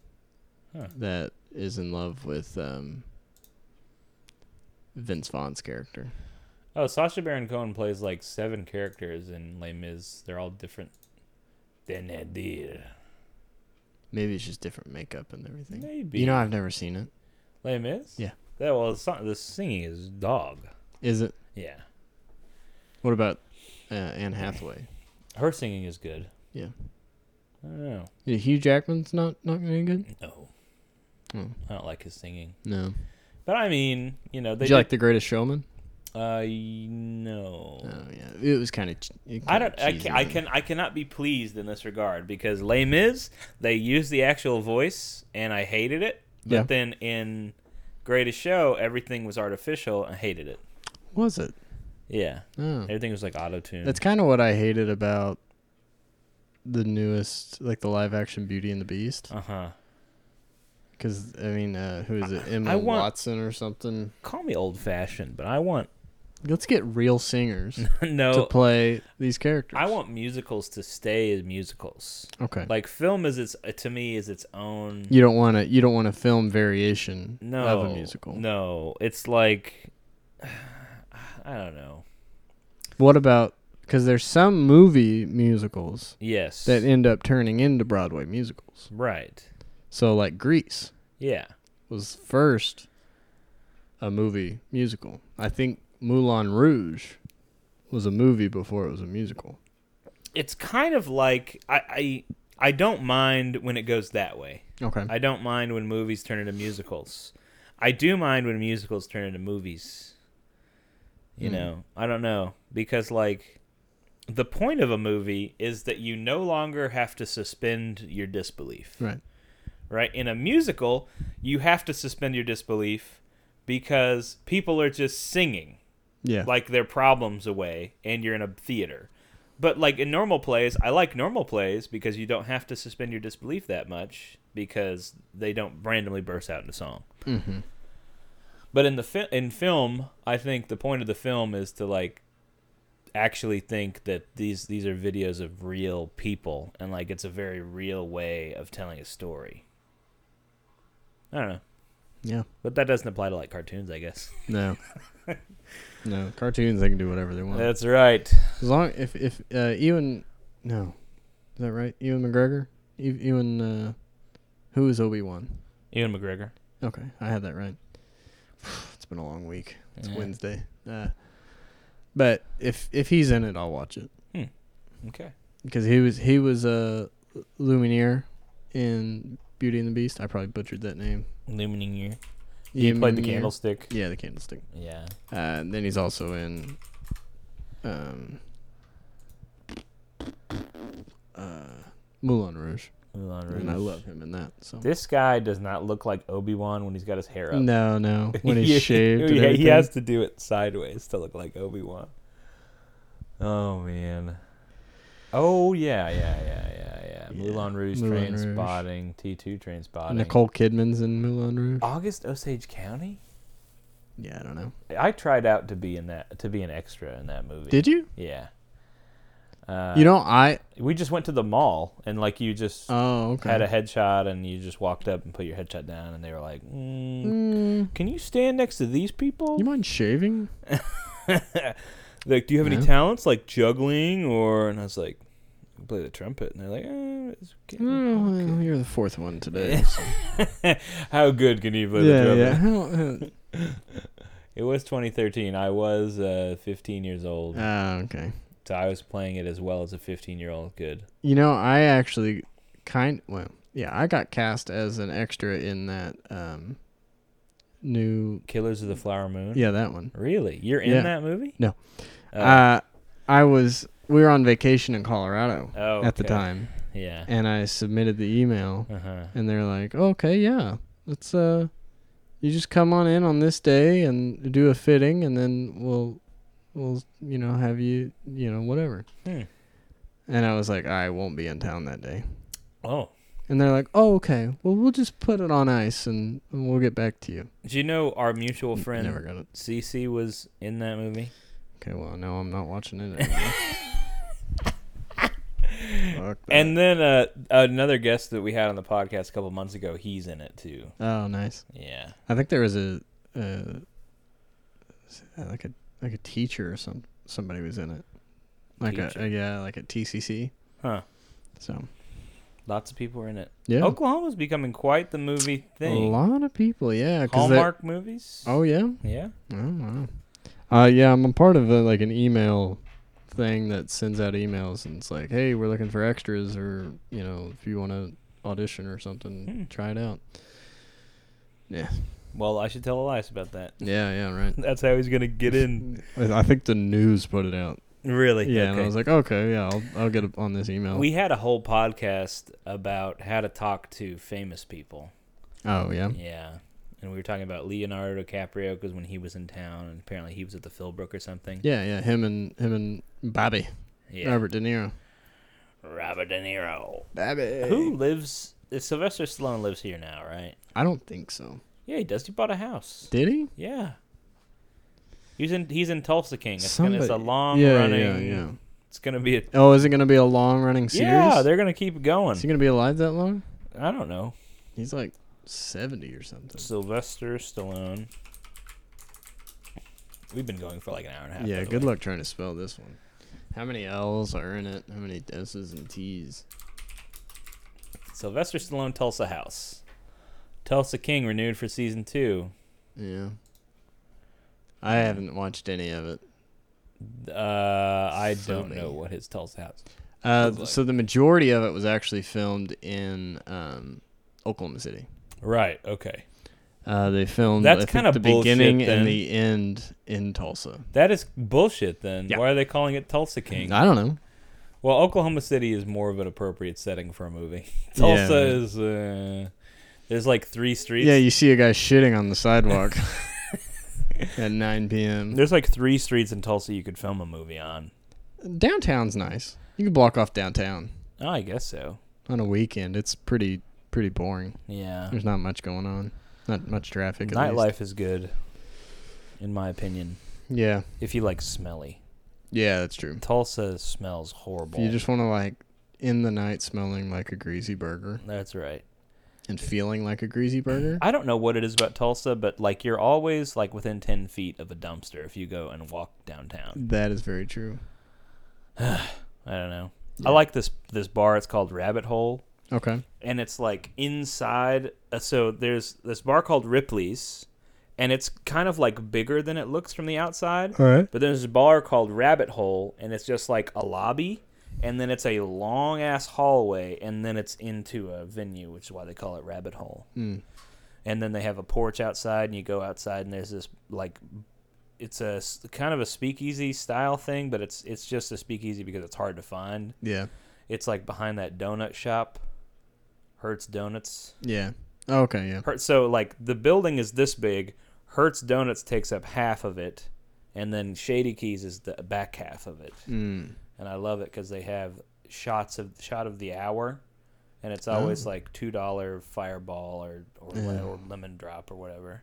[SPEAKER 1] Huh.
[SPEAKER 2] that is in love with um, Vince Vaughn's character.
[SPEAKER 1] Oh, Sasha Baron Cohen plays like seven characters in Les Mis. They're all different. Denadir.
[SPEAKER 2] Maybe it's just different makeup and everything.
[SPEAKER 1] Maybe.
[SPEAKER 2] You know, I've never seen it.
[SPEAKER 1] Les Mis?
[SPEAKER 2] Yeah.
[SPEAKER 1] That, well, the, song, the singing is dog.
[SPEAKER 2] Is it?
[SPEAKER 1] Yeah.
[SPEAKER 2] What about uh, Anne Hathaway?
[SPEAKER 1] Her singing is good.
[SPEAKER 2] Yeah.
[SPEAKER 1] I don't know.
[SPEAKER 2] Yeah, Hugh Jackman's not not any good.
[SPEAKER 1] No.
[SPEAKER 2] Hmm.
[SPEAKER 1] I don't like his singing.
[SPEAKER 2] No.
[SPEAKER 1] But I mean, you know, they.
[SPEAKER 2] Did you
[SPEAKER 1] did-
[SPEAKER 2] like The Greatest Showman?
[SPEAKER 1] Uh, no.
[SPEAKER 2] Oh yeah, it was kind of.
[SPEAKER 1] I don't. I can, I can. I cannot be pleased in this regard because Les Mis, they used the actual voice, and I hated it. But
[SPEAKER 2] Yeah.
[SPEAKER 1] then in Greatest Show, everything was artificial. and I hated it.
[SPEAKER 2] Was it?
[SPEAKER 1] Yeah,
[SPEAKER 2] Oh.
[SPEAKER 1] everything was like auto tune.
[SPEAKER 2] That's kind of what I hated about the newest, like the live action Beauty and the Beast.
[SPEAKER 1] Uh huh.
[SPEAKER 2] Because I mean, uh, who is it? Emma
[SPEAKER 1] want-
[SPEAKER 2] Watson or something.
[SPEAKER 1] Call me old fashioned, but I want
[SPEAKER 2] Let's get real singers to
[SPEAKER 1] no.
[SPEAKER 2] play these characters.
[SPEAKER 1] I want musicals to stay as musicals.
[SPEAKER 2] Okay.
[SPEAKER 1] Like film is its to me is its own.
[SPEAKER 2] you don't want to. You don't want a film variation
[SPEAKER 1] no
[SPEAKER 2] of a musical.
[SPEAKER 1] No, it's like I don't know.
[SPEAKER 2] What about? Because there's some movie musicals
[SPEAKER 1] Yes,
[SPEAKER 2] that end up turning into Broadway musicals.
[SPEAKER 1] right.
[SPEAKER 2] So like Grease
[SPEAKER 1] Yeah,
[SPEAKER 2] was first a movie musical. I think Moulin Rouge was a movie before it was a musical.
[SPEAKER 1] it's kind of like I I, I don't mind when it goes that way.
[SPEAKER 2] Okay.
[SPEAKER 1] I don't mind when movies turn into musicals. I do mind when musicals turn into movies. You
[SPEAKER 2] Hmm.
[SPEAKER 1] know, I don't know because like the point of a movie is that you no longer have to suspend your disbelief.
[SPEAKER 2] right.
[SPEAKER 1] right? In a musical, you have to suspend your disbelief because people are just singing
[SPEAKER 2] Yeah.
[SPEAKER 1] like their problems away and you're in a theater. But like in normal plays, I like normal plays because you don't have to suspend your disbelief that much because they don't randomly burst out into song.
[SPEAKER 2] mm-hmm.
[SPEAKER 1] But in the fi- in film, I think the point of the film is to like actually think that these these are videos of real people and like it's a very real way of telling a story. I don't know,
[SPEAKER 2] Yeah.
[SPEAKER 1] but that doesn't apply to like cartoons, I guess.
[SPEAKER 2] No. no. Cartoons, they can do whatever they want.
[SPEAKER 1] That's right.
[SPEAKER 2] As long if if uh, Ewan, no, is that right? Ewan McGregor, e- Ewan, uh, who is Obi Wan?
[SPEAKER 1] Ian McGregor.
[SPEAKER 2] Okay, I had that right. It's been a long week. It's
[SPEAKER 1] Yeah.
[SPEAKER 2] Wednesday. Uh, but if if he's in it, I'll watch it
[SPEAKER 1] Okay.
[SPEAKER 2] because he was he was a uh, Lumineer in Beauty and the Beast. I probably butchered that name.
[SPEAKER 1] Illuminating year. He played the
[SPEAKER 2] Lumineer.
[SPEAKER 1] candlestick.
[SPEAKER 2] Yeah, the candlestick.
[SPEAKER 1] Yeah.
[SPEAKER 2] Uh, and then he's also in. Um, uh, Moulin Rouge.
[SPEAKER 1] Moulin Rouge.
[SPEAKER 2] And I love him in that. So
[SPEAKER 1] This guy does not look like Obi Wan when he's got his hair up.
[SPEAKER 2] no, no, when he's shaved, and
[SPEAKER 1] yeah, he
[SPEAKER 2] everything.
[SPEAKER 1] has to do it sideways to look like Obi Wan. Oh man. Oh yeah, yeah, yeah, yeah, yeah.
[SPEAKER 2] Yeah,
[SPEAKER 1] Moulin Rouge,
[SPEAKER 2] Moulin
[SPEAKER 1] Train
[SPEAKER 2] Rouge.
[SPEAKER 1] Spotting, T two Train Spotting.
[SPEAKER 2] Nicole Kidman's in Moulin Rouge.
[SPEAKER 1] August Osage County.
[SPEAKER 2] Yeah, I don't know.
[SPEAKER 1] I tried out to be in that to be an extra in that movie.
[SPEAKER 2] Did you?
[SPEAKER 1] Yeah. Uh,
[SPEAKER 2] you know, I
[SPEAKER 1] we just went to the mall and like you just
[SPEAKER 2] oh okay.
[SPEAKER 1] had a headshot and you just walked up and put your headshot down and they were like, mm,
[SPEAKER 2] Mm,
[SPEAKER 1] "Can you stand next to these people?"
[SPEAKER 2] you mind shaving?
[SPEAKER 1] like, do you have any
[SPEAKER 2] Yeah.
[SPEAKER 1] talents like juggling or? And I was like, I play the trumpet. And they're like, eh, it's okay.
[SPEAKER 2] Oh, well, you're the fourth one today. so-
[SPEAKER 1] How good can you play the
[SPEAKER 2] yeah,
[SPEAKER 1] trumpet?
[SPEAKER 2] yeah. Oh,
[SPEAKER 1] It was 2013. I was uh, 15 years old,
[SPEAKER 2] uh, ah, okay.
[SPEAKER 1] so I was playing it as well as a 15 year old could.
[SPEAKER 2] You know, I actually kind well, yeah, I got cast as an extra in that um new
[SPEAKER 1] Killers of the Flower Moon.
[SPEAKER 2] yeah that one.
[SPEAKER 1] Really? You're in
[SPEAKER 2] Yeah.
[SPEAKER 1] that movie?
[SPEAKER 2] No.
[SPEAKER 1] Uh,
[SPEAKER 2] Uh, I was we were on vacation in Colorado
[SPEAKER 1] oh,
[SPEAKER 2] at the
[SPEAKER 1] okay.
[SPEAKER 2] time,
[SPEAKER 1] Yeah.
[SPEAKER 2] and I submitted the email,
[SPEAKER 1] Uh huh.
[SPEAKER 2] and they're like, "Okay, yeah, let's uh, you just come on in on this day and do a fitting, and then we'll, we'll, you know, have you, you know, whatever."
[SPEAKER 1] Hmm.
[SPEAKER 2] And I was like, "I won't be in town that day,"
[SPEAKER 1] Oh.
[SPEAKER 2] and they're like, "Oh, okay, well, we'll just put it on ice and, and we'll get back to you."
[SPEAKER 1] Do you know our mutual friend
[SPEAKER 2] Never got it.
[SPEAKER 1] Cece was in that movie?
[SPEAKER 2] Okay, well, no, I'm not watching it anymore. Fuck that.
[SPEAKER 1] And then uh, another guest that we had on the podcast a couple months ago, he's in it too.
[SPEAKER 2] oh, nice.
[SPEAKER 1] Yeah.
[SPEAKER 2] I think there was a, uh, like a like a teacher or some somebody was in it, like a,
[SPEAKER 1] Teacher?
[SPEAKER 2] yeah, like a TCC.
[SPEAKER 1] Huh. Oh,
[SPEAKER 2] So
[SPEAKER 1] Lots of people were in it.
[SPEAKER 2] yeah,
[SPEAKER 1] Oklahoma's becoming quite the movie
[SPEAKER 2] a
[SPEAKER 1] thing.
[SPEAKER 2] lot of people. Yeah, because
[SPEAKER 1] Hallmark movies.
[SPEAKER 2] oh yeah,
[SPEAKER 1] yeah.
[SPEAKER 2] oh wow. Uh, yeah, I'm a part of a, like an email thing that sends out emails and it's like, hey, we're looking for extras, or you know, if you want to audition or something,
[SPEAKER 1] Hmm.
[SPEAKER 2] try it out. Yeah,
[SPEAKER 1] Well, I should tell Elias about that.
[SPEAKER 2] yeah, yeah, right.
[SPEAKER 1] That's how he's gonna get in.
[SPEAKER 2] I I think the news put it out.
[SPEAKER 1] Really?
[SPEAKER 2] Yeah, and I was like, okay, yeah, I'll, I'll get on this email.
[SPEAKER 1] we had a whole podcast about how to talk to famous people.
[SPEAKER 2] oh yeah,
[SPEAKER 1] Yeah. And we were talking about Leonardo DiCaprio because when he was in town, and apparently he was at the Philbrook or something.
[SPEAKER 2] yeah, yeah. Him and him and Bobby
[SPEAKER 1] Yeah.
[SPEAKER 2] Robert De Niro.
[SPEAKER 1] Robert De Niro.
[SPEAKER 2] Bobby.
[SPEAKER 1] Who lives? Sylvester Stallone lives here now, right?
[SPEAKER 2] I don't think so.
[SPEAKER 1] Yeah, he does. He bought a house.
[SPEAKER 2] Did he?
[SPEAKER 1] Yeah. He's in. He's in Tulsa King. It's, gonna, it's a
[SPEAKER 2] Somebody-
[SPEAKER 1] long
[SPEAKER 2] yeah,
[SPEAKER 1] running.
[SPEAKER 2] yeah, yeah.
[SPEAKER 1] It's gonna be a.
[SPEAKER 2] Oh, is it gonna be a long running series?
[SPEAKER 1] Yeah, they're gonna keep it going.
[SPEAKER 2] is he gonna be alive that long?
[SPEAKER 1] I don't know.
[SPEAKER 2] He's like seventy or something.
[SPEAKER 1] Sylvester Stallone. We've been going for like an hour and a half. by
[SPEAKER 2] yeah.
[SPEAKER 1] the
[SPEAKER 2] Good
[SPEAKER 1] way.
[SPEAKER 2] luck trying to spell this one. How many L's are in it? How many S's and T's?
[SPEAKER 1] Sylvester Stallone, Tulsa House. Tulsa King renewed for season two.
[SPEAKER 2] Yeah. I haven't watched any of it.
[SPEAKER 1] Uh, I don't
[SPEAKER 2] Funny.
[SPEAKER 1] know what his Tulsa House.
[SPEAKER 2] Uh,
[SPEAKER 1] Good luck.
[SPEAKER 2] so the majority of it was actually filmed in um, Oklahoma City.
[SPEAKER 1] Right. Okay.
[SPEAKER 2] Uh, they filmed
[SPEAKER 1] That's
[SPEAKER 2] I think,
[SPEAKER 1] kinda
[SPEAKER 2] the
[SPEAKER 1] bullshit,
[SPEAKER 2] beginning
[SPEAKER 1] then.
[SPEAKER 2] and the end in Tulsa.
[SPEAKER 1] That is bullshit. Then
[SPEAKER 2] Yeah.
[SPEAKER 1] why are they calling it Tulsa King?
[SPEAKER 2] I don't know.
[SPEAKER 1] Well, Oklahoma City is more of an appropriate setting for a movie. Tulsa
[SPEAKER 2] right.
[SPEAKER 1] is uh, there's like three streets.
[SPEAKER 2] Yeah, you see a guy shitting on the sidewalk at 9 p.m.
[SPEAKER 1] there's like three streets in Tulsa you could film a movie on.
[SPEAKER 2] Downtown's nice. You can block off downtown
[SPEAKER 1] Oh, I guess so.
[SPEAKER 2] on a weekend. It's pretty pretty boring.
[SPEAKER 1] Yeah,
[SPEAKER 2] There's not much going on. Not much traffic. at least.
[SPEAKER 1] nightlife is good, in my opinion.
[SPEAKER 2] Yeah,
[SPEAKER 1] If you like smelly,
[SPEAKER 2] yeah, that's true.
[SPEAKER 1] Tulsa smells
[SPEAKER 2] If
[SPEAKER 1] horrible.
[SPEAKER 2] you just want to like in the night smelling like a greasy burger
[SPEAKER 1] That's right.
[SPEAKER 2] and feeling like a greasy burger.
[SPEAKER 1] I don't know what it is about Tulsa, but like you're always like within ten feet of a dumpster if you go and walk downtown.
[SPEAKER 2] That is very true.
[SPEAKER 1] I don't know.
[SPEAKER 2] Yeah.
[SPEAKER 1] I like this this bar. It's called Rabbit Hole,
[SPEAKER 2] Okay.
[SPEAKER 1] and it's like inside. uh, So there's this bar called Ripley's, and it's kind of like bigger than it looks from the outside.
[SPEAKER 2] All right.
[SPEAKER 1] But there's a bar called Rabbit Hole, and it's just like a lobby, and then it's a long ass hallway, and then it's into a venue, which is why they call it Rabbit Hole.
[SPEAKER 2] Mm.
[SPEAKER 1] And then they have a porch outside, and you go outside, and there's this like, it's a s- kind of a speakeasy style thing, but it's it's just a speakeasy because it's hard to find.
[SPEAKER 2] Yeah.
[SPEAKER 1] It's like behind that donut shop, Hertz Donuts.
[SPEAKER 2] Yeah. Okay. Yeah.
[SPEAKER 1] Her- so like the building is this big. Hertz Donuts takes up half of it, and then Shady Keys is the back half of it.
[SPEAKER 2] Mm.
[SPEAKER 1] And I love it because they have shots of shot of the hour, and it's always like two dollar Fireball or or, le-
[SPEAKER 2] Oh. Yeah.
[SPEAKER 1] or lemon drop or whatever.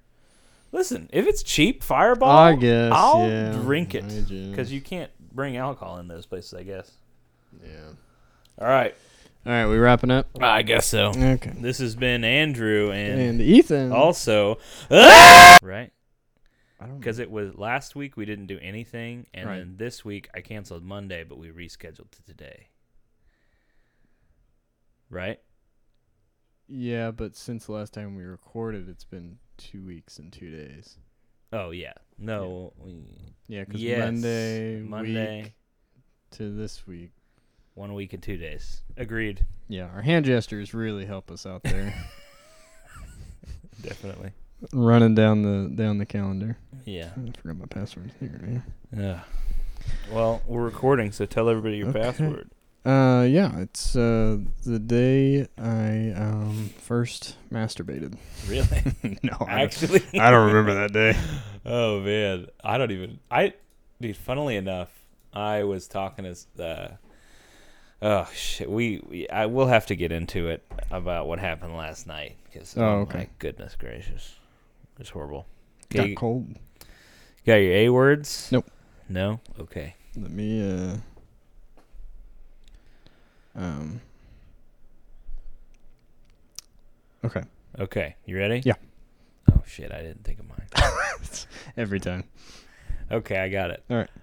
[SPEAKER 1] Listen, if it's cheap Fireball,
[SPEAKER 2] I guess.
[SPEAKER 1] I'll
[SPEAKER 2] yeah.
[SPEAKER 1] drink it
[SPEAKER 2] I guess.
[SPEAKER 1] because you can't bring alcohol in those places. I guess.
[SPEAKER 2] Yeah.
[SPEAKER 1] All right,
[SPEAKER 2] All right. We wrapping up.
[SPEAKER 1] I guess so.
[SPEAKER 2] Okay.
[SPEAKER 1] This has been Andrew and,
[SPEAKER 2] And Ethan.
[SPEAKER 1] Oh, also right.
[SPEAKER 2] I don't know.
[SPEAKER 1] because it was last week we didn't do anything and
[SPEAKER 2] Right.
[SPEAKER 1] then this week i canceled monday but we rescheduled to today right
[SPEAKER 2] Yeah, but since the last time we recorded, it's been two weeks and two days.
[SPEAKER 1] oh yeah no we-
[SPEAKER 2] Yeah, because
[SPEAKER 1] Yes,
[SPEAKER 2] Monday,
[SPEAKER 1] Monday.
[SPEAKER 2] week to this week.
[SPEAKER 1] one week and two days agreed
[SPEAKER 2] Yeah, our hand gestures really help us out there,
[SPEAKER 1] definitely
[SPEAKER 2] running down the down the calendar.
[SPEAKER 1] yeah
[SPEAKER 2] I forgot my password here. Yeah.
[SPEAKER 1] Ugh. well we're recording so tell everybody your
[SPEAKER 2] Okay.
[SPEAKER 1] password
[SPEAKER 2] Uh, yeah, it's uh the day I um first masturbated.
[SPEAKER 1] really
[SPEAKER 2] no, I don't-
[SPEAKER 1] actually
[SPEAKER 2] I don't remember that day.
[SPEAKER 1] oh man i don't even i dude funnily enough i was talking to s- uh oh shit we, we i will have to get into it about what happened last night because
[SPEAKER 2] Oh,
[SPEAKER 1] oh,
[SPEAKER 2] okay.
[SPEAKER 1] my goodness gracious it's horrible
[SPEAKER 2] Got
[SPEAKER 1] Okay, you
[SPEAKER 2] cold.
[SPEAKER 1] got your a words
[SPEAKER 2] Nope.
[SPEAKER 1] no okay
[SPEAKER 2] Let me uh um Okay.
[SPEAKER 1] okay you ready
[SPEAKER 2] Yeah.
[SPEAKER 1] oh shit i didn't think of mine
[SPEAKER 2] Every time.
[SPEAKER 1] okay i got it
[SPEAKER 2] All right.